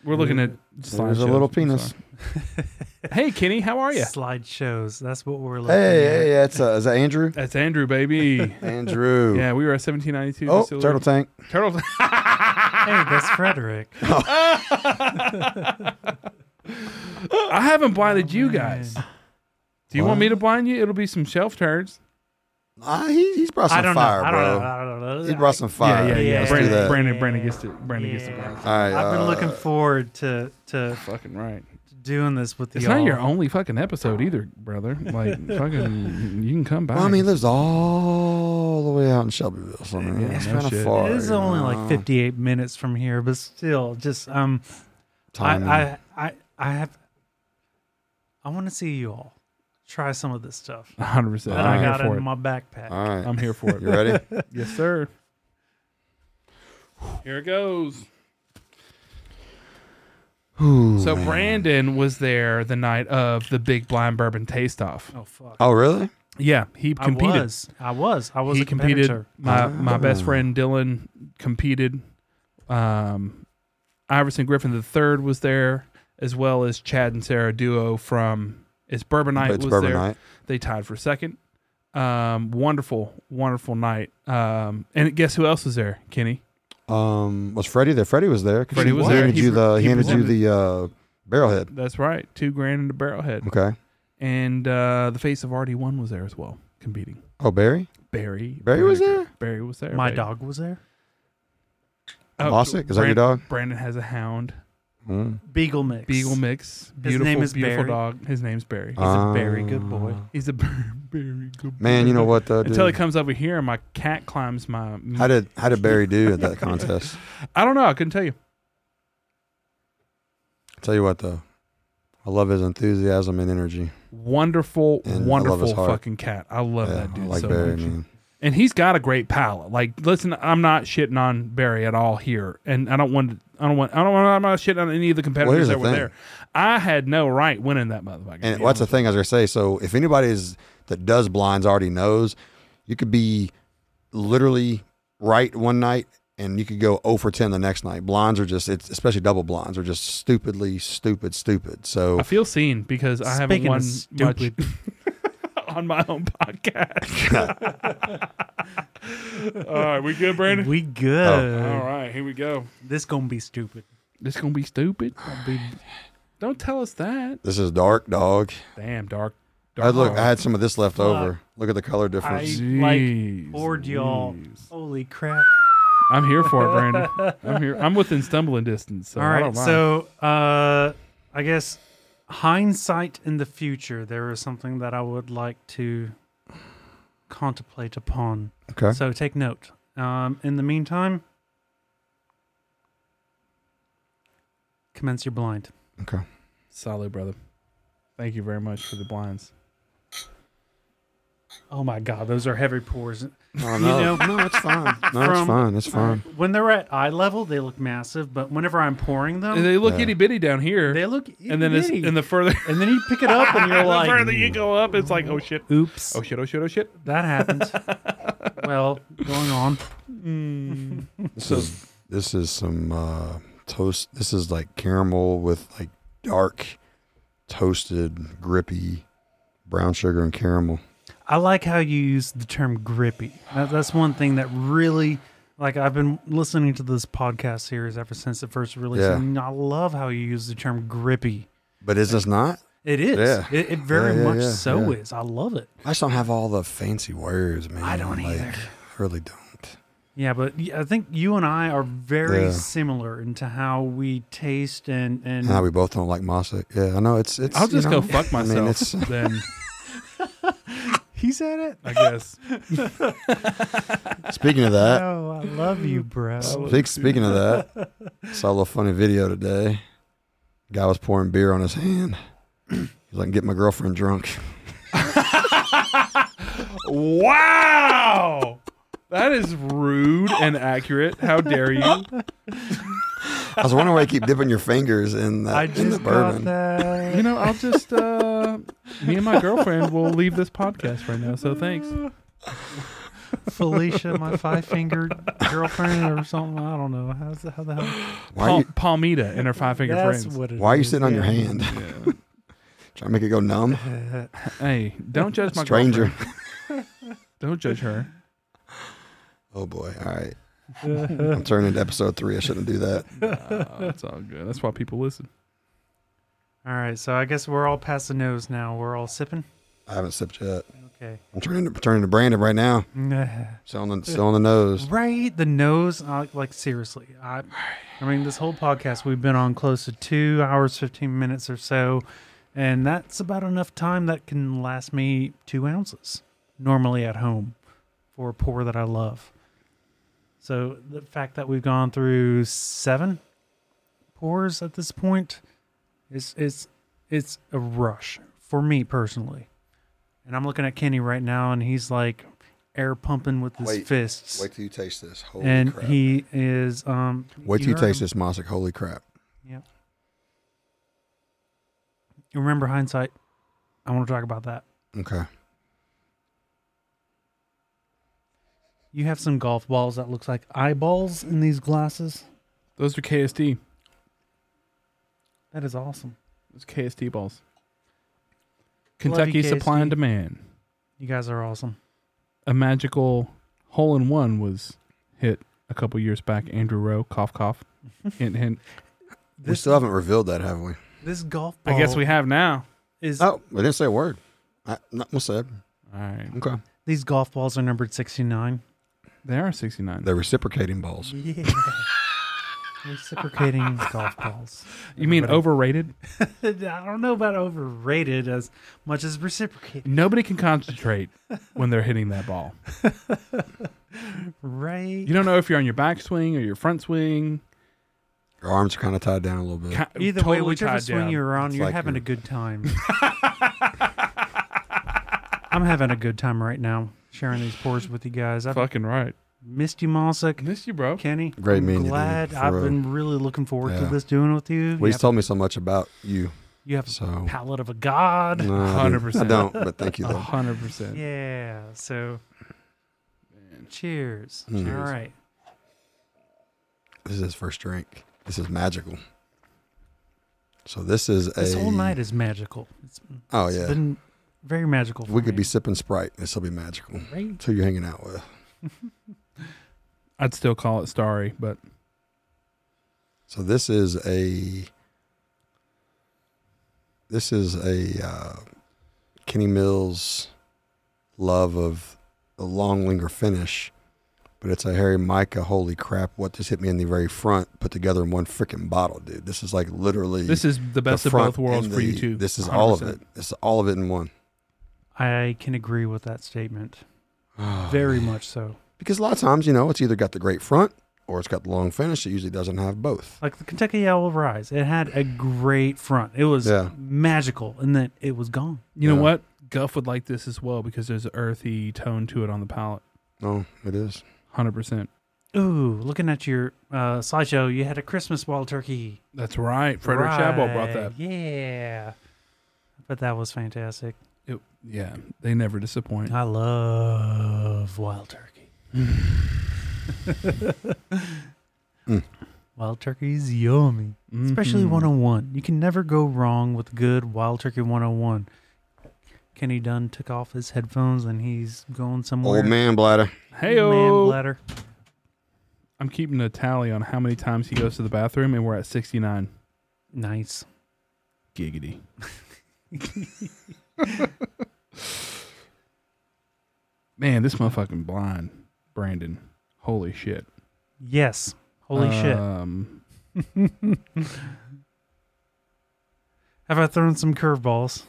We're looking at There's a slideshows. little I'm penis. sorry. Hey Kenny, how are you? Slideshows. That's what we're looking Hey, at. hey, yeah, it's uh, is that Andrew? That's Andrew, baby. Andrew. yeah, we were at 1792. Oh, distillery. turtle tank. Turtle. Hey, that's Frederick. I haven't blinded you guys. Oh, Man. Do you want What? me to blind you? It'll be some shelf turds. Ah, he, he's brought I some don't fire, know. I don't bro. know. I don't know. He brought some fire. yeah, yeah. Let's Brandon, do that. Brandon, Brandon gets to Brandon gets to Yeah. blind. All right. I've been uh, looking forward to to Fucking right. doing this with It's y'all. not your only fucking episode either, brother. Like fucking, you can come back. Well, I mean, he lives all the way out in Shelbyville, so I mean, Yeah, it's no kind of shit. far. It is you only know. like 58 minutes from here, but still, just um, I, Timing. I I I have. I want to see you all try some of this stuff hundred percent. that All I I'm right. here got for in it. my backpack. all right, I'm here for it. you ready? yes, sir. Here it goes. Ooh, So man. Brandon was there the night of the big blind bourbon taste off. Oh fuck! Oh, really? Yeah, he I competed. was. I was. I was he a competed. competitor. My my best Ah. friend Dylan competed. Um, Iverson Griffin the third was there, as well as Chad and Sarah Duo from it's Bourbon Night it's was bourbon there. night. They tied for second. Um, wonderful, wonderful night. Um, and guess who else was there? Kenny. Um, was Freddie there? Freddie was there. 'cause Freddie he was there. Handed He you pre- the he he handed you presented- the uh, barrelhead. That's right. Two grand in a barrelhead. Okay. And uh, the face of RD1 was there as well, competing. Oh, Barry. Barry. Barry was Berger. there? Barry was there. My baby. dog was there. Oh, Mossick? Is that your Brand- dog? Brandon has a hound. Mm. Beagle mix. Beagle mix. Beautiful, name is beautiful Barry. dog. His name's Barry. He's a very good Ah. boy. He's a Barry. Good Man, you know what? Uh, Until he dude? comes over here, and my cat climbs my. how did how did Barry do at that contest? I don't know. I couldn't tell you. Tell you what though, I love his enthusiasm and energy. Wonderful, And I love wonderful his heart. fucking cat. I love yeah, that dude I like so Barry, much. man. and he's got a great palate. Like, listen, I'm not shitting on Barry at all here, and I don't want, I don't want, I don't want, I'm not shitting on any of the here's competitors the that were thing. there. I had no right winning that motherfucker. And what's the a thing I was gonna say? So if anybody's that does blinds already knows, you could be literally right one night and you could go 0 for 10 the next night. Blinds are just, it's, especially double blinds, are just stupidly stupid, stupid. So I feel seen because I haven't Speaking of won much stupid. on my own podcast. all right, we good, Brandon? Oh. We good. all right, here we go. This gonna be stupid. This gonna be stupid. Don't tell us that. this is dark, dog. Damn, dark. I, dark look, I had some of this left over. Look at the color I difference. like bored y'all. Jeez. Holy crap! I'm here for it, Brandon. I'm here. I'm within stumbling distance. So All I right, don't mind. so uh, I guess hindsight in the future, there is something that I would like to contemplate upon. okay. So take note. Um, in the meantime, commence your blind. Okay. solid, brother. Thank you very much for the blinds. Oh my God, those are heavy pours. Oh, You know- no, no, it's fine. No, it's From- fine. It's fine. When they're at eye level, they look massive, but whenever I'm pouring them, And they, they look Yeah. itty bitty down here, look and then it's, itty-bitty. and the further and then you pick it up and you're the further like, you go up, it's like oh shit, oops, oh shit, oh shit, oh shit. that happens. well, going on. This is this is some uh, toast. This is like caramel with like dark, toasted, grippy brown sugar and caramel. I like how you use the term grippy. That, that's one thing that really, like, I've been listening to this podcast series ever since the first release, Yeah. and I love how you use the term grippy. But is this not? It is. Yeah. It, it very Yeah, yeah, much yeah, so yeah. is. I love it. I just don't have all the fancy words, man. I don't Like, either. I really don't. Yeah, but y- I think you and I are very Yeah. similar into how we taste and and Now we both don't like mosaic. Yeah, I know. It's it's. I'll you just know, go fuck I mean, myself. it's then he said it. I guess speaking of that. Oh, I love you, bro. Speak, speaking of that, saw a little funny video today. Guy was pouring beer on his hand. He's like, "Get my girlfriend drunk." wow, that is rude and accurate. How dare you? I was wondering why you keep dipping your fingers in that I in the just got bourbon. You that. know, I'll just uh, me and my girlfriend will leave this podcast right now. So thanks. Felicia, my five fingered girlfriend or something. I don't know. How's the, how the hell? Why are you, Palmita and her five finger That's friends. what it why are you is, sitting on your yeah. Mm-hmm. hand? Trying to make it go numb? Uh, Hey, don't judge my Stranger. girlfriend. Don't judge her. Oh boy. All right. I'm turning to episode three. I shouldn't do that. Nah, it's all good. That's why people listen. all right, so I guess we're all past the nose now. We're all sipping. I haven't sipped yet. Okay. I'm turning to turning to Brandon right now. Still on the still on the nose. Right, the nose. I, like seriously, I, I mean, this whole podcast we've been on close to two hours, fifteen minutes or so, and that's about enough time that can last me two ounces normally at home for a pour that I love. So the fact that we've gone through seven pours at this point is it's it's a rush for me personally. And I'm looking at Kenny right now, and he's like air pumping with his Wait, fists Wait till you taste this. Holy and crap. he is um Wait till you heard taste him. this Mossack. Holy crap. remember hindsight i want to talk about that Okay. you have some golf balls that looks like eyeballs in these glasses Those are KSD. that is awesome Those KSD balls. Love you, Kentucky Supply KSD. and Demand. you guys are awesome A magical hole in one was hit a couple years back. Andrew Rowe, cough cough. hint hint. we still haven't revealed that, have we? this golf ball I guess we have now. is Oh, we didn't say a word. I, not what's said. All right. Okay. these golf balls are numbered 69 They are 69. They're reciprocating balls. yeah reciprocating golf balls You mean Everybody- overrated? i don't know about overrated as much as reciprocating Nobody can concentrate when they're hitting that ball. right You don't know if you're on your backswing or your front swing. Your arms are kind of tied down a little bit. Ki- either totally way whichever tied swing down. you're on It's you're like having you're- a good time i'm having a good time right now sharing these pours with you guys i've Fucking right. missed you Mossack, Missed you, bro. kenny Great I'm meeting you, dude, glad for i've real. been really looking forward to Yeah. this doing with you Well, you he's have, told me so much about you. you have So. a palate of a god No, I Hundred didn't. percent. I don't, but thank you A though. hundred percent. yeah so cheers Mm. all right This is his first drink. This is magical. So this is a this whole night is magical It's Oh it's yeah. been very magical for we could me. be sipping Sprite. This will be magical. Right? Who you're hanging out with. I'd still call it starry, but So this is a this is a uh, Kenny Mills love of the long linger finish, but it's a Harry Micah. Holy crap! What just hit me in the very front, put together in one freaking bottle, dude. This is like literally this is the best of front both worlds and for the- you two. This is all of 100%. it. This is all of it in one. i can agree with that statement Oh, very much so Ah. Because a lot of times, you know, it's either got the great front or it's got the long finish. It usually doesn't have both. like the Kentucky Yellow Rise. It had a great front. It was Yeah. magical, and then it was gone. You know Yeah. what? Guff would like this as well because there's an earthy tone to it on the palate. No, it is. Hundred percent. Ooh, looking at your uh, slideshow, you had a Christmas wild turkey. That's right. Frederick Chabot brought that. Right, Yeah. But that was fantastic. It, yeah, they never disappoint. I love wild turkey. Mm-hmm. Wild turkey is yummy. Especially Mm-hmm. Mhm. 101. You can never go wrong with good wild turkey 101. Kenny Dunn took off his headphones and he's going somewhere. Old man bladder. Old man Heyo. bladder. I'm keeping a tally on how many times he goes to the bathroom, and we're at 69. Nice. Giggity. Man, this motherfucking blind, Brandon. Holy shit. Yes. Holy shit. Um, Have I thrown some curveballs?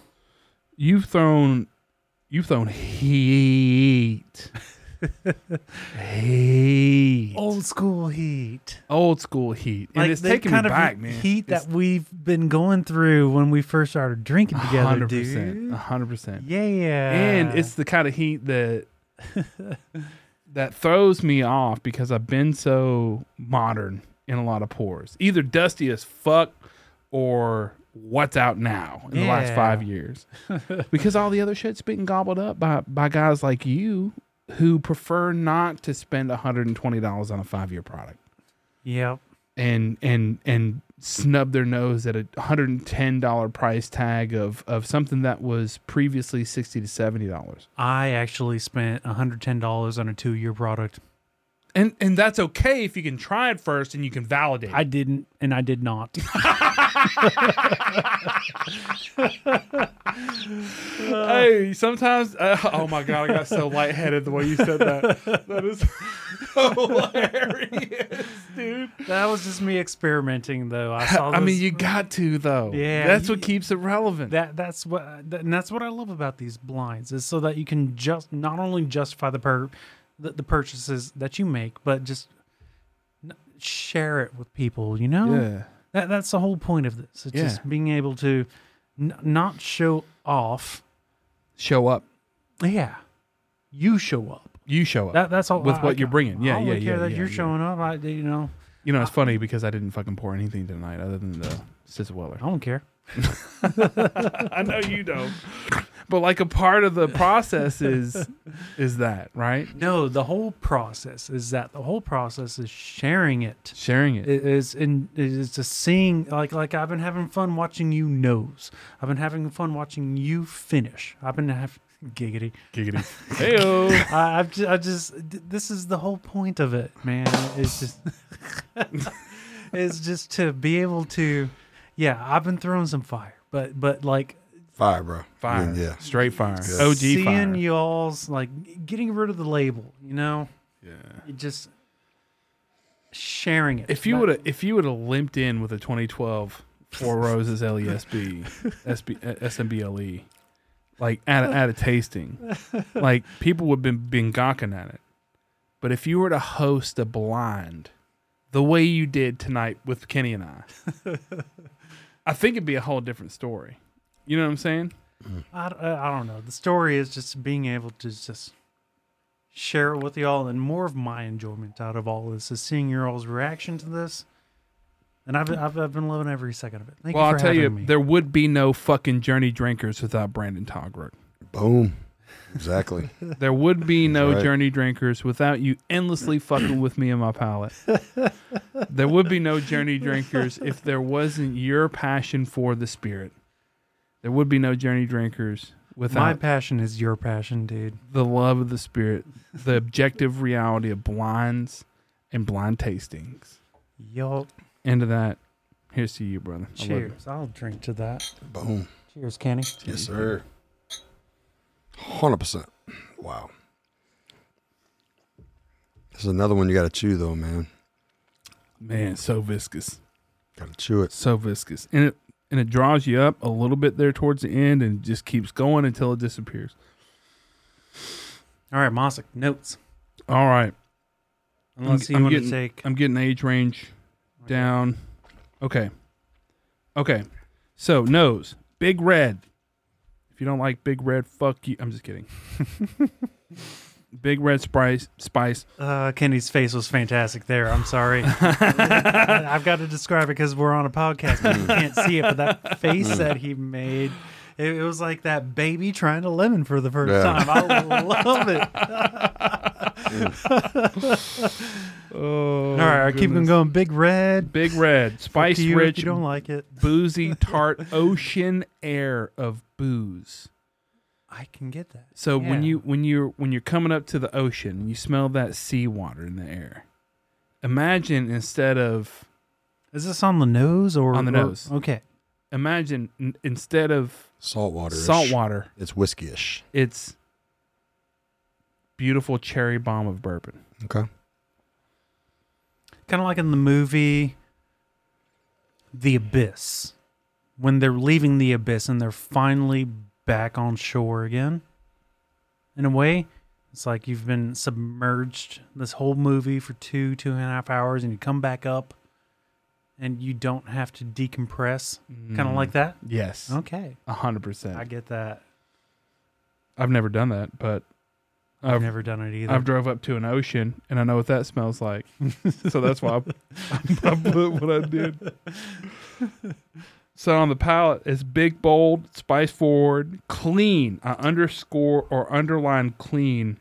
you've thrown, you've thrown heat, heat, Old school heat. old school heat, and it's the taking me kind of back, man. heat that we've been going through when we first started drinking together, hundred percent, dude. hundred percent. Yeah. and it's the kind of heat that that throws me off because I've been so modern in a lot of pours. Either dusty as fuck or what's out now in the last Yeah. five years. because all the other shit's been gobbled up by, by guys like you who prefer not to spend $120 on a five year product yep. and and and snub their nose at a hundred and ten dollar price tag of of something that was previously sixty to seventy dollars. I actually spent $110 on a two year product. And and that's okay if you can try it first and you can validate. I didn't, and I did not. hey, sometimes uh, oh my god, I got so lightheaded the way you said that. That is hilarious, dude. that was just me experimenting, though. I saw. I mean, this- you got to though. Yeah, that's what you- keeps it relevant. that that's what that, and that's what I love about these blinds is so that you can just not only justify the per the, the purchases that you make, but just n- share it with people. You know, yeah, that that's the whole point of this. It's Yeah. just being able to n- not show off. show up. Yeah, you show up. You show up. That that's all With I- what I- you're bringing. Yeah, I don't yeah, care yeah, that yeah, you're yeah. showing up. I you know you know, it's funny because I didn't fucking pour anything tonight other than the Sissa Weller. I don't care. I know you don't. But like a part of the process is is that, right? No, the whole process is that the whole process is sharing it. Sharing it. It is in it is just seeing like like I've been having fun watching you nose. I've been having fun watching you finish. I've been have giggity. Giggity. Heyo. I, I've just, I just th- this is the whole point of it, man. It's just it's just to be able to yeah. I've been throwing some fire, but but like Fire, bro. Fire. Yeah. yeah. Straight fire. It's OG seeing fire. y'all's like getting rid of the label, you know, yeah. it just sharing it. If you That- would have if you would have limped in with a 2012 Four Roses E LESB SB, uh, SMBLE like at a, at a tasting, like people would have been, been gawking at it. But if you were to host a blind the way you did tonight with Kenny and I, I think it'd be a whole different story. You know what I'm saying? I, d- uh, I don't know. The story is just being able to just share it with y'all, and more of my enjoyment out of all this is seeing your all's reaction to this. And I've I've, I've been loving every second of it. Thank well, you I'll for tell you, having me. there would be no fucking Journey Drinkers without Brandon Togrick. Boom. Exactly. There would be no Right. Journey Drinkers without you endlessly fucking with me and my palate. there would be no Journey Drinkers if there wasn't your passion for the spirit. There would be no Journey Drinkers my without passion is your passion, dude. the love of the spirit, the objective reality of blinds and blind tastings. Yo, Into that, here's to you, brother. I love you. cheers. I'll drink to that. Boom. Cheers, Kenny. Yes, sir. 100%. Wow. This is another one you got to chew, though, man. Man, so viscous. Got to chew it. so viscous and it and it draws you up a little bit there towards the end and just keeps going until it disappears All right, Mossack, notes. all right Unless you I'm want getting- to take. i'm getting age range down okay okay so nose big red If you don't like Big Red, fuck you. I'm just kidding. Big Red Spice. Spice. Uh, Kenny's face was fantastic there. I'm sorry. I've got to describe it because we're on a podcast. But you can't see it, but that Mm. face that he made, it, it was like that baby trying to lemon for the first Yeah. time. I love it. Oh, All right, I keep them going. Big Red, Big Red Spice Spice you Rich. Rich you don't like it, boozy tart ocean air of booze. I can get that. So when Yeah. you when you're when you're coming up to the ocean and you smell that seawater in the air, imagine instead of Is this on the nose or On the or- nose. Okay. imagine n- instead of Salt water. salt water, It's whiskey-ish. it's beautiful cherry bomb of bourbon. Okay. kind of like in the movie The Abyss when they're leaving the abyss and they're finally back on shore again. In a way, it's like you've been submerged this whole movie for two, two and a half hours, and you come back up and you don't have to decompress. Kind of Mm-hmm. like that. Yes, Okay. a hundred I percent. get that. I've never done that, but I've, I've never done it either. I've drove up to an ocean and I know what that smells like. so that's why I, I put what I did. So on the palette, it's big, bold, spice forward, clean. I underscore or underline clean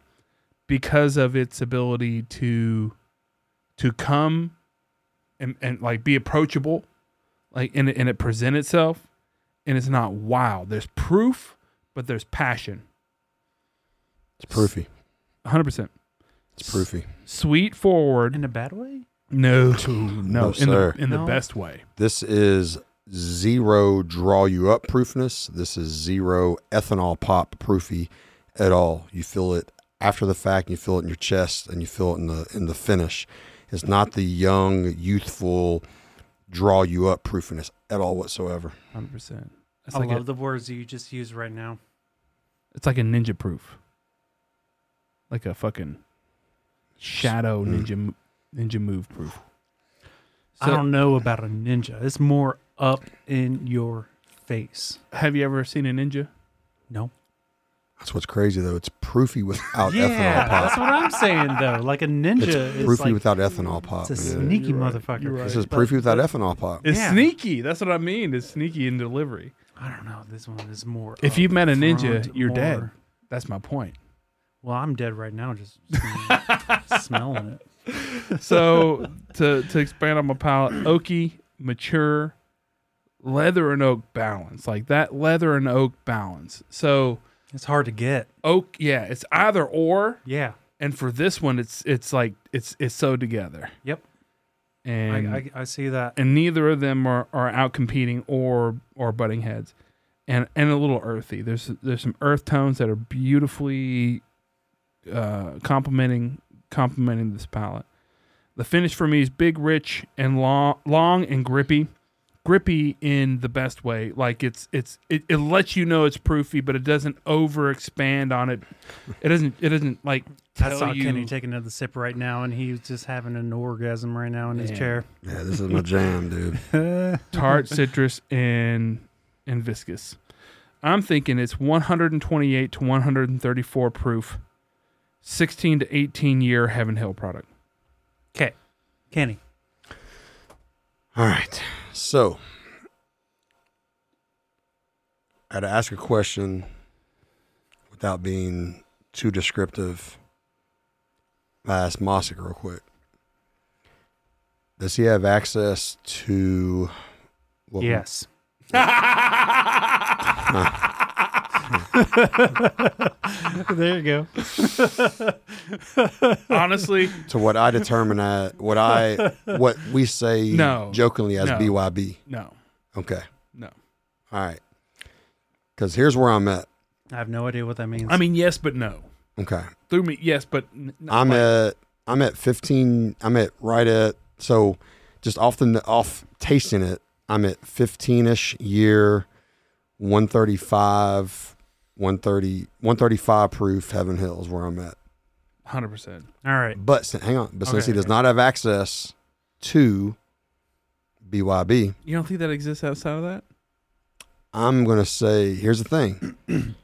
because of its ability to to come and, and like be approachable, like and it, and it present itself, and it's not wild. There's proof, but there's passion. It's proofy. 100 percent It's proofy. sweet forward. in a bad way? No, No, no, in sir. the in the No. best way. This is zero draw you up proofness. This is zero ethanol pop proofy at all. You feel it after the fact. You feel it in your chest, and you feel it in the in the finish. It's not the young, youthful draw you up proofiness at all whatsoever. Hundred percent. It's I like love a, the words that you just used right now. it's like a ninja proof, like a fucking shadow Mm. ninja mo- ninja move proof. I So- don't know about a ninja. It's more up in your face. Have you ever seen a ninja? No. That's what's crazy though. It's proofy without ethanol pop. that's what I'm saying though. Like a ninja It's is proofy like without ethanol pop. it's a Yeah. sneaky You're right. motherfucker. You're right. This is But- proofy without ethanol pop. It's Yeah. sneaky. That's what I mean. It's sneaky in delivery. I don't know. This one is more. If you've met a ninja, upfront, you're dead. more- That's my point. Well, I'm dead right now. Just smelling it. So to to expand on my palate, oaky, mature, leather and oak balance, like that leather and oak balance. So It's hard to get. oak, yeah, it's either or. Yeah. and for this one it's it's like it's it's sewed together Yep. and I, I, I see that. and neither of them are are out competing or or butting heads and and a little earthy there's there's some earth tones that are beautifully uh complementing complementing this palette the finish for me is big rich and long long and grippy grippy in the best way like it's it's it, it lets you know it's proofy but it doesn't over expand on it it doesn't it doesn't like I tell saw you Kenny take another sip right now, and he's just having an orgasm right now in his Man. chair. Yeah, this is my jam, dude. tart, citrus, and and viscous. I'm thinking it's 128 to 134 proof, 16 to 18 year Heaven Hill product. Okay, Kenny. All right. So I had to ask a question without being too descriptive. I asked Mossick real quick. Does he have access to what we- Yes. there you go. Honestly, to what I determine I, what I what we say No. jokingly as No. BYB. no, Okay. no. All right. Cause here's where I'm at. I have no idea what that means. I mean, yes, but no. Okay. Through me, yes, but n- n- I'm like, at I'm at 15. I'm at right at so just off the off tasting it. I'm at 15 ish year, 135, 130, 135 proof. Heaven Hill is where I'm at. 100%. All right. But si- hang on, but since Okay, he does okay. not have access to BYB, You don't think that exists outside of that? I'm going to say here's the thing.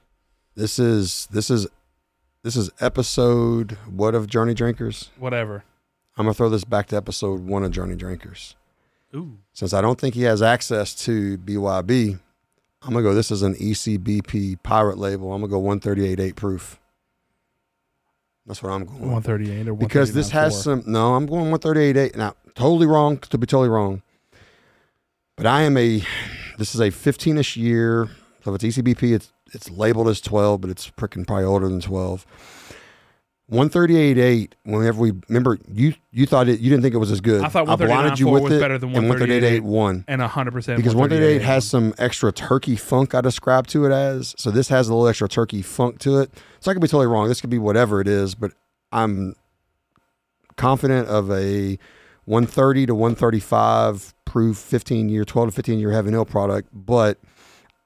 this is this is this is episode what of Journey Drinkers? Whatever. I'm going to throw this back to episode 1 of Journey Drinkers. Ooh, Since I don't think he has access to BYB, I'm going to go this is an E ECBP pirate label. I'm going to go 138.8 proof. That's what I'm going. with. 138 or because this has 139.4. some. No, I'm going 138.8. Now, totally wrong. To be totally wrong. But I am a. This is a 15ish year. So if it's ECBP, it's it's labeled as 12, but it's freaking probably older than 12. 138.8. Whenever we remember, you you thought it. You didn't think it was as good. I thought blinded you 139.4 with was it, better than and 138.1 and 100% because 138 has some extra turkey funk I described to it as. So this has a little extra turkey funk to it. So I could be totally wrong. This could be whatever it is, but I'm confident of a 130 to 135 proof 15 year, 12 to 15 year heavy nail product. But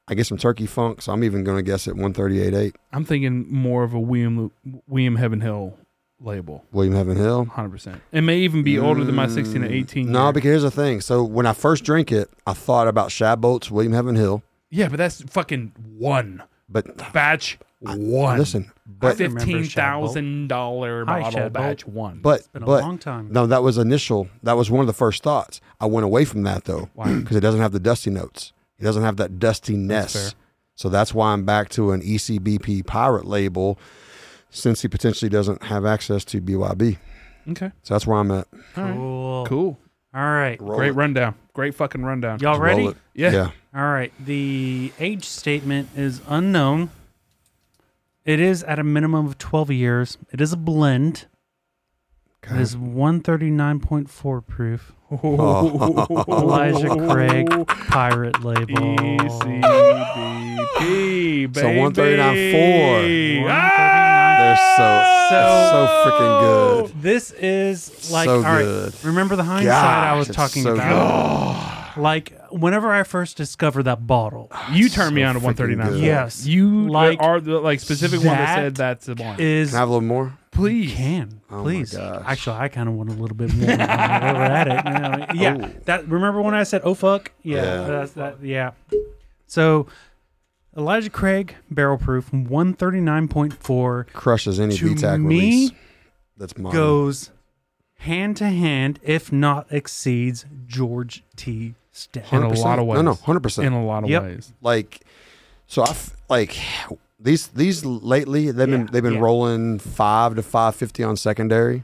I get some turkey funk, so I'm even going to guess at 138.8 I'm thinking more of a William William Heaven Hill label. William Heaven Hill. 100%. It may even be older than my 16 to 18. No, year. Mm, because here's the thing. So when I first drink it, I thought about Shad Bolt's William Heaven Hill, yeah, but that's fucking one but batch one. listen, but I remember fifteen Shad Bolt. thousand dollar Hi, bottle Shad Bolt. batch one. but been a but long time. No, that was initial. That was one of the first thoughts. I went away from that though, because it doesn't have the dusty notes. It doesn't have that dustiness. That's fair. so that's why I'm back to an E ECBP pirate label, since he potentially doesn't have access to BYB. okay, So that's where I'm at. cool. cool. All right, Roll Great it. rundown. Great fucking rundown. y'all Roll ready? it. Yeah. yeah. All right. The age statement is unknown. It is at a minimum of 12 years. It is a blend. It Okay. is 139.4 proof. Elijah Elijah Craig pirate label. E ECBP, baby. So 139.4. Ah! They're so So- that's so freaking good. This is like So all right. good. Remember the hindsight I Gosh, was it's talking so about. Like whenever I first discovered that bottle, You turned me so on to freaking 139. good. Yes. You Like like are the like specific one that that said that's the one. is Can I have a little more? Please. Can Oh my please? gosh. Actually, I kind of want a little bit more. when we're at it, you know. yeah. Ooh. That remember when I said, "Oh fuck," yeah, Oh. Yeah. That's, that, yeah. So, Elijah Craig barrel proof one thirty nine point four Crushes any To VTAC me, release. That's mine. goes hand to hand, if not exceeds George T. Stout. Hun- in a lot of 100%. No, no, ways. hundred percent. in a lot of Yep. ways. like so i f- like these these lately they've been Yeah, they've been yeah. rolling 5 to 550 on secondary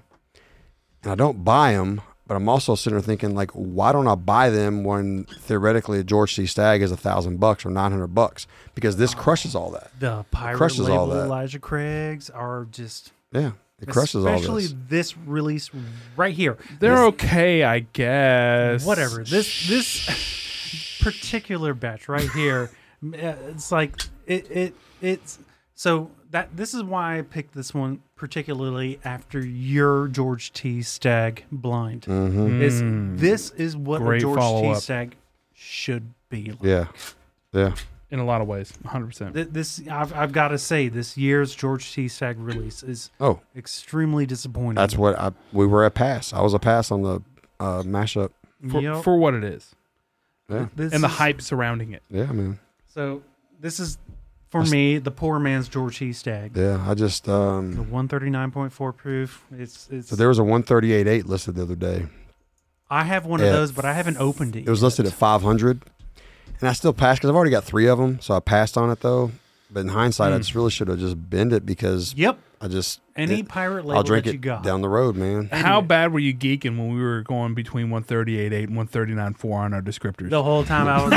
and i don't buy them but i'm also sitting there thinking like why don't i buy them when theoretically a george c stag is a thousand bucks or 900 bucks because this crushes all that The pirate crushes all label that. Elijah Craig's are just yeah it crushes all especially this this release right here. They're okay, I guess. whatever this this particular batch right here m- uh, it's like it it it's so that this is why i picked this one particularly after your george t stag blind is this is what a Mm. Great george t follow-up. stag should be like. yeah yeah in a lot of ways, 100. percent Th- this i've, I've got to say this year's george t stag release is oh extremely disappointing that's what i we were at pass i was a pass on the uh mashup For, Yep. for what it is yeah This and the is- hype surrounding it. yeah man so this is for me the poor man's george t stag yeah i just um The 139.4 proof. It's it's. so there was a 138.8 listed the other day I have one Yeah. of those, but I haven't opened it. It was listed at 500, and I still passed because I've already got three of them, so I passed on it though. But in hindsight, I Hmm. just really should have just binned it because Yep. I just Any it- pirate label I'll drink that it you got. down the road, man. How bad were you geeking when we were going between 138.8 and 139.4 on our descriptors? the whole time I was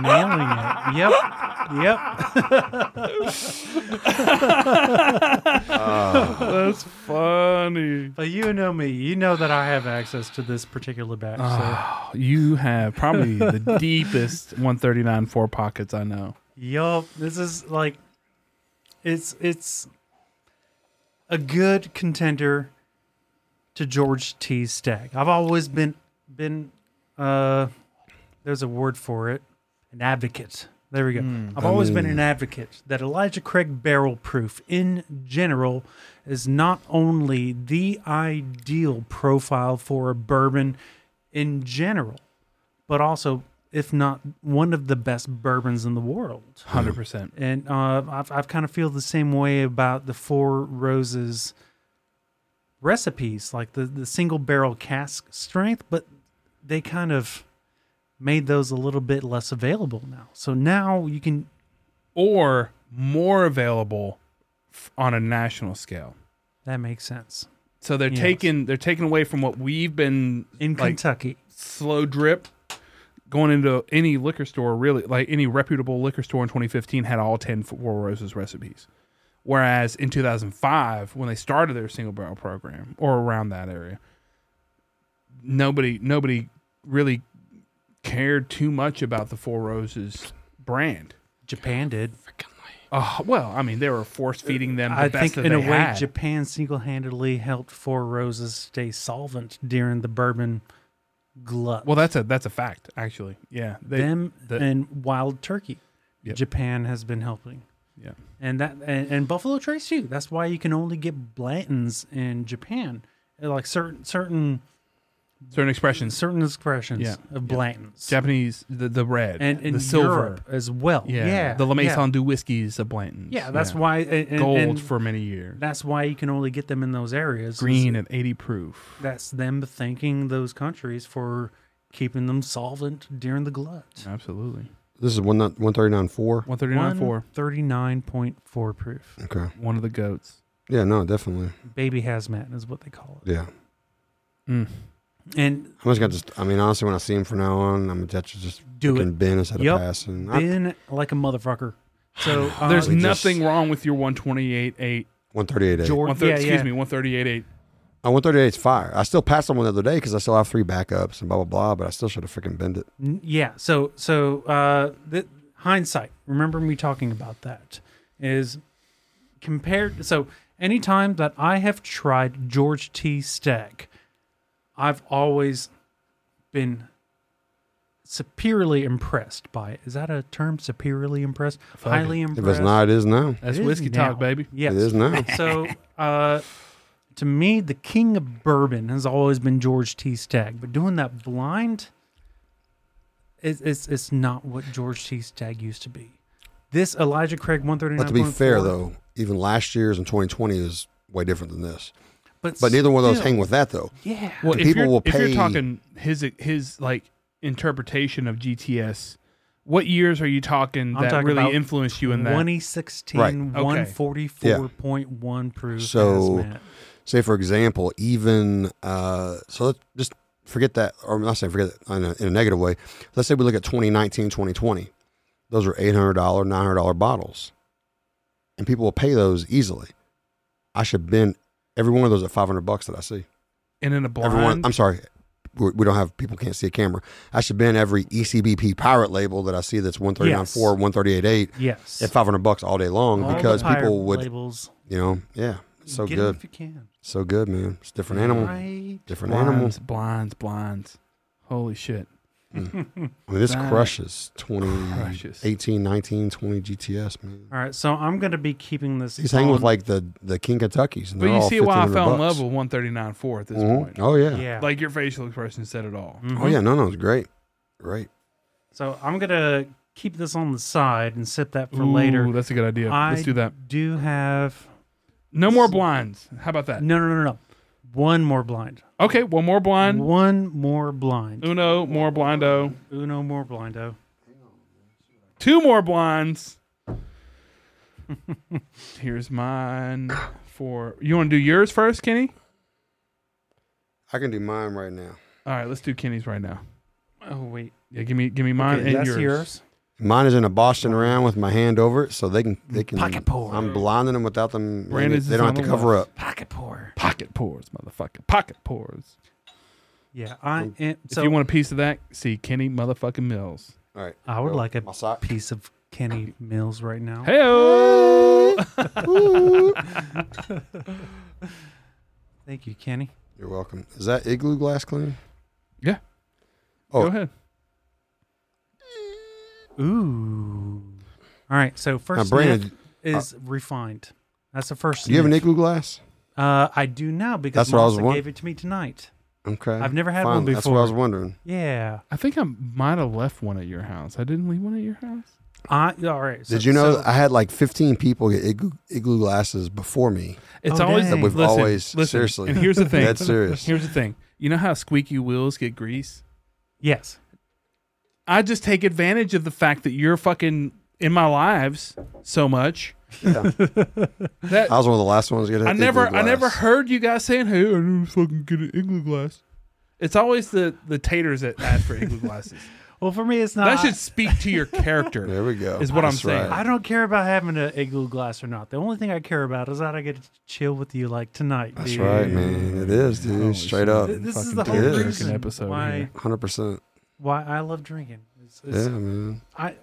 like, y'all are nailing it. Yep. Yep. That's funny. But you know me. You know that I have access to this particular batch. Ah. So. Ah, You have probably the deepest 139.4 pockets I know. Yup. This is like, it's it's a good contender to George T. Stag. I've always been been uh, there's a word for it, an advocate. There we go. I've always been an advocate that Elijah Craig barrel proof in general is not only the ideal profile for a bourbon in general, but also if not one of the best bourbons in the world. hundred percent. And uh, I've, I've kind of feel the same way about the Four Roses recipes, like the, the single barrel cask strength, but they kind of made those a little bit less available now. So now you can, Or more available f- on a national scale. that makes sense. So they're Yes. taking they're taking away from what we've been In like Kentucky, slow drip. Going into any liquor store, really, like any reputable liquor store in 2015 had all 10 Four Roses recipes. Whereas in 2005, when they started their single barrel program or around that area, nobody nobody really cared too much about the Four Roses brand. Japan did. Uh, well, I mean, they were force feeding them. The I best think that in a they way, had. Japan single-handedly helped Four Roses stay solvent during the bourbon glut. Well, that's a that's a fact, actually. Yeah, they, them the- and Wild Turkey, Yep. Japan has been helping, yeah. and that and, and Buffalo Trace too. That's why you can only get Blantons in Japan, Uh, like certain certain Certain expressions, certain expressions Yeah. of Blantons, Japanese, the, the red and in the silver, Europe as well. yeah, Yeah, the La yeah. Maison du whiskeys of Blanton's. Yeah, that's why and, and- gold and for many years, that's why you can only get them in those areas. is- green at eighty proof. that's them thanking those countries for keeping them solvent during the glut. Absolutely, This is one one thirty nine four. one thirty nine four. 39.4 proof. Okay. One of the goats. Yeah. No. Definitely. Baby hazmat is what they call it. Yeah. Mm. And I'm just gonna just. I mean, honestly, when I see him from now on, I'm attached to just Do freaking Ben instead Yup. of passing. I- been like a motherfucker. So uh, There's we just- nothing wrong with your one twenty eight eight. One thirty eight eight. George, yeah, Excuse yeah. me, one thirty eight eight. Uh, one thirty eight is fire. I still passed on one the other day because I still have three backups and blah blah blah. But I still should have freaking bent it. N- Yeah. So so uh, the hindsight. Remember me talking about that is compared. So anytime that I have tried George T. Stack, I've always been superiorly impressed by it. Is that a term? Superiorly impressed? Highly If impressed. it's not, it is now. That's It is whiskey now. talk, baby. Yes. It is now. So, uh, to me, the king of bourbon has always been George T. Stagg, but doing that blind, it's it's, it's not what George T. Stagg used to be. This Elijah Craig one thirty nine. But to be fair though, even last year's and 2020 is way different than this. but, But neither one of those still, hang with that though. Yeah, Well, The if people you're, will if you're pay- talking his his like interpretation of GTS, what years are you talking I'm that talking really about influenced you in that? twenty sixteen, Right. Okay. one forty four point one proof. So- hazmat. Say for example, even uh, so, let's just forget that, or not say forget that in a, in a negative way. Let's say we look at 2019, 2020. Those are eight hundred dollar, nine hundred dollar bottles, and people will pay those easily. I should bend every one of those at five hundred bucks that I see. and in a blind, Everyone, I'm sorry, we we don't have people can't see a camera. I should bend every E ECBP pirate label that I see that's one thirty nine Yes. four, one thirty eight eight. yes, at 500 bucks all day long All the because pirate people would, labels you know, yeah, so get 'em good, if you can. so good, man. It's a different animal, Right. different animal. blinds, blinds, blinds. Holy shit! I mean, this That crushes 20, crushes. 18, 19, 20 GTS, man. All right, so I'm gonna be keeping this. He's hanging with on- like the the King Kentuckies, and But they're you all see why I 1500 fell in bucks. love with one thirty nine four at this Mhm. point. Oh yeah. yeah, Like your facial expression said it all. Mhm. oh yeah, no, no, it's great, great. So I'm gonna keep this on the side and sip that for Ooh, later. that's a good idea. Let's I- do that. Do have No more blinds. How about that? no, no, no, no. One more blind. Okay, one more blind. One more blind. Uno more blindo. Uno more blindo. Two more blinds. Here's mine. For you want to do yours first, Kenny? I can do mine right now. All right, let's do Kenny's right now. Oh wait, Yeah, give me give me mine Okay, and that's yours. yours. Mine is in a Boston around with my hand over it, so they can they can Pocket pour. I'm blinding them without them. they- Brandon's they is don't on have to the cover left. up. Pocket pour. Pocket pours, motherfucker. Pocket pours. Yeah, I am, if so you want a piece of that, see Kenny motherfucking Mills. All right. I would Well, like a my sock. piece of Kenny Mills right now. Hey. Thank you, Kenny. You're welcome. Is that igloo glass clean? Yeah. Oh. Go ahead. Ooh. All right, so Now, first Brandon, sniff is refined. That's the first. do you have an sniff. igloo glass? Uh, I do now because That's what I was Melissa wondering. gave it to me tonight. Okay. I've never had one Finally. That's what I was before. wondering. Yeah. I think I might have left one at your house. I didn't leave one at your house. I, all right. so- Did you know so- I had like 15 people get igloo, igloo glasses before me? It's Oh, always dang. That we've listen, always- listen, seriously. And here's the thing. That's serious. Here's the thing. You know how squeaky wheels get grease? yes. I just take advantage of the fact that you're fucking in my lives so much. Yeah. That I was one of the last ones to get. I igloo never I glass. never heard you guys saying, "Hey, I never fucking get an igloo glass." It's always the the taters that ask for igloo glasses. Well, for me, it's not. that should speak to your character. There we go. Is what I'm That's saying. I don't care about having an igloo glass or not. The only thing I care about is that I get to chill with you like tonight. That's dude. right, man. It is, dude. Holy Straight shit. up, Th- This is Fucking the whole did. reason Drinking episode why, here. hundred percent. why I love drinking. It's, it's, Yeah, man. I,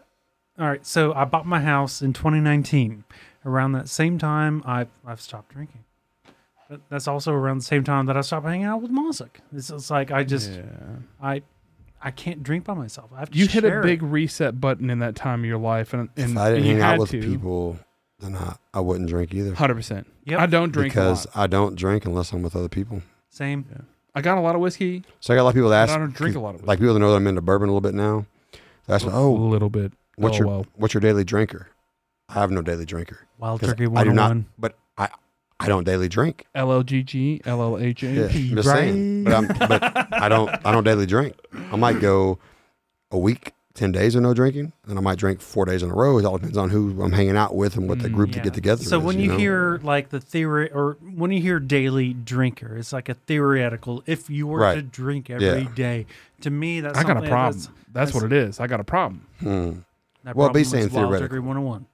all right. So I bought my house in 2019. Around that same time, I I've stopped drinking. But that's also around the same time that I stopped hanging out with Mossack. It's, it's like I just Yeah. I I can't drink by myself. I have to You hit share a it. big reset button in that time of your life, and, and If I didn't you hang had out with to. people, then I, I wouldn't drink either. Hundred percent. Yep. I don't drink Because a lot. I don't drink unless I'm with other people. same. I got a lot of whiskey. So I got a lot of people that But ask. I don't drink a lot of Like people that know that I'm into bourbon a little bit now. They ask me, a "Oh, little bit. what's Oh, your well. what's your daily drinker?" I have no daily drinker. Wild 'Cause Turkey I do not. 101. But I I don't daily drink. LLGG, Yeah, LLHH. I'm just saying. But, I'm, but I don't I don't daily drink. I might go a week, ten days of no drinking, and I might drink four days in a row. It all depends on who I'm hanging out with and what the Mm, group Yeah. to get together. So is, when you know? hear like the theory, or when you hear daily drinker, it's like a theoretical. If you were to Right. drink every day, Yeah. to me that's I got a something problem. That's, that's what it is. I got a problem. Hmm. that Well, problem be is saying Wild theoretical. Turkey 101.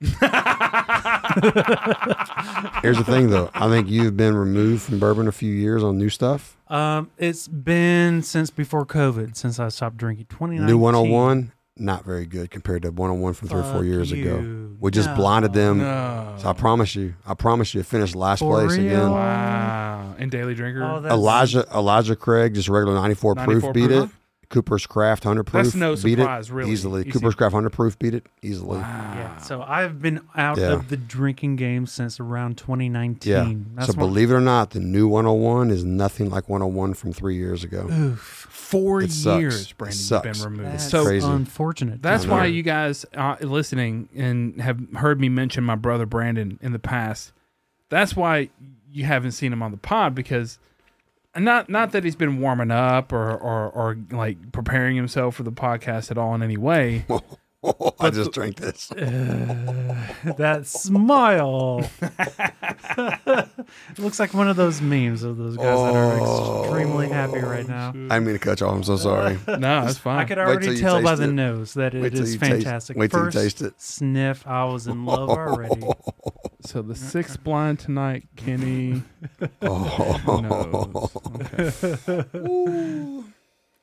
here's the thing though, I think you've been removed from bourbon a few years on new stuff. Um, it's been since before COVID since I stopped drinking. Twenty New 101, not very good compared to 101 from three or four years ago. We just blinded them. No. So I promise you, I promise you, it finished last For place again. real? Wow. And Daily Drinker. Oh, that's- Elijah Elijah Craig, just regular 94, 94 proof, beat proof? it. Cooper's Craft 100 proof. That's no beat surprise, it really. You Easily. see- Cooper's Craft 100 proof, beat it easily. Yeah. So I've been out Yeah. of the drinking game since around 2019. Yeah. That's so when- believe it or not, the new 101 is nothing like 101 from three years ago. Oof. Four It sucks. years, It Brandon, you've sucks. been removed. That's so crazy. unfortunate. that's I why know. you guys uh, listening and have heard me mention my brother Brandon in the past. That's why you haven't seen him on the pod because not not that he's been warming up or or, or like preparing himself for the podcast at all in any way. I just drank this. that smile. Looks like one of those memes of those guys that are extremely happy right now. I'm going to cut you off. I'm so sorry. No, that's fine. I could Oh, Wait till already you tell by taste the it. nose that it Wait till is you taste- fantastic. wait till you First taste it. sniff, I was in love already. So the sixth blind tonight, Kenny. Oh, knows. Okay.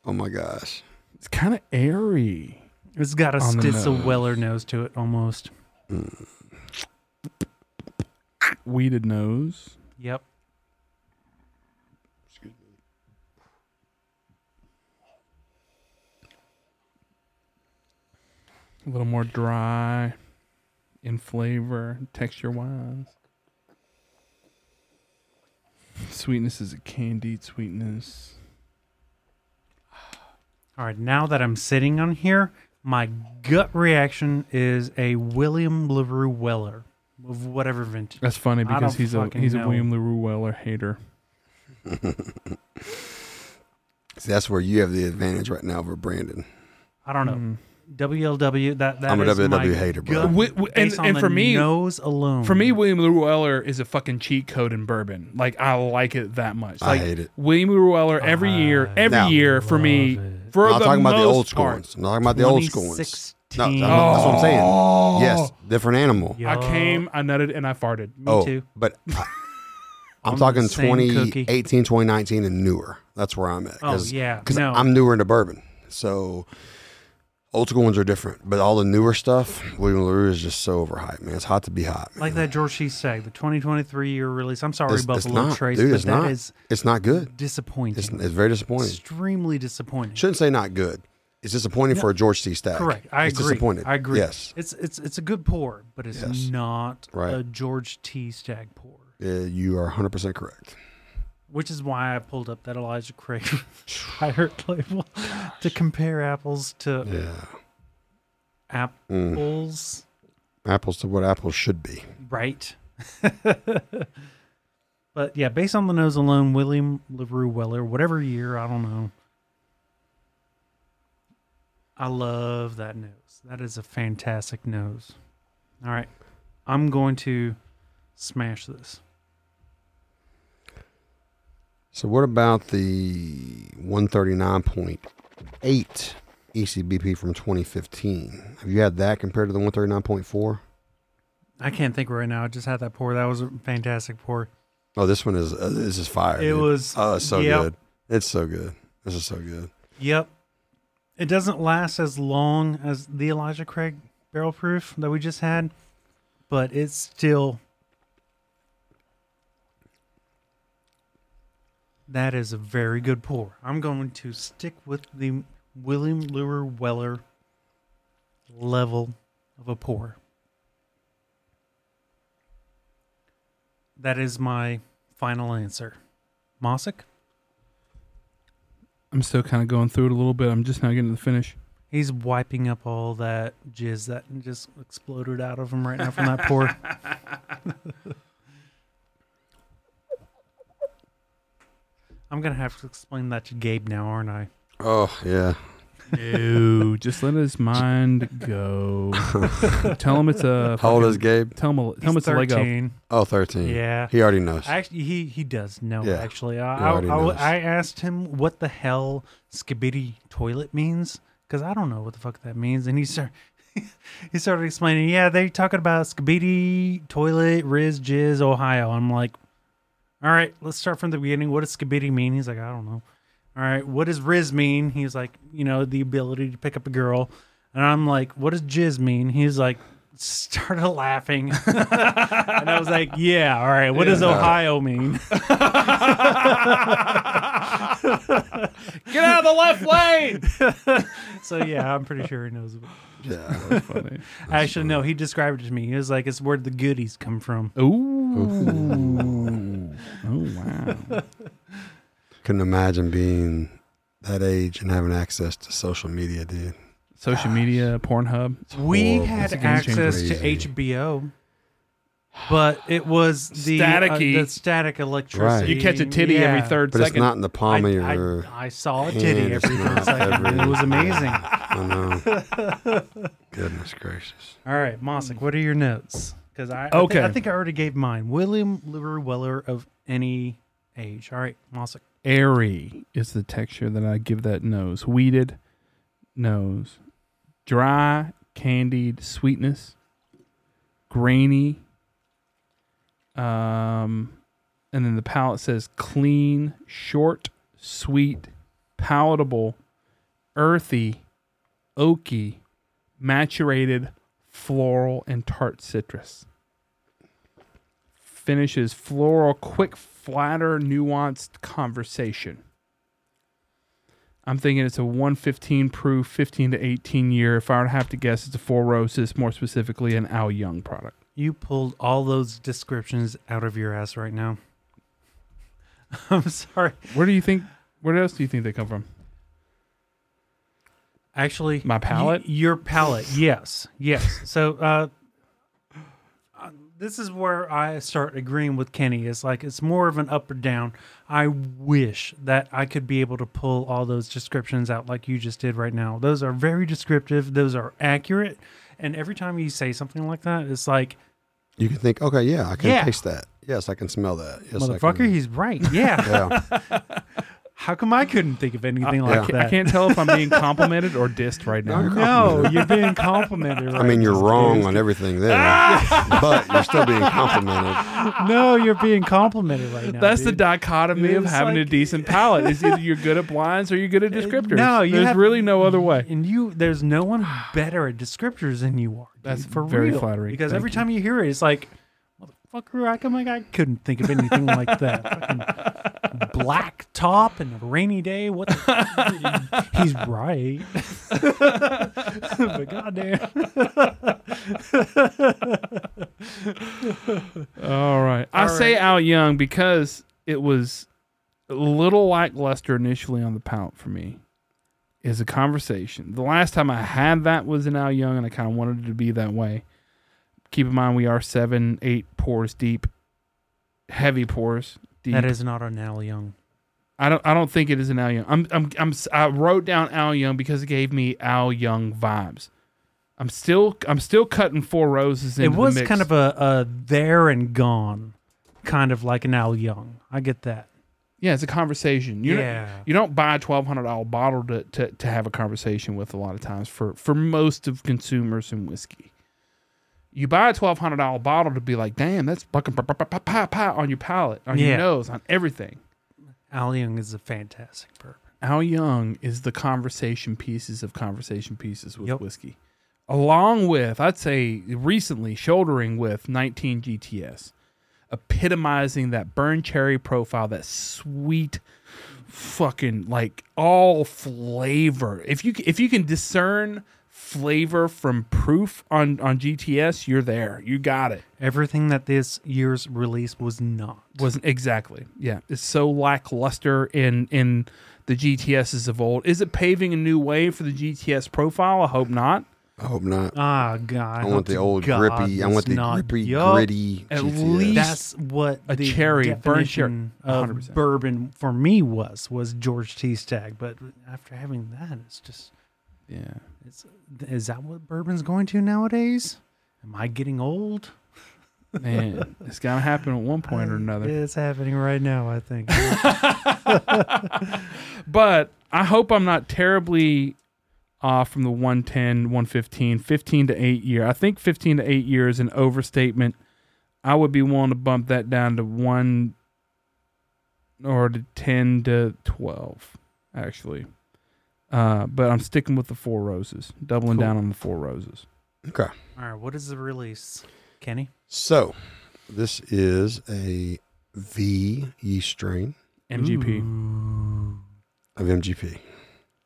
oh my gosh. It's kind of airy. It's got a On the Stitzel nose. Weller nose to it almost. Weeded nose. Yep. A little more dry in flavor, texture wise. Sweetness is a candied sweetness. All right, now that I'm sitting on here, my gut reaction is a William LaRue Weller of whatever vintage. That's funny I because don't he's a fucking he's a know. William LaRue Weller hater. See, that's where you have the advantage right now over Brandon. I don't know. Mm-hmm. WLW. That, that I'm a is WLW my hater, bro. gut Wi- wi- and- based on and the for me- nose alone. For me, William LaRue Weller is a fucking cheat code in bourbon. Like I like it that much. I Like hate it. William LaRue Weller every year, I every Now- year for me. love it. For I'm not the talking most about the old school part. ones. I'm talking about the old school ones. 2016. No, that's what- that's what I'm saying. Yes, different animal. Yup. Oh, I came, I nutted, and I farted. Me Oh. too. But I, I'm, I'm talking the same 2018, cookie. 2019, and newer. That's where I'm at. Oh, yeah. Because No. I'm newer into bourbon. So old school ones are different. But all the newer stuff, William LaRue is just so overhyped, man. It's hot to be hot. man. Like that George She Stag, the 2023 year release. I'm sorry, it's, it's Buffalo not, Trace, dude. but It's that not. is It's not good. disappointing. It's, it's very disappointing. Extremely disappointing. Shouldn't say not good. It's disappointing for a George C. Stack. Correct. I it's agree. disappointed. I agree. Yes. It's it's it's a good pour, but it's Yes. not Right. a George T Stag pour. Uh, you are 100% correct. which is why I pulled up that Elijah Craig pirate label to compare apples to Yeah. Mm. apples. Apples to what apples should be. Right. but yeah, based on the nose alone, William LaRue Weller, whatever year, I don't know. I love that nose. That is a fantastic nose. All right. I'm going to smash this. So what about the 139.8 E ECBP from 2015? Have you had that compared to the 139.4? I can't think right now. I just had that pour. That was a fantastic pour. Oh, this one is uh, this is fire. It dude. was. Oh, it's so yep, good. It's so good. This is so good. Yep. It doesn't last as long as the Elijah Craig barrel proof that we just had, but it's still. That is a very good pour. I'm going to stick with the William Lure Weller level of a pour. That is my final answer. Mossick? I'm still kind of going through it a little bit. I'm just now getting to the finish. He's wiping up all that jizz that just exploded out of him right now from that pour. I'm gonna have to explain that to Gabe now, aren't I? Oh yeah. No, just let his mind go. tell him it's a. How old fucking- is Gabe? Tell him. A, tell He's him it's a Lego. Oh, 13. Yeah, He already knows. actually, he he does know. Yeah. Actually, He I I, already I, knows. I asked him what the hell skibidi toilet means because I don't know what the fuck that means, and he started he started explaining. Yeah, they talking about skibidi toilet riz jizz Ohio. I'm like, all right, let's start from the beginning. What does skibidi mean? He's like, I don't know. All right, what does riz mean? He's like, you know, the ability to pick up a girl, and I'm like, what does jizz mean? He's like. Started laughing, and I was like, "Yeah, all right. What does Yeah. Ohio mean?" Get out of the left lane. So yeah, I'm pretty sure he knows. About Yeah. That's funny. Actually, no, he described it to me. He was like, "It's where the goodies come from." Ooh. oh wow. Couldn't imagine being that age and having access to social media, dude. Social media, Pornhub. we horrible. had It's a game changer. access to Crazy. HBO, but it was the Staticky. uh, the static electricity. You catch a titty every Yeah. third But it's second. not in the palm of I, your. I, I saw a hand, titty it's every third not second. and every- It was amazing. I know. Goodness gracious. All right, Mossick, what are your notes? Because I, I, Okay. think, I think I already gave mine. William Leroy Weller of any age. All right, Mossick. Airy is the texture that I give that nose. Weeded nose. Dry, candied sweetness. Grainy. Um, and then the palette says clean, short, sweet, palatable, earthy, oaky, maturated, floral, and tart citrus. Finishes floral, quick, flatter, nuanced conversation. I'm thinking it's a 115 proof, 15 to 18 year. If I were to have to guess, it's a Four Roses, more specifically an Al Young product. You pulled all those descriptions out of your ass right now. I'm sorry. Where do you think? Where else do you think they come from? Actually, My y- palate? your palate. Yes. Yes. So, uh, uh, this is where I start agreeing with Kenny. It's like it's more of an up or down. I wish that I could be able to pull all those descriptions out like you just did right now. Those are very descriptive, those are accurate. And every time you say something like that, it's like, You can think, okay, yeah, I can Yeah. taste that. Yes, I can smell that. Yes, I motherfucker, can. he's right. Yeah. Yeah. How come I couldn't think of anything like can't- that? I can't tell if I'm being complimented or dissed right now. you're No, complimented. you're being complimented. Right I mean, you're now. wrong on everything there, but you're still being complimented. No, you're being complimented right now. That's the dude. dichotomy of It's having a like- Uh, decent palate. Is either you're good at blinds or you're good at descriptors. no, you there's have- really no other way. And you, there's no one better at descriptors than you are. dude, That's for very real. flattering. Because Thank every you. time you hear it, it's like, motherfucker, how come I couldn't think of anything like that? Fucking black top and a rainy day. What? The, he's right. but goddamn, All right, I say Al Young because it was a little lackluster initially on the palate for me is a conversation. The last time I had that was in Al Young, and I kind of wanted it to be that way. Keep in mind, we are seven, eight pours deep, heavy pours deep. That is not an Al Young. I don't. I don't think it is an Al Young. I'm. I'm. I'm. I wrote down Al Young because it gave me Al Young vibes. I'm still. I'm still cutting four roses. It Into was the mix. kind of a, a there and gone, kind of like an Al Young. I get that. Yeah, it's a conversation. You yeah. yeah. you don't buy a twelve hundred dollar bottle to, to to have a conversation with a lot of times for for most of consumers in whiskey. You buy a twelve hundred dollar bottle to be like, damn, that's fucking pa- pa- pa- pa- pa- pa on your palate, on Yeah. your nose, on everything. Al Young is a fantastic bourbon. Al Young is the conversation pieces of conversation pieces with Yep. whiskey, along with I'd say recently shouldering with 19 GTS, epitomizing that burn cherry profile, that sweet, fucking like all flavor. If you if you can discern flavor from proof on on GTS, you're there. You got it. Everything that this year's release was not. Wasn't exactly. Yeah, it's so lackluster in in the GTSs of old. Is it paving a new way for the GTS profile? I hope not. I hope not. Ah, God. I want the hope to old God grippy. I it's want the not. grippy, Yup. gritty. At GTS. least- That's what A the cherry, burnt cherry, definition of 100%. bourbon for me was was George T. Stag. But after having that, it's just Yeah. it's, is that what bourbon's going to nowadays? Am I getting old? Man, it's got to happen at one point or another. It's happening right now. I think. But I hope I'm not terribly off from the 110, 115, 15 to 8 year. I think 15 to 8 year is an overstatement. I would be willing to bump that down to 1 or to 10 to 12, actually. Uh, but I'm sticking with the four roses, doubling Cool. down on the four roses. Okay. All right. What is the release, Kenny? So, this is a V yeast strain MGP. Ooh. of MGP.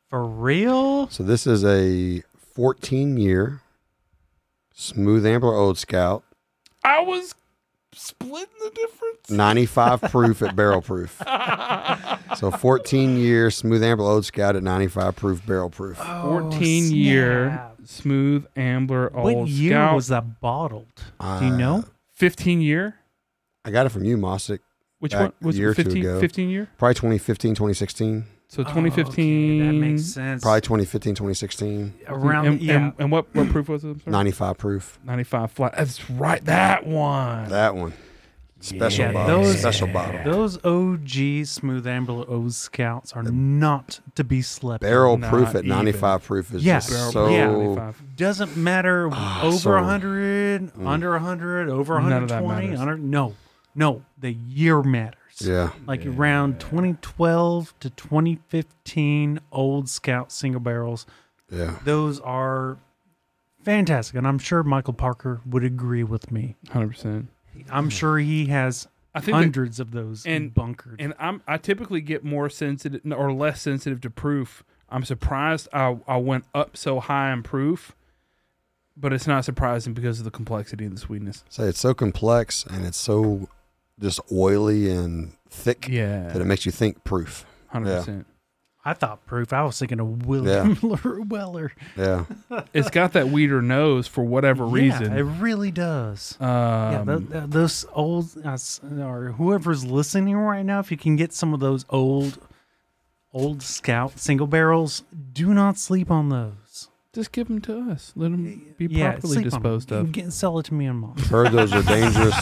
For real? So, this is a 14 year smooth amber old scout, I was splitting the difference. 95 proof at barrel proof. So, 14 year smooth amber old scout at 95 proof barrel proof. 14 year Oh, snap. smooth ambler What old year scout. was that bottled? Do you Uh, know? Oh, 15 year? I got it from you, Mossick. Which Back one a was year or it two 15 ago. 15 year? Probably 2015, 2016. So Oh, 2015. okay, that makes sense. Probably 2015, 2016. around and, yeah. and, and what what proof was it? I'm sorry? 95 proof. 95 flat. That's right. That one. That one. Special Yeah, bottle. those- Special bottle. Uh, Those OG Smooth Amber O Scouts are not to be slept. on. Barrel Not proof at even. 95 proof is Yeah. just Barrel so. proof Yeah. 95. Doesn't matter Ah, Mm. over so- 100, under 100, over None of that 120. matters. 100, no, no, the year matters. Yeah. Like Yeah. around 2012 to 2015, old Scout single barrels. Yeah. Those are fantastic, and I'm sure Michael Parker would agree with me. 100%. I'm sure he has I think that- hundreds of those and- bunkered. and I'm I typically get more sensitive or less sensitive to proof. I'm surprised I I went up so high in proof, but it's not surprising because of the complexity and the sweetness. So it's so complex and it's so just oily and thick that Yeah. it makes you think proof. 100%. I thought proof. I was thinking of William Weller. Yeah. it's got that weeder nose for whatever Yeah, it reason. really does. yeah, Um, tho- tho- those old uh, s- or whoever's listening right now, if you can get some of those old, old Scout single barrels, do not sleep on those. just give them to us. Let them be yeah, properly sleep on disposed them. of. You can sell it to me and mom. Heard those are dangerous.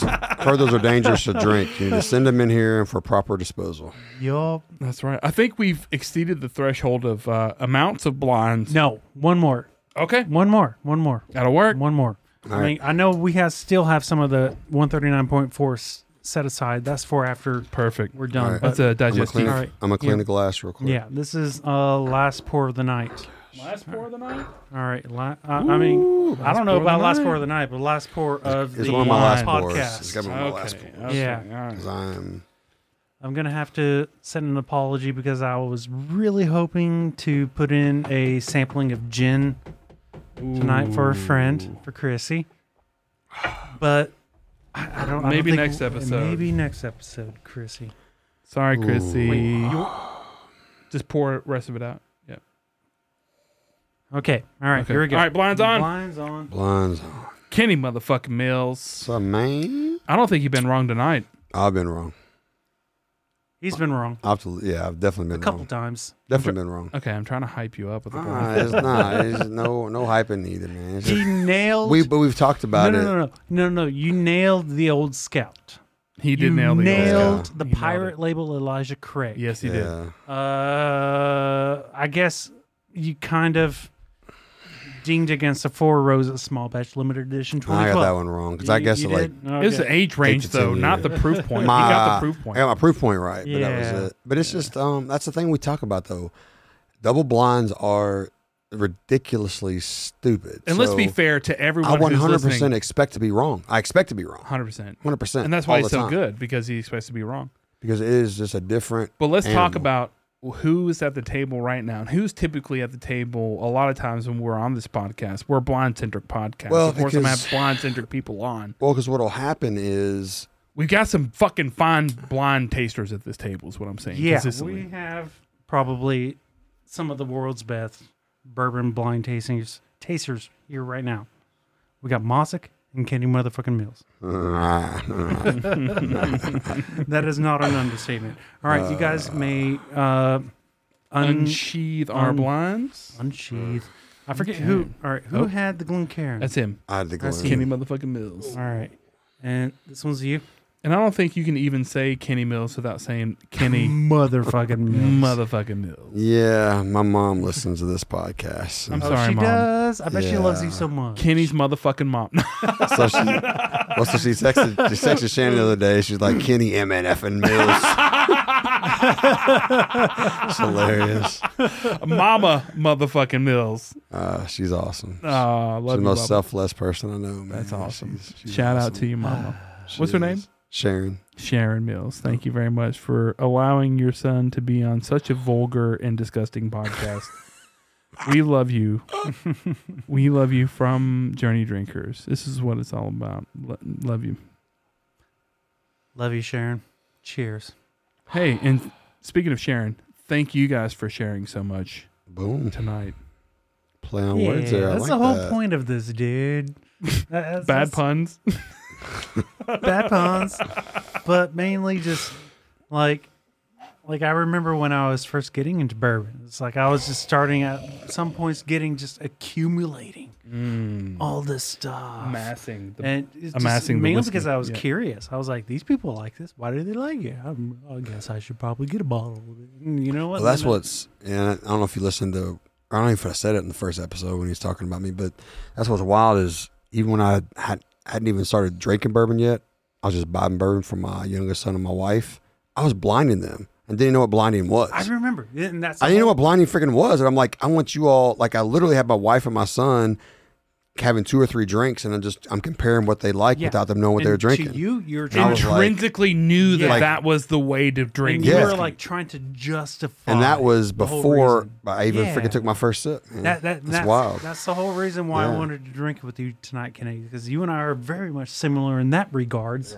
Heard those are dangerous to drink. You need to send them in here for proper disposal. yup. That's right. I think we've exceeded the threshold of uh, amounts of blinds. No, one more, Okay, one more, one more, that'll work. one more. All I mean, I know we have still have some of the one thirty nine point four set aside. That's for after Perfect. we're done. All right. but- That's a I'm gonna clean, digestive. All right. I'm gonna clean the glass real quick. Yeah, this is uh last pour of the night. Last pour of the night. All right, la- I, I mean, I don't pour know of the about last night. pour of the night, but last pour of It's the one of my last pours. It's podcast. gotta be my last Okay. pour. okay, Yeah. all right. 'Cause I'm I'm gonna have to send an apology because I was really hoping to put in a sampling of gin tonight for a friend for Chrissy, but I, I don't. I don't Maybe think- next episode. Maybe next episode, Chrissy. Sorry, Ooh. Chrissy. Wait, Just pour the rest of it out. Yeah. Okay. All right. Okay. Here we go. All right, blinds on. Blinds on. Blinds on. Kenny motherfucking Mills. So, man, I don't think you've been wrong tonight. I've been wrong. He's been wrong Absolutely, yeah, I've a definitely been couple wrong. times. Definitely been wrong. Okay, I'm trying to hype you up with a Ah, blind. it's not. It's no, no hyping needed, man. It's He just- nailed. we, but we've talked no, about no, it. no, no, no, no. You nailed the old scout. He did you nail the nailed Yeah. the He nailed pirate label Elijah Craig. it. Yes, he yeah. did. Uh, I guess you kind of dinged against the Four Roses Small Batch Limited Edition I got that 2012. one wrong because I You- guess you it, like did? Okay. It's the age range Take the though, ten not year. the proof point. my he got the proof point. I got my proof point right, but that Yeah. was it. But it's just um, that's the thing we talk about though. Double blinds are ridiculously stupid. and let's be So, fair to everyone. I one hundred who's percent listening. expect to be wrong. I expect to be wrong. 100%. One hundred percent. And that's why all he's the so time. good because he expects to be wrong. because it is just a different. But let's talk Animal. about who's at the table right now and who's typically at the table a lot of times when we're on this podcast. We're blind centric podcast. Well, of course, I'm gonna because- have blind centric people on. Well, because what'll happen is We've got some fucking fine blind tasters at this table, is what I'm saying. Yeah, consistently. we have probably some of the world's best bourbon blind tastings tasters here right now. We got Mossick and Kenny motherfucking Mills. That is not an understatement. All right, you guys may uh, un- unsheath our un- blinds. unsheathe. I forget who. All right, who Oh. had the Glencairn? That's him, I had to go That's in. Kenny motherfucking Mills. all right. And this one's you, And I don't think you can even say Kenny Mills without saying Kenny motherfucking Mills. motherfucking Mills. Yeah, my mom listens to this podcast. I'm Oh, sorry, she Mom. does. I bet she loves you Yeah. so much. Kenny's motherfucking mom. So she, well, so she texted, she texted Shannon the other day. She's like, Kenny MNF and Mills. it's hilarious. Mama motherfucking Mills. Uh, she's awesome. Oh, I she's love the you, most Mama. selfless person I know, man. That's awesome. She's- she's Shout out awesome. to you, Mama. She What's her is. name? Sharon. Sharon Mills, thank you very much for allowing your son to be on such a vulgar and disgusting podcast. we love you. we love you from Journey Drinkers. This is what it's all about. Lo- love you. Love you, Sharon. Cheers. Hey, and speaking of Sharon, thank you guys for sharing so much Boom. tonight. Play on words there. I that's like the whole that. point of this, dude. That- that's- Bad that's- puns. bad puns, but mainly just like, like I remember when I was first getting into bourbon. It's like I was just starting at some points getting just accumulating Mm. Oh, all this stuff, Amassing. The, and it's amassing the just mainly whiskey, because I was yeah. curious. I was like, these people like this. Why do they like it? I'm, I guess I should probably get a bottle. of it. And You know what? Well, that's And what's, and I don't know if you listened to, I don't know if I said it in the first episode when he was talking about me, but that's what's wild is even when I had, hadn't even started drinking bourbon yet, I was just buying bourbon for my youngest son and my wife. I was blinding them and didn't know what blinding was. I remember, and that's I didn't know all- what blinding freaking was. And I'm like, I want you all, like, I literally had my wife and my son having two or three drinks and I'm just, I'm comparing what they like Yeah. without them knowing what And they were drinking. To you, you're I was like- Intrinsically knew that Yeah. that was the way to drink. And Yeah. you were like trying to justify. and that was the whole before reason. I even Yeah. freaking took my first sip. man. That, that, that's, that's wild. That's the whole reason why I Yeah. wanted to drink with you tonight, Kenny, because you and I are very much similar in that regards.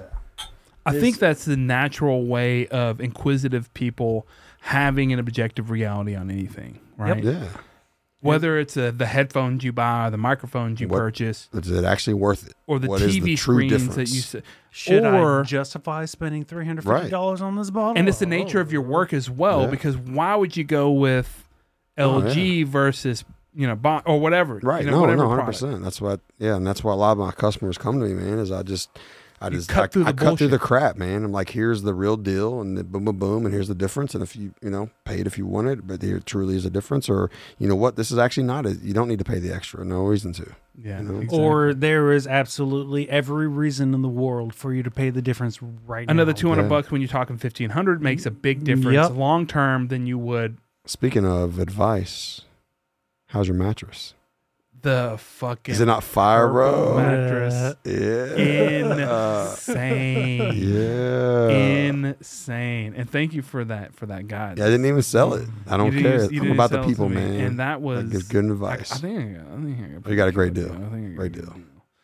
I think that's the natural way of inquisitive people having an objective reality on anything, right? yeah. Whether it's uh the headphones you buy, or the microphones you What- purchase, Is it actually worth it? or the What is TV true screens that you difference? sit, Should I or justify spending three hundred fifty Right. dollars on this bottle? Oh. and it's Oh. the nature of your work as well. Yeah. Oh, Because why would you go with LG versus you know bond or whatever? you Right. know, no, whatever no, hundred product. percent. That's what. Yeah, and that's why a lot of my customers come to me, man. Is I just, I just cut I, through I the cut through the bullshit. crap, man. I'm like, here's the real deal, and the boom, boom, boom, and here's the difference. And if you, you know, pay it if you want it, but there truly is a difference. Or you know what, this is actually not. A, you don't need to pay the extra. No reason to. Yeah. You know? exactly. Or there is absolutely every reason in the world for you to pay the difference right now. another two hundred Yeah. bucks when you're talking fifteen hundred makes a big difference Yep. long term than you would Speaking of advice, how's your mattress? the fucking Is it not fire, purple bro? mat- mattress. Yeah. Insane. yeah. insane. And thank you for that for that guide. yeah, I didn't even sell it. I don't You didn't- care. you I'm didn't about the sell it to people, me. man. And that I was give good I, I advice. think I, got- I think I You got a great pretty good deal. I think I got Great a deal.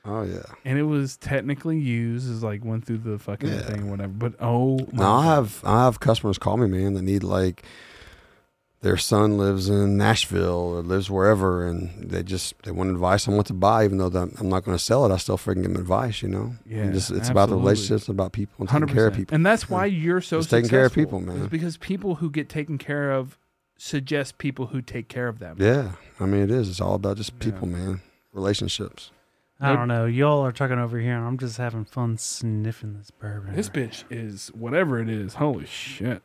Oh yeah. and it was technically used as like went through the fucking Yeah. thing, or whatever. But oh, my Now I God. have I have customers call me, man, that need like their son lives in Nashville or lives wherever, and they just they want advice on what to buy, even though that I'm not going to sell it. I still freaking give them advice, you know. Yeah, And just, it's about the absolutely. relationships, it's about people, and taking care of 100%. people. and that's why you're so Just taking care of successful, people, man. is because people who get taken care of suggest people who take care of them. Yeah, I mean it is. It's all about just Yeah. people, man. Relationships. I Nope. don't know. Y'all are talking over here, and I'm just having fun sniffing this bourbon. This bitch is whatever it is. Holy shit!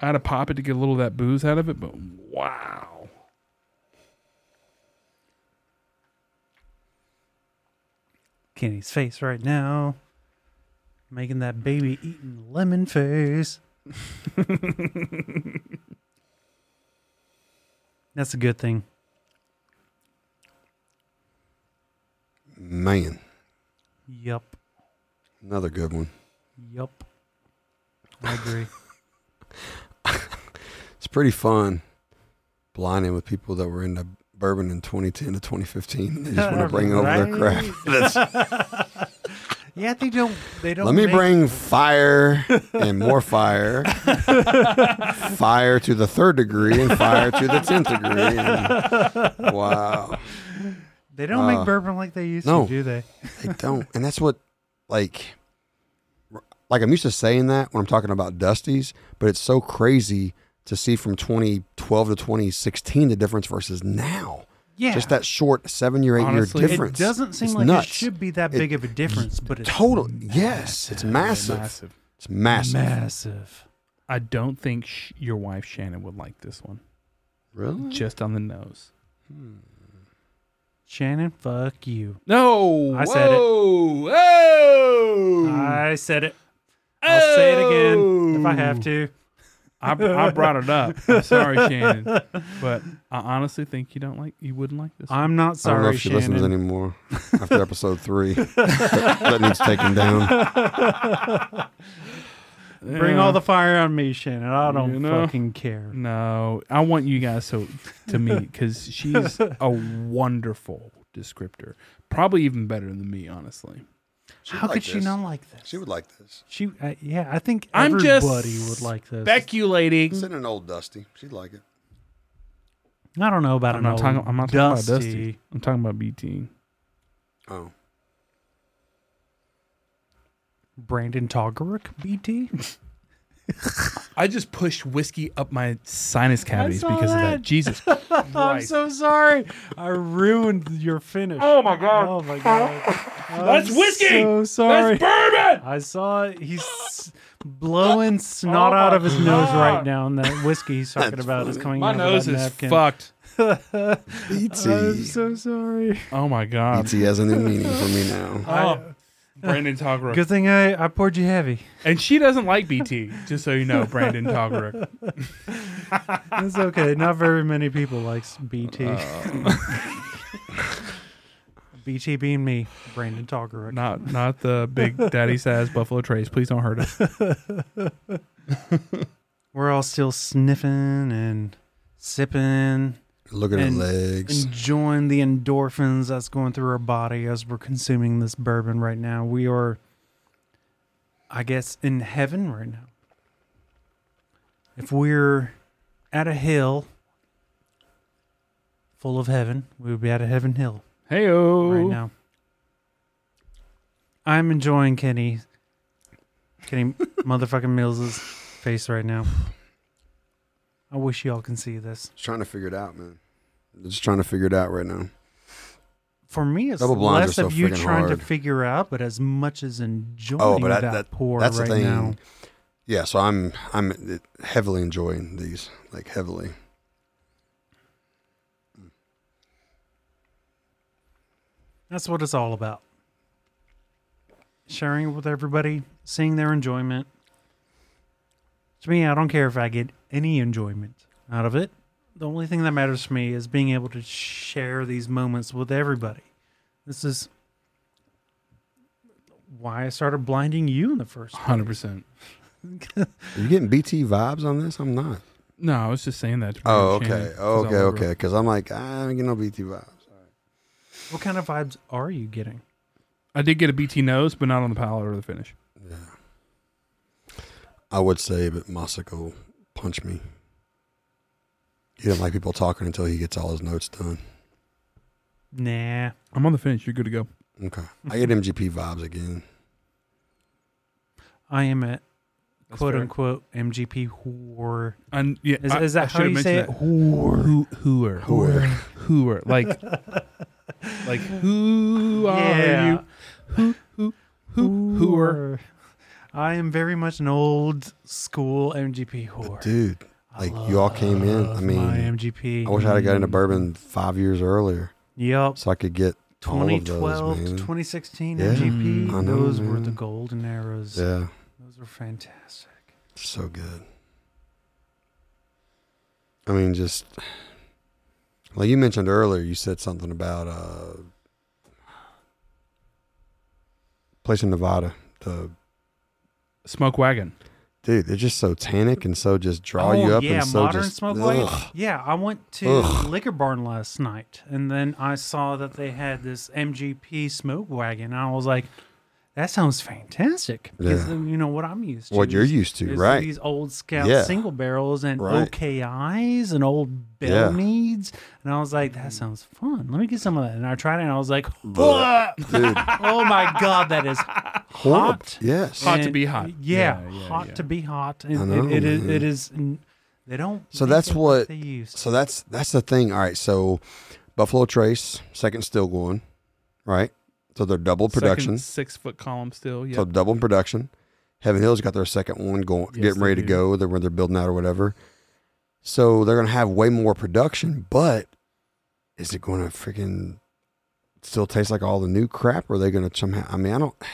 I had to pop it to get a little of that booze out of it, but wow. Kenny's face right now, making that baby eating lemon face. That's a good thing. Man, Yup. another good one. Yup. I agree. It's pretty fun blinding with people that were into bourbon in 2010 to 2015. They just want to bring over their crap. That's- yeah, they don't. They don't. Let me make- bring fire and more fire, fire to the third degree and fire to the tenth degree. And- wow, They don't uh, make bourbon like they used no. to, do they? they don't, and that's what like, like I'm used to saying that when I'm talking about Dusties, but it's so crazy to see from 2012 to 2016 the difference versus now. Yeah. Just that short seven year, eight Honestly, year it difference. It doesn't seem It's like nuts. it should be that It- big of a difference, but it's Total, yes, it's massive. Massive. It's massive. massive. I don't think sh- your wife Shannon would like this one. Really? Just on the nose. Shannon, fuck you. No, I said it. Whoa, oh, I said it. I'll say it again if I have to. I, I brought it up. I'm sorry, Shannon, but I honestly think you don't like you wouldn't like this. I'm not I don't know sorry, if she Shannon. listens anymore after episode three. that, that needs taken down. Bring all the fire on me, Shannon. I don't You know? Mm, fucking care. No, I want you guys so to meet because she's a wonderful descriptor. Probably even better than me, honestly. How could she not like this? She would like this. She, uh, yeah, I think I'm just everybody would like this. Speculating. It's in an old dusty. She'd like it. I don't know about I'm an not old talking. I'm not talking about dusty. Dusty. I'm talking about BT. Oh, Brandon Togaruk, BT. I just pushed whiskey up my sinus cavities saw because of that. that. Jesus I'm Christ. so sorry. I ruined your finish. Oh my God. Oh my god. That's I'm whiskey. So sorry. That's bourbon. I saw it. he's s- blowing snot out of his nose right now, and that whiskey he's talking about is coming Oh, My out nose of is that napkin. fucked. E I'm BT. so sorry. Oh my god. BT has a new meaning for me now. Oh, Brandon Togaruk. Good thing I, I poured you heavy. And she doesn't like BT, just so you know, Brandon Togaruk. It's okay. Not very many people likes BT. Uh. BT being me, Brandon Togaruk. Not not the big daddy size Buffalo Trace. Please don't hurt us. We're all still sniffing and sipping. Look at her And- legs. enjoying the endorphins that's going through our body as we're consuming this bourbon right now. We are, I guess, in heaven right now. If we're at a hill full of heaven, we would be at a heaven hill Hey right now. I'm enjoying Kenny, Kenny motherfucking Mills's face right now. I wish y'all can see this. Just trying to figure it out, man. Just trying to figure it out right now. for me, it's Double blinds less are so of you friggin' trying hard. to figure out, but as much as enjoying Oh, but I- that, that- pour that's the right thing. now. Yeah, so I'm I'm heavily enjoying these, like heavily. That's what it's all about. Sharing it with everybody, seeing their enjoyment. To me, I don't care if I get any enjoyment out of it. The only thing that matters to me is being able to share these moments with everybody. This is why I started blinding you in the first. Hundred percent. Are you getting BT vibes on this? I'm not. No, I was just saying that. To Brandon Oh, okay, Shannon, 'cause I okay, love her. okay. Because I'm like, I don't get no BT vibes. What kind of vibes are you getting? I did get a BT nose, but not on the palate or the finish. Yeah. I would say, but Masako punched me. He doesn't like people talking until he gets all his notes done. Nah. I'm on the finish. You're good to go. Okay. I get MGP vibes again. I am at That's quote fair. unquote MGP whore. And yeah, Is, I- is I that how should've you say mentioned it? that. Whore. Who, who are, Who are- who are, like, like who are Yeah. you? Who, who, who, who are? I am very much an old school MGP whore. Dude, like, you all came in. I love mean, my MGP. I wish I'd have got into bourbon five years earlier Yep. so I could get. all of those, 2012 to man. 2016 Yeah. MGP. I know, Those were man. the golden eras. Yeah. Those were fantastic. So good. I mean, just like you mentioned earlier, you said something about uh place in Nevada. The Smoke wagon. dude, they're just so tannic and so just draw you Oh, up yeah, and so modern just smoke ugh. wagon. Yeah, I went to Ugh. Liquor Barn last night, and then I saw that they had this MGP smoke wagon. And I was like, "That sounds fantastic." Because Yeah. you know what I'm used to. What you're is- used to, is right? These old Scout Yeah. single barrels and Right. OKIs and old Bell Yeah. Mm-hmm. Needs, and I was like, "That sounds fun. Let me get some of that." And I tried it, and I was like, Blech. Dude, "Oh my god, that is horrible. hot." Yes. Hot to be hot. Yeah, Yeah, yeah, hot yeah. to be hot. It, I it- know, it is. man. It is. n- They don't. So make that's it like what- they used. So that's that's the thing. All right, so Buffalo Trace, second still going, right? So they're double production. Second six foot column still. Yeah. So double in production. Heaven Hills got their second one going, Yes, getting they ready to do. go. They're when they're building out or whatever. So they're gonna have way more production, but is it gonna freaking still taste like all the new crap? Or are they gonna somehow? I mean, I don't.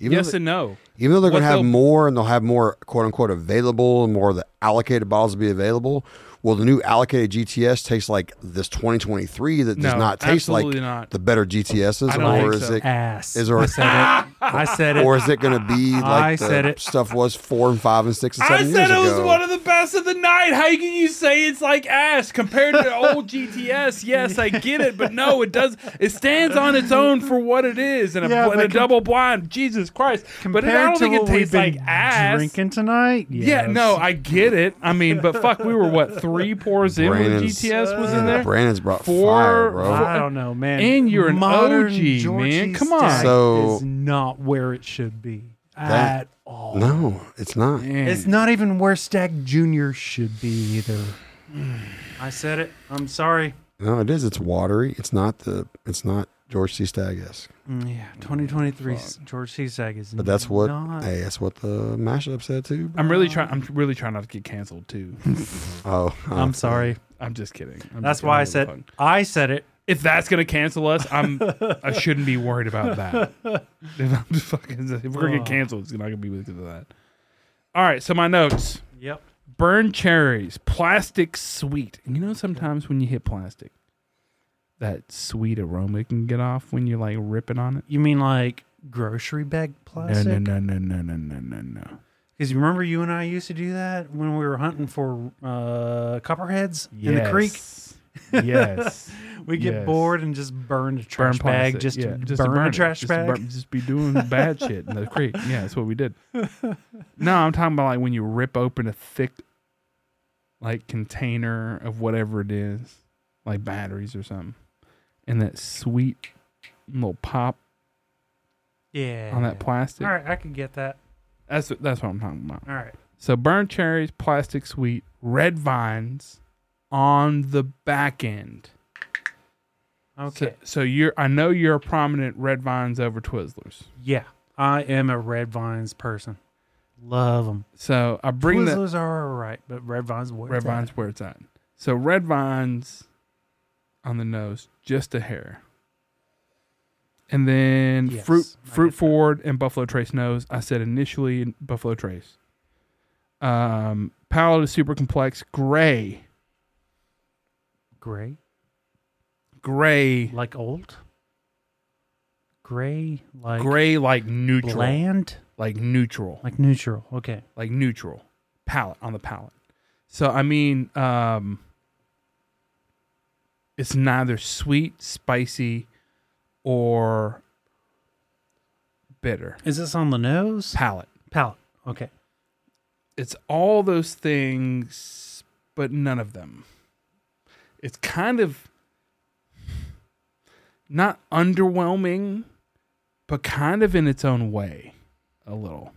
Even yes though, and no. even though they're gonna what have they'll- more, and they'll have more quote unquote available, and more of the allocated bottles will be available. Will the new allocated GTS taste like this 2023 that does no, not taste like absolutely not. the better GTSs, I don't or think is so. it ass. is there- I said it. I said it. or is it going to be like I the said it. stuff was four and five and six and I seven years said it was ago? one of the best of the night. How can you say it's like ass compared to the old GTS? Yes, I get it, but no, it does. It stands on its own for what it is, and a, Yeah, and but a com- double blind. Jesus Christ! But I Compared don't to think it what we've tastes like been ass. Drinking tonight. Yeah, Yes. no, I get it. I mean, but fuck, we were what three pours in when Brandon's- GTS was in Yeah, there. Brandon's brought Four- fire, bro. I don't know, man. And you're an Modern OG, Georgie man. Come on. Stout So- is not where it should be That- at all. no, it's not. Man. It's not even where Stag Junior should be either. I said it. I'm sorry. No, it is. It's watery. It's not the. It's not George C. Stagg esque. Mm, Yeah, 2023 's George C. Sag is. But that's what. not- Hey, that's what the mashup said too. I'm really trying. I'm really trying not to get canceled too. Oh, oh. I'm sorry. I'm just kidding. I'm That's just why I kidding. said I said it. if that's gonna cancel us, I'm I shouldn't be worried about that. if I'm just fucking if we're gonna get Oh. canceled, it's not gonna be because of that. All right, so my notes: Yep. burn cherries, plastic sweet. And you know, sometimes when you hit plastic, that sweet aroma can get off when you're like ripping on it. You mean like grocery bag plastic? No, no, no, no, no, no, no, no. Because you remember you and I used to do that when we were hunting for uh, copperheads in the creek. Yes. We get Yes. bored and just burn a burn trash bag, plastic, just, yeah, to just burn, to burn a it, trash just to bag. burn- just be doing bad shit in the creek. Yeah, that's what we did. No, I'm talking about like when you rip open a thick, like container of whatever it is, like batteries or something, and that sweet little pop yeah. on that plastic. All right, I can get that. That's what- that's what I'm talking about. All right. So burn cherries, plastic sweet, red vines on the back end. So- Okay. so you're I know you're a prominent red vines over Twizzlers. yeah. I am a red vines person. Love them. So I bring that Twizzlers are all right, but red vines what red vines where it's at. So red vines on the nose, just a hair, and then Yes, fruit I fruit get that. forward and buffalo trace nose. I said initially in buffalo trace. Um, palette is super complex, gray, Gray, gray, like old. Gray, like gray, like neutral, bland, like neutral, like neutral. Okay. like neutral palette on the palette. So I mean, um, it's neither sweet, spicy, or bitter Is this on the nose? palate. Palate. Okay. It's all those things, but none of them. It's kind of not underwhelming, but kind of in its own way, a little.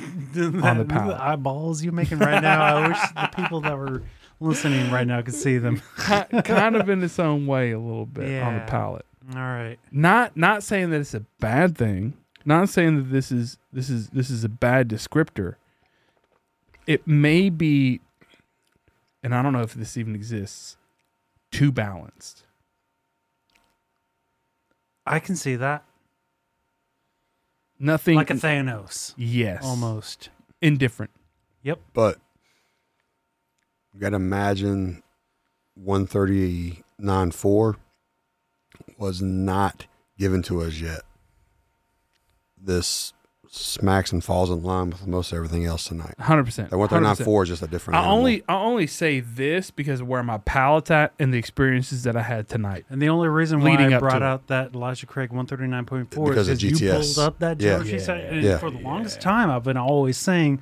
on the palate. eyeballs you're making right now. I wish the people that were listening right now could see them. Ki- kind of in its own way, a little bit on the Yeah. palate. All right. Not not saying that it's a bad thing. Not saying that this is this is this is a bad descriptor. It may be, and I don't know if this even exists. Too balanced. I can see that. Nothing. Like a Thanos. yes. Almost. indifferent. But you got to imagine 139.4 was not given to us yet. This smacks and falls in line with most everything else tonight. Hundred percent. That 139.4 is just a different. I animal. only I only say this because of where my palate's at and the experiences that I had tonight. And the only reason why Leading I up to it. brought out that Elijah Craig 139.4 Because of is because you GTS. pulled up that Yeah. Georgie site. And Yeah. for the longest time, I've been always saying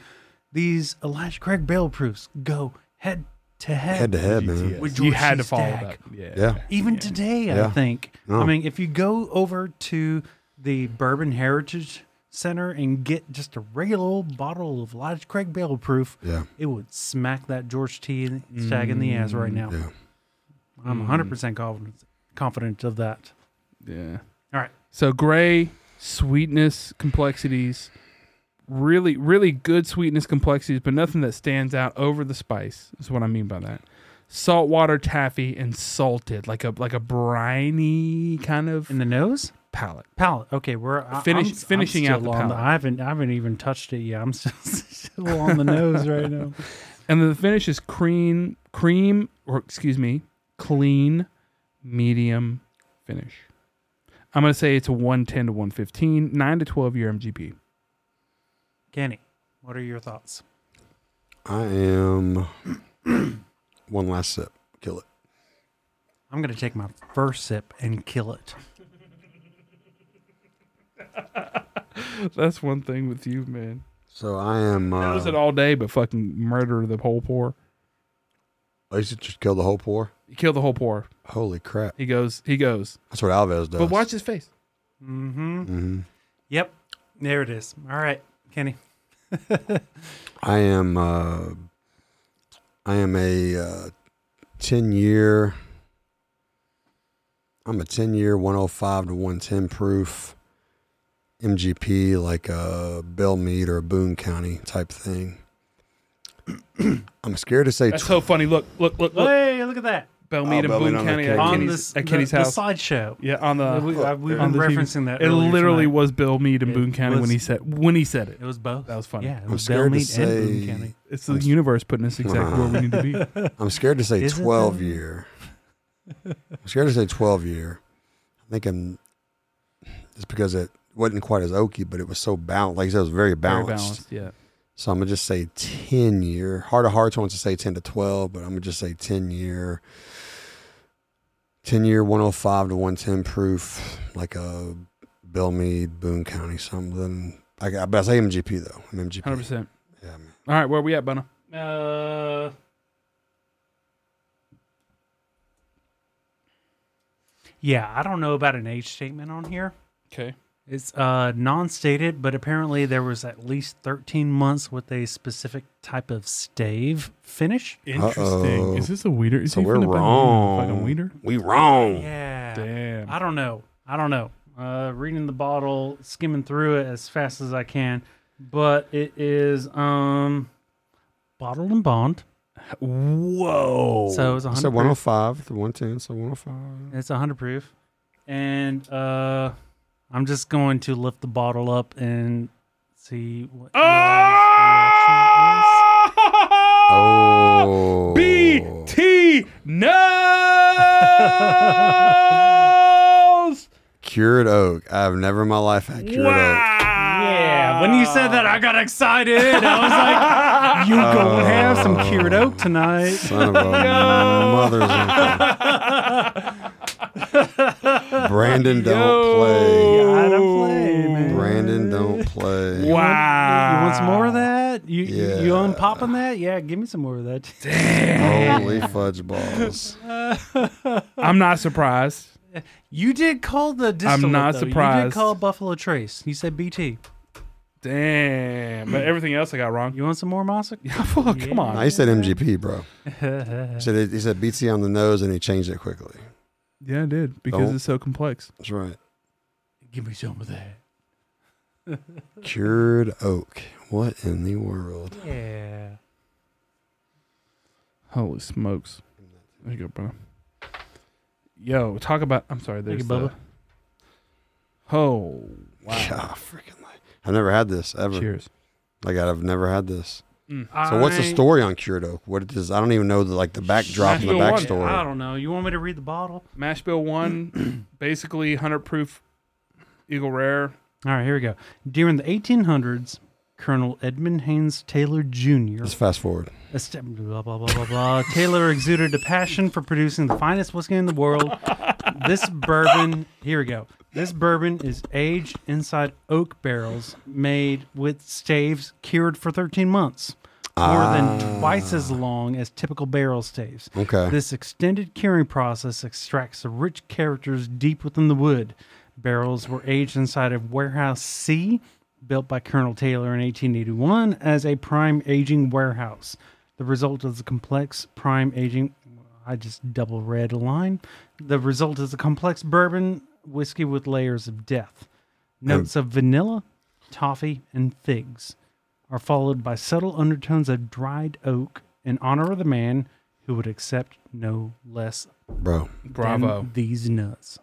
these Elijah Craig bail proofs go head to head. head to head, man. Yes. With you George had to C. follow it Stack. up. Yeah. Yeah. Even today, Yeah. I think. No. I mean, if you go over to the Bourbon Heritage Center and get just a regular old bottle of Lodge Craig Bale Proof, Yeah. it would smack that George T. Stag in the ass right now. Mm, Yeah. I'm 100% confident, confident of that. Yeah. All right. So gray, sweetness, complexities, really, really good sweetness complexities, but nothing that stands out over the spice is what I mean by that. Saltwater taffy and salted, like a like a briny kind of In the nose? palate. Palate. Okay, we're I- Finish- I'm- I'm finishing out still the on palate. I haven't, I haven't even touched it yet. I'm still, still on the nose right now. And then the finish is cream, cream, or excuse me, clean, medium finish. I'm gonna say it's a 110 to 115, 9 to 12 year MGP. Kenny, what are your thoughts? I am one last sip. Kill it. I'm gonna take my first sip and kill it. That's one thing with you, man. So I am. Uh, Does it all day, but fucking murder the whole pour. I used to just kill the whole pour. He killed the whole pour. Holy crap! He goes, he goes. That's what Alves does. But watch his face. Mm-hmm. Mhm. Yep. There it is. All right, Kenny. I am. Uh, I am a uh, ten year. I'm a ten year 105 to 110 proof MGP, like a Bell Mead or a Boone County type thing. I'm scared to say. That's tw- so funny. Look, look, look, look. Hey, look at that Belmead Belmead and Boone Oh, on the County cake. at on Kenny's, this at Kenny's the, house. The slideshow. yeah, on the. we, I, we've on been the TV. referencing that. It earlier literally tonight. was Bill Mead and It Boone County when was- he said when he said it. It was both. That was funny. Yeah, it I'm was scared to Belmead and Boone say- County. It's the universe putting us exactly where we need to be. I'm scared to say Is it 12 though? year. I'm scared to say 12 year. I think I'm just because it wasn't quite as oaky, but it was so balanced. Like you said, it was very balanced. Very balanced. Yeah. So I'm going to just say 10 year. Heart of Hearts wants to say 10 to 12, but I'm going to just say 10 year. 10 year 105 to 110 proof, like a Bill Mead, Boone County, something. I, got- but I say MGP though. I'm MGP. Hundred percent. Yeah, man. All right, where we at, Bunna? Uh, yeah, I don't know about an age statement on here. Okay. It's uh, non-stated, but apparently there was at least 13 months with a specific type of stave finish. Interesting. Uh-oh. Is this a weeder? Is So he we're finna put him in a wrong. Fucking weeder. We wrong. Yeah. Damn. I don't know. I don't know. Uh, reading the bottle, skimming through it as fast as I can, but it is um bottled and bond. Whoa. So it's Oh, I 100 said proof. 105 to 110, so 105. It's 100 proof. And uh I'm just going to lift the bottle up and see what your Ah! guys' Oh. B T Nails. Cured oak. I've never in my life had cured oak. reaction is. Yeah, when you said that, I got excited. I was like, "You gonna have some cured oak Oh. tonight?" Son of a mother's uncle. Brandon don't play. Yeah, I don't play, man. Brandon don't play. You want- You want some more of Wow. that? You you you Yeah. on popping that? Yeah, give me some more of that. Holy fudge balls. I'm not surprised. You did call the distillate. not though. You did surprised. call Buffalo Trace. You said BT. Damn. But everything else I got wrong. You want some more Mossick? Yeah, fuck, come on. I said MGP, bro. He said, he said BT on the nose and he changed it quickly. Yeah, I did because Don't. it's so complex. That's right. Give me some of that. Cured oak. What in the world? Yeah. Holy smokes! There you go, bro. Yo, talk about. I'm sorry. Thank There's you, the, Bubba. oh wow. God, Ah, freaking. like- I've never had this ever. Cheers. Like I've never had this. Mm. So what's the I- story on cured oak? What it is? I don't even know the like the backdrop and the Nashville one. backstory. I don't know. You want me to read the bottle? Mash bill one, basically 100 proof, eagle rare. All right, here we go. During the 1800s, Colonel Edmund Haynes Taylor Jr. Let's fast forward. Este- blah, blah, blah, blah, blah. Taylor exuded a passion for producing the finest whiskey in the world. This bourbon, here we go. This bourbon is aged inside oak barrels made with staves cured for 13 months, more than twice as long as typical barrel staves. Okay. This extended curing process extracts the rich characters deep within the wood. Barrels were aged inside of Warehouse C, built by Colonel Taylor in 1881 as a prime aging warehouse. The result is a complex prime aging. I just double read a line. The result is a complex bourbon whiskey with layers of death. Notes of vanilla, toffee, and figs are followed by subtle undertones of dried oak in honor of the man who would accept no less bro. Bravo. than these nuts.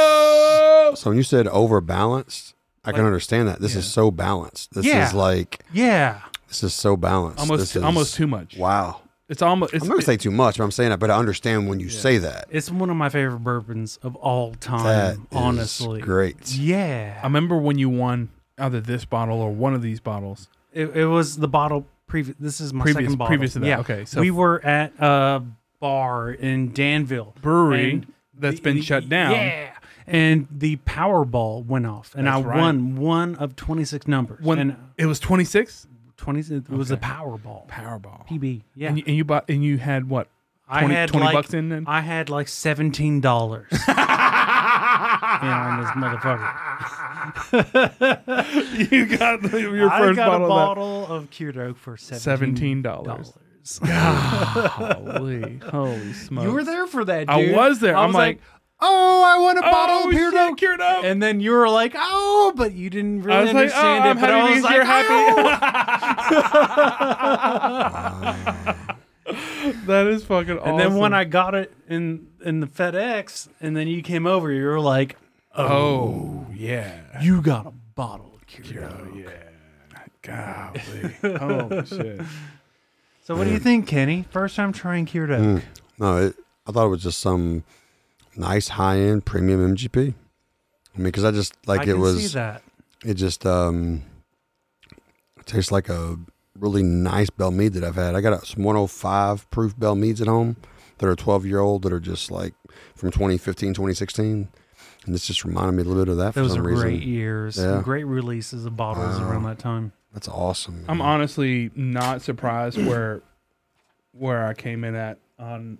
Hey. So when you said overbalanced, I can understand that. This is so balanced. This Yeah. is like Yeah. this is so balanced. Almost, This is- almost too much. Wow. It's almost. It's, I'm not gonna it- say too much, but I'm saying that. But I understand when you say that. It's one of my favorite bourbons of all time, That is honestly. great. Yeah. I remember when you won either this bottle or one of these bottles. It, it was the bottle previous. This is my Previous- second bottle. previous to that. Yeah. Okay, so- we were at a bar in Danville Brewery and that's the- been shut down. Yeah. And the Powerball went off, and That's I right. won one of twenty six numbers. When and uh, it was 26. twenty, it was the Okay. Powerball. Powerball. PB. Yeah. And, you, and you bought and you had what? 20, 20 bucks in then? I had like seventeen dollars. on this motherfucker. you got the- your I first got bottle. of that. a bottle of cured oak for seventeen $17. dollars. Holy, holy smokes! You were there for that. I dude. was there. I I'm was like, Oh, I want a bottle oh, of shit, cured oak. cured oak. and then you were like, oh, but you didn't really I was like, oh, understand it. I'm but happy I was because like, "Oh, you're happy. that is fucking awesome. And then when I got it in in the FedEx, and then you came over, you were like, oh yeah, you got a bottle of cured oak. Oh, golly, oh shit. So what do you think, Kenny? First time trying cured oak. Mm, No, it, I thought it was just some nice high end premium MGP. I mean, because I just like I it can was. see that. It just um tastes like a really nice Bell Mead that I've had. I got a, some 105 proof Bell Meads at home that are 12 year old that are just like from 2015, 2016. And this just reminded me a little bit of that for Those some are reason. great years. Yeah. Great releases of bottles around that time. That's awesome. I'm man. honestly not surprised where where I came in at on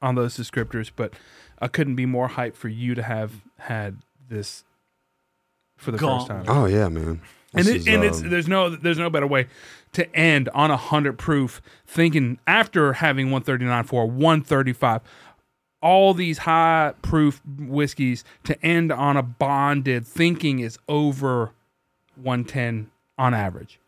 on those descriptors, but I couldn't be more hyped for you to have had this for the Gauntlet. first time. Oh, yeah, man. And, This it, is, and it's um, there's no there's no better way to end on a hundred proof thinking after having 139 for 135 all these high proof whiskeys to end on a bonded thinking is over 110 on average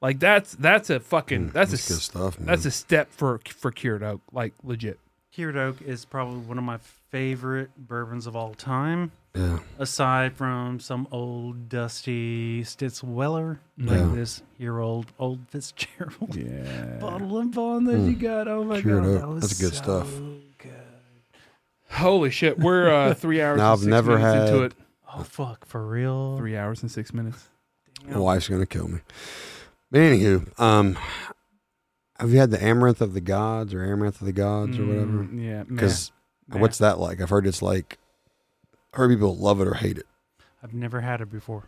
like that's that's a fucking that's, Mm, that's a good s- stuff, man. that's a step for for cured oak like legit Cured Oak is probably one of my favorite bourbons of all time, yeah. aside from some old dusty Stitzweller Yeah. like this year old old Fitzgerald bottle of bond that Hmm. you got. Oh my Cured god, Oak. that was That's good so stuff. good. holy shit we're uh three hours Now and I've six never minutes into had- it Oh fuck, for real. three hours and six minutes My wife's going to kill me. But anywho, um, have you had the Amaranth of the Gods or Amaranth of the Gods or whatever? Mm, yeah man. Because Nah. what's that like? I've heard it's like Herbie will love it or hate it I've never had it before.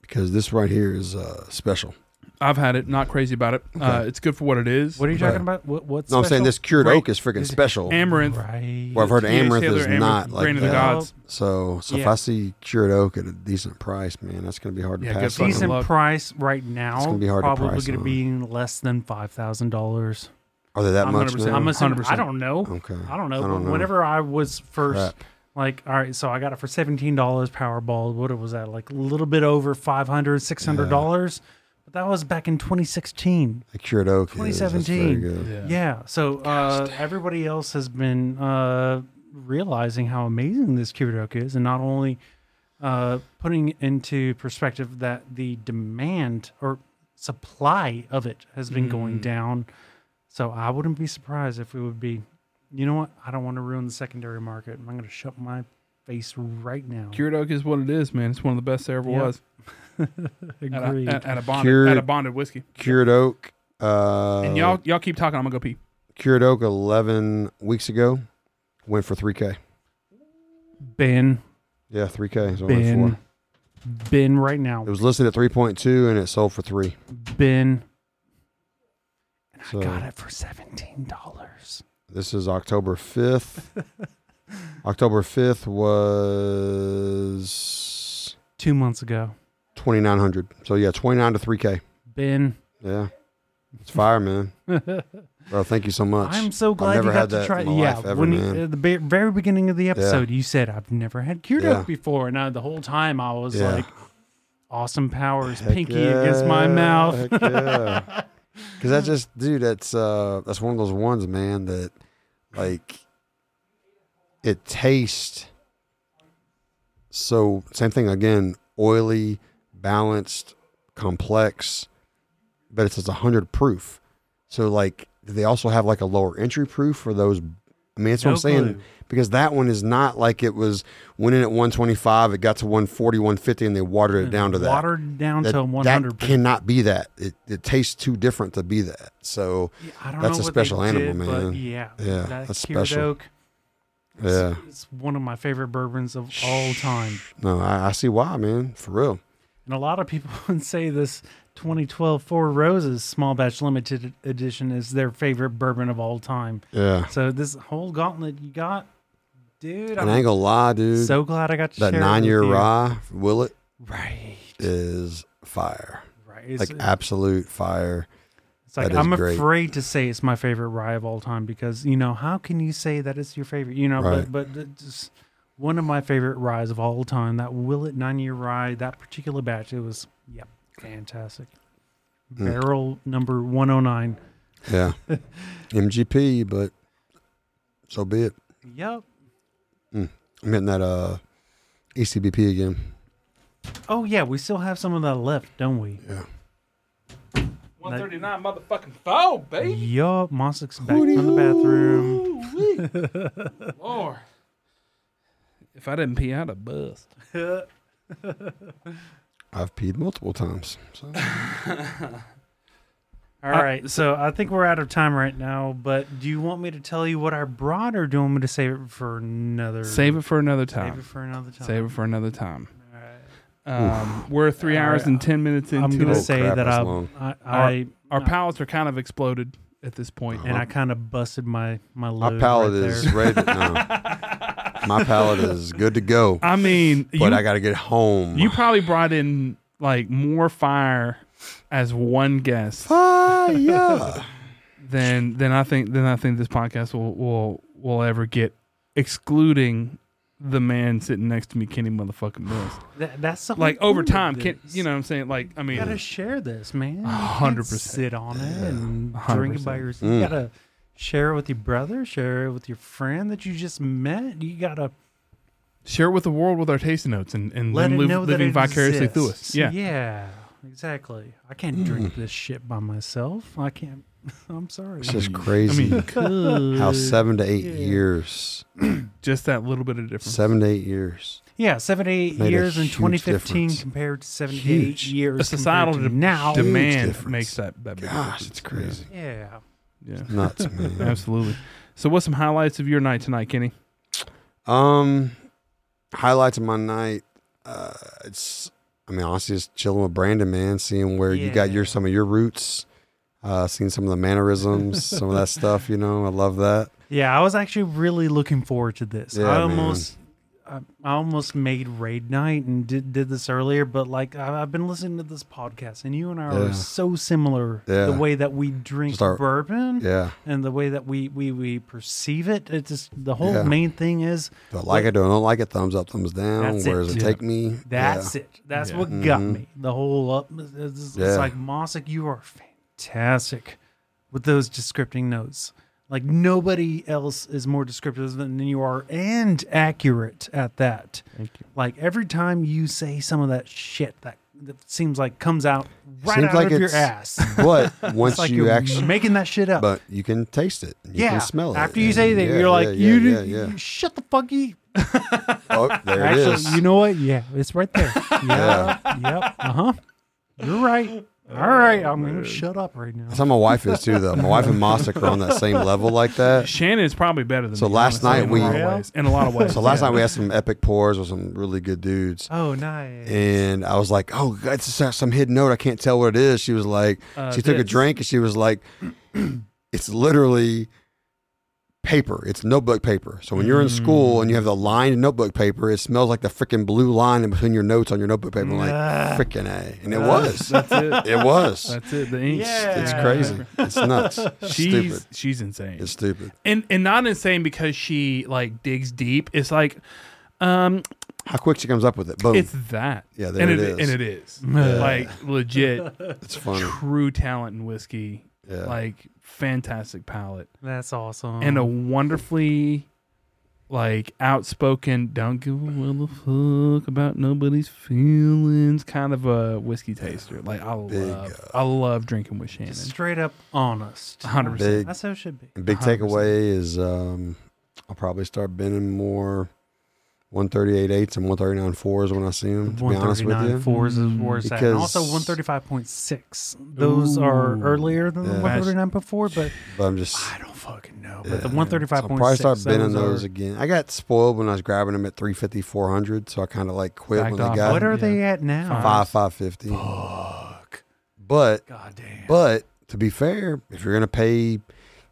because this right here is uh, special. I've had it. Not crazy about it. Uh, Okay. it's good for what it is. What are you Okay. talking about? What what's No, I'm saying special? this cured Right. oak is freaking Is it- special. Amaranth. Right. Well, I've heard Yeah, amaranth Taylor is Amaranth, not like grain of the that. God. gods. So, so if Yeah. I see cured oak at a decent price, man, that's gonna be hard to Yeah, good pass. fucking up. decent luck. price right now. gonna be hard to probably price going to on. be less than five thousand dollars. Are they that I'm much? 100% now? I'm assuming. 100%. I don't know. okay. I don't know. Oh, I but don't know. Whenever I was first, Crap. like, all right, so I got it for seventeen dollars. Powerball. What it was that? Like a little bit over five hundred, six hundred dollars. But that was back in 2016. The cured oak. is, that's very 2017. good. Yeah. Yeah. So uh, everybody else has been uh, realizing how amazing this Kiridoka is, and not only uh, putting into perspective that the demand or supply of it has been going down. So I wouldn't be surprised if we would be, you know what? I don't want to ruin the secondary market. I'm going to shut my face right now. Cured oak is what it is, man. It's one of the best there ever Yep. was. At a, Agreed. at, at a bonded, Cured- at a bonded whiskey. Cured oak. Uh, and y'all, y'all keep talking. I'm gonna go pee. cured oak eleven weeks ago went for three k. ben, Yeah, three k. So it went Ben, four. Ben, right now, It was listed at three point two and it sold for three. Ben. So I got it for seventeen dollars. This is October 5th. October 5th was Two months ago, 2900. So yeah, 29 to 3k. Ben. Yeah. It's fire, man. Bro, thank you so much. I'm so glad never you got had to that try. in my yeah, life ever, when man. you, at the be- very beginning of the episode, you said I've never had cured Yeah. oak before, and I, the whole time I was Yeah. like, "Awesome powers, Heck pinky yeah, against my mouth." heck yeah. Cuz that just dude, that's uh that's one of those ones, man, that like it tastes so same thing again, oily, balanced, complex, but it's just 100 proof. So like do they also have like a lower entry proof for those I mean, that's what No I'm saying clue. because that one is not like it was went in at 125, it got to 140, 150 and they watered it down to that Mm, watered down that, to that 100. cannot be that. It, it tastes too different to be that. So I don't know that's a what they special animal, did, but man. yeah, Yeah, that that's cured special. oak. yeah, It's one of my favorite bourbons of all time. no, I, I see why, man. For real, And a lot of people would say this 2012 Four Roses Small Batch Limited Edition is their favorite bourbon of all time. yeah. So this whole gauntlet you got, dude, And I ain't I'm gonna lie, dude. so glad I got to that share it nine year with you. rye Willet Right, is fire, right. It's like it's like, absolute fire. that is I'm great. afraid to say it's my favorite rye of all time because you know how can you say that it's your favorite? You know, Right. but but th- just one of my favorite ryes of all time. That Willet nine year rye, that particular batch, it was yep, fantastic. Mm. Barrel number 109. Yeah, MGP, but so be it. Yep. I'm hitting that uh ECBP again. Oh yeah, we still have some of that left, don't we? Yeah, 139 motherfucking four, baby. Yup, Mossick's back from the bathroom. Mm. Lord. If I didn't pee, I'd have bust. I've peed multiple times. So. All right, so I think we're out of time right now. But do you want me to tell you what I brought, or do you want me to save it for another? Save it for another Save time. it for another time. Save it for another time. All right. Um, we're three All hours right, and 10 minutes into I'm gonna it. Oh, say crap, that that's I, long. Uh, I, Our- I Our palates are kind of exploded at this point. and I kind of busted my my load. My uh-huh. palate right is there. ready. To, no. My palate is good to go. I mean, but you, I got to get home. you probably brought in like more fire as one guest ah, yeah. than than I think than I think this podcast will will will ever get, excluding the man sitting next to me, Kenny motherfucking Mills. That- that's something Like over cool with time, Ken, this. you know what I'm saying? Like I You gotta mean, share this, man. You can't 100%. Sit on it and Yeah, drink it by 100%. yourself. Mm. You gotta share it with your brother, share it with your friend that you just met. You gotta share it with the world with our tasting notes and and let then it live, know that living it vicariously through exists. us. Yeah. yeah, exactly. I can't Mm. drink this shit by myself. I can't. I'm sorry. It's just I crazy mean, how seven to eight years, just that little bit of difference. seven to eight years. Yeah, seven to eight Made a years in huge 2015 difference. compared to seven to eight Huge. years A societal compared to de- now. demand difference. makes that that big. Gosh, difference. it's crazy. yeah. Yeah. Yeah. Nuts, man. Absolutely. So, what's some highlights of your night tonight, Kenny? Um, highlights of my night, uh, it's I mean honestly just chilling with Brandon, man, seeing where you got your Yeah. some of your roots, uh, seeing some of the mannerisms, some of that stuff. You know, I love that. Yeah, I was actually really looking forward to this. Yeah, I man. almost, I, I almost made raid night and did did this earlier, but like I, I've been listening to this podcast, and you and I Yeah. are so similar. Yeah. The way that we drink Just our- bourbon, Yeah, and the way that we we we perceive it. It's just the whole Yeah. main thing is but like I do, I don't like it. Thumbs up, thumbs down. That's Where it. does it Yeah. take me? that's it. That's Yeah. what got Mhm. me. The whole up. It's, it's Yeah. like Mossick, you are fantastic with those descripting notes. Like nobody else is more descriptive than you are, and accurate at that. Thank you. Like every time you say some of that shit that, that seems like comes out right Seems out like of your it's- ass. Yeah. But once It's like you are actually, making that shit up. but you can taste it. You yeah, can smell it. after you and say that, yeah, you're yeah, like, yeah, you, yeah, did, yeah. you shut the fuck up. Oh, there it Actually, is. you know what? Yeah, it's right there. Yeah. Yep. Uh huh. You're right. All right. Oh, I'm going to shut up right now. That's how my wife is too, though. My wife and Mossack are on that same level like that. Shannon is probably better than So me, last honestly, night in we- a lot Yeah. of ways. In a lot of ways. So last yeah. night we had some epic pours with some really good dudes, Oh, nice. and I was like, "Oh, it's some hidden note. I can't tell what it is." She was like, Uh, she took a this. drink and she was like, "It's literally paper. It's notebook paper. So when you're in school Mm. and you have the lined notebook paper, it smells like the freaking blue line in between your notes on your notebook paper. I'm like, Ah. freaking a, and it Ah. was, That's it. it was. That's it. The ink. Yeah. It's crazy. It's nuts. She's Stupid. she's insane. It's stupid. and and not insane because she like digs deep. It's like, um, How quick she comes up with it. Boom. it's that. Oh. Yeah, there and it is. And it is like legit It's funny. true talent in whiskey. Yeah. Like fantastic palate That's awesome. and a wonderfully like outspoken don't give a well the fuck about nobody's feelings kind of a whiskey taster like i love Big, i love drinking with shannon straight up honest. 100% Big That's how it should be. And big 100%. takeaway is um, I'll probably start bending more 138 eights and 139 fours when I see them. To be honest with 139 you, fours is where it's at. And also Because- 135.6 those are Ooh. earlier than the Yeah. 139 before but but I'm just i don't fucking know but the Yeah. 135.6 So I'll probably start bending those those are- again. I got spoiled when I was grabbing them at 350 400, so I kind of like quit Backed when they off. got what Oh. are Yeah. they at now five 550. But god damn but to be fair, if you're gonna pay,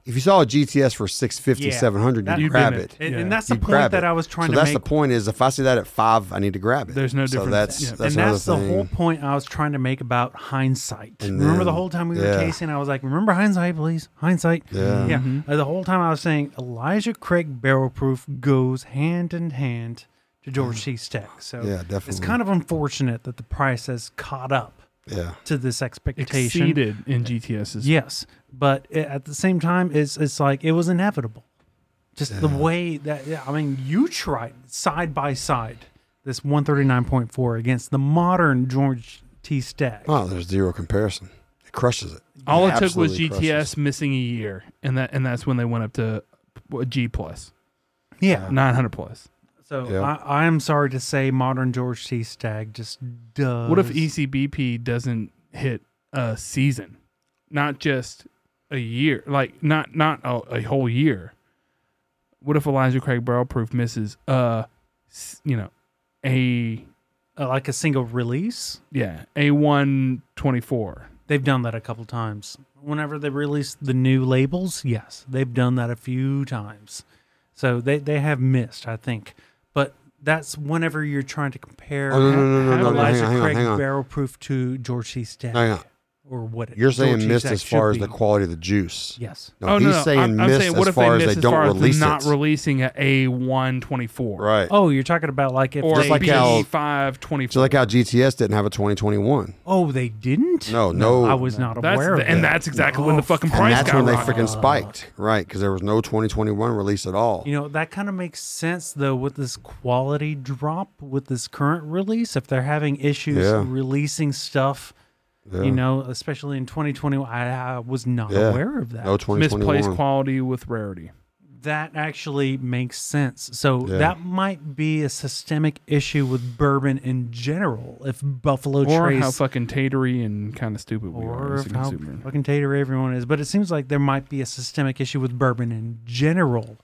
if you saw a GTS for 650 Yeah. 700, That'd you be grab it. it. And, Yeah. and that's the You grab point that it. I was trying So to that's make. the point is if I see that at five, I need to grab it. There's no so difference. That's Yeah. that's and another that's the thing. whole point I was trying to make about hindsight. And remember the then- whole time we were yeah. casing, I was like, "Remember hindsight, please, hindsight." Yeah. yeah. Mhm. Uh, the whole time I was saying Elijah Craig barrel proof goes hand in hand to George C. Stack. So Yeah, definitely. it's kind of unfortunate that the price has caught up yeah. to this expectation. exceeded in gts's Yes, but i- at the same time, it's it's like it was inevitable. Just the way that yeah, I mean, you tried side by side this one thirty nine point four against the modern George T. Stack. Oh, there's zero comparison. It crushes it. All it took was absolutely GTS missing a year, and that and that's when they went up to uh, G plus yeah. nine hundred plus. So Yeah. I, I am sorry to say, modern George T. Stack just does. What if E ECBP doesn't hit a season, not just a year, like not not a, a whole year? What if Elijah Craig barrel proof misses uh you know a uh, like a single release? yeah a one twenty four? They've done that a couple times. Whenever they release the new labels, yes, they've done that a few times. So they, they have missed, I think. But that's whenever you're trying to compare Oh, no, no, no, how no, no, no, Elijah hang on, hang on, Craig hang on. barrel proof to George C. Stack. Hang on. Or what it, You're saying George C. missed Stack as far as should the be. quality of the juice. Yes. No, he's saying Oh, I'm, I'm missed saying as what if far they as miss they as don't far as release not it. releasing a a one twenty four right. Oh, you're talking about like if or they, Just like like how- five twenty So four. like how GTS didn't have a 2021. oh they didn't. No, no. I was not That's aware the, of and that. that's exactly when the Oh, fucking And price that's got when they rocked. freaking spiked, right? Because there was no 2021 release at all. You know, that kind of makes sense though with this quality drop with this current release. If they're having issues Yeah. releasing stuff, Yeah. you know, especially in 2020, I, I was not Yeah. aware of that. no 2021. misplaced quality with rarity. That actually makes sense. So Yeah. that might be a systemic issue with bourbon in general. If Buffalo Or Trace how fucking tatery and kind of stupid we are or as a if how consumer. fucking tater everyone is, but it seems like there might be a systemic issue with bourbon in general.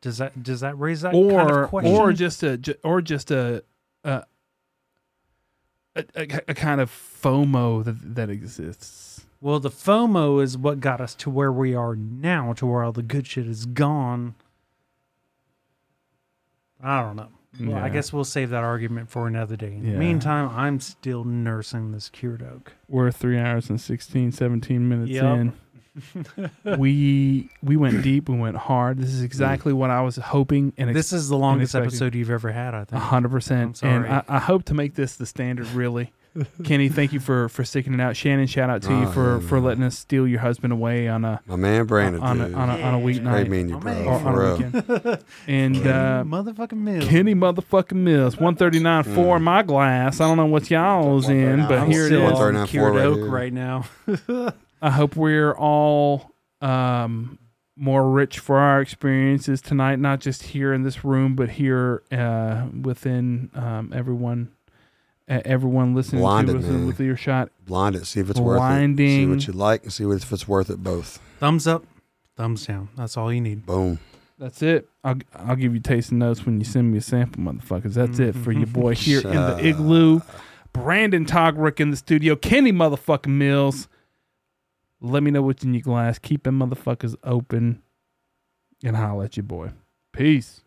Does that does that raise that or kind of question? or just a ju- or just a a, a, a, a kind of FOMO that that exists. well, the FOMO is what got us to where we are now, to where all the good shit is gone. I don't know. Well, I Yeah. guess we'll save that argument for another day. In Yeah. the meantime, I'm still nursing this cured oak. We're three hours and 16, 17 minutes Yep. in. we we went deep. We went hard. This is exactly what I was hoping and This is the longest unexpected. episode you've ever had, I A think. hundred percent. I'm And sorry. I, I hope to make this the standard. Really, Kenny, thank you for for sticking it out. Shannon, shout out to you Oh, for yeah, for man. letting us steal your husband away on a My man Brandon, on a, dude. on a, on a Yeah. weeknight Great meeting My you, bro. Oh, man. or For on a real. weekend. and uh, Motherfucking mill. Kenny motherfucking Mills, one thirty nine four in my glass. I don't know what y'all's in, but I'm here it still is. on 139 cured right oak here. right now. I hope we're all um, more rich for our experiences tonight, not just here in this room, but here uh, within um, everyone, uh, everyone listening Blinded, to us and man. with earshot. Blind it. See if it's Blinding. worth it. See what you like and see what- if it's worth it both. Thumbs up, thumbs down. That's all you need. Boom. That's it. I'll, I'll give you tasting notes when you send me a sample, motherfuckers. That's it for your boy here in the igloo. Brandon Togrick in the studio. Kenny motherfucking Mills. Let me know what's in your glass. Keep them motherfuckers open. And holla at your boy. Peace.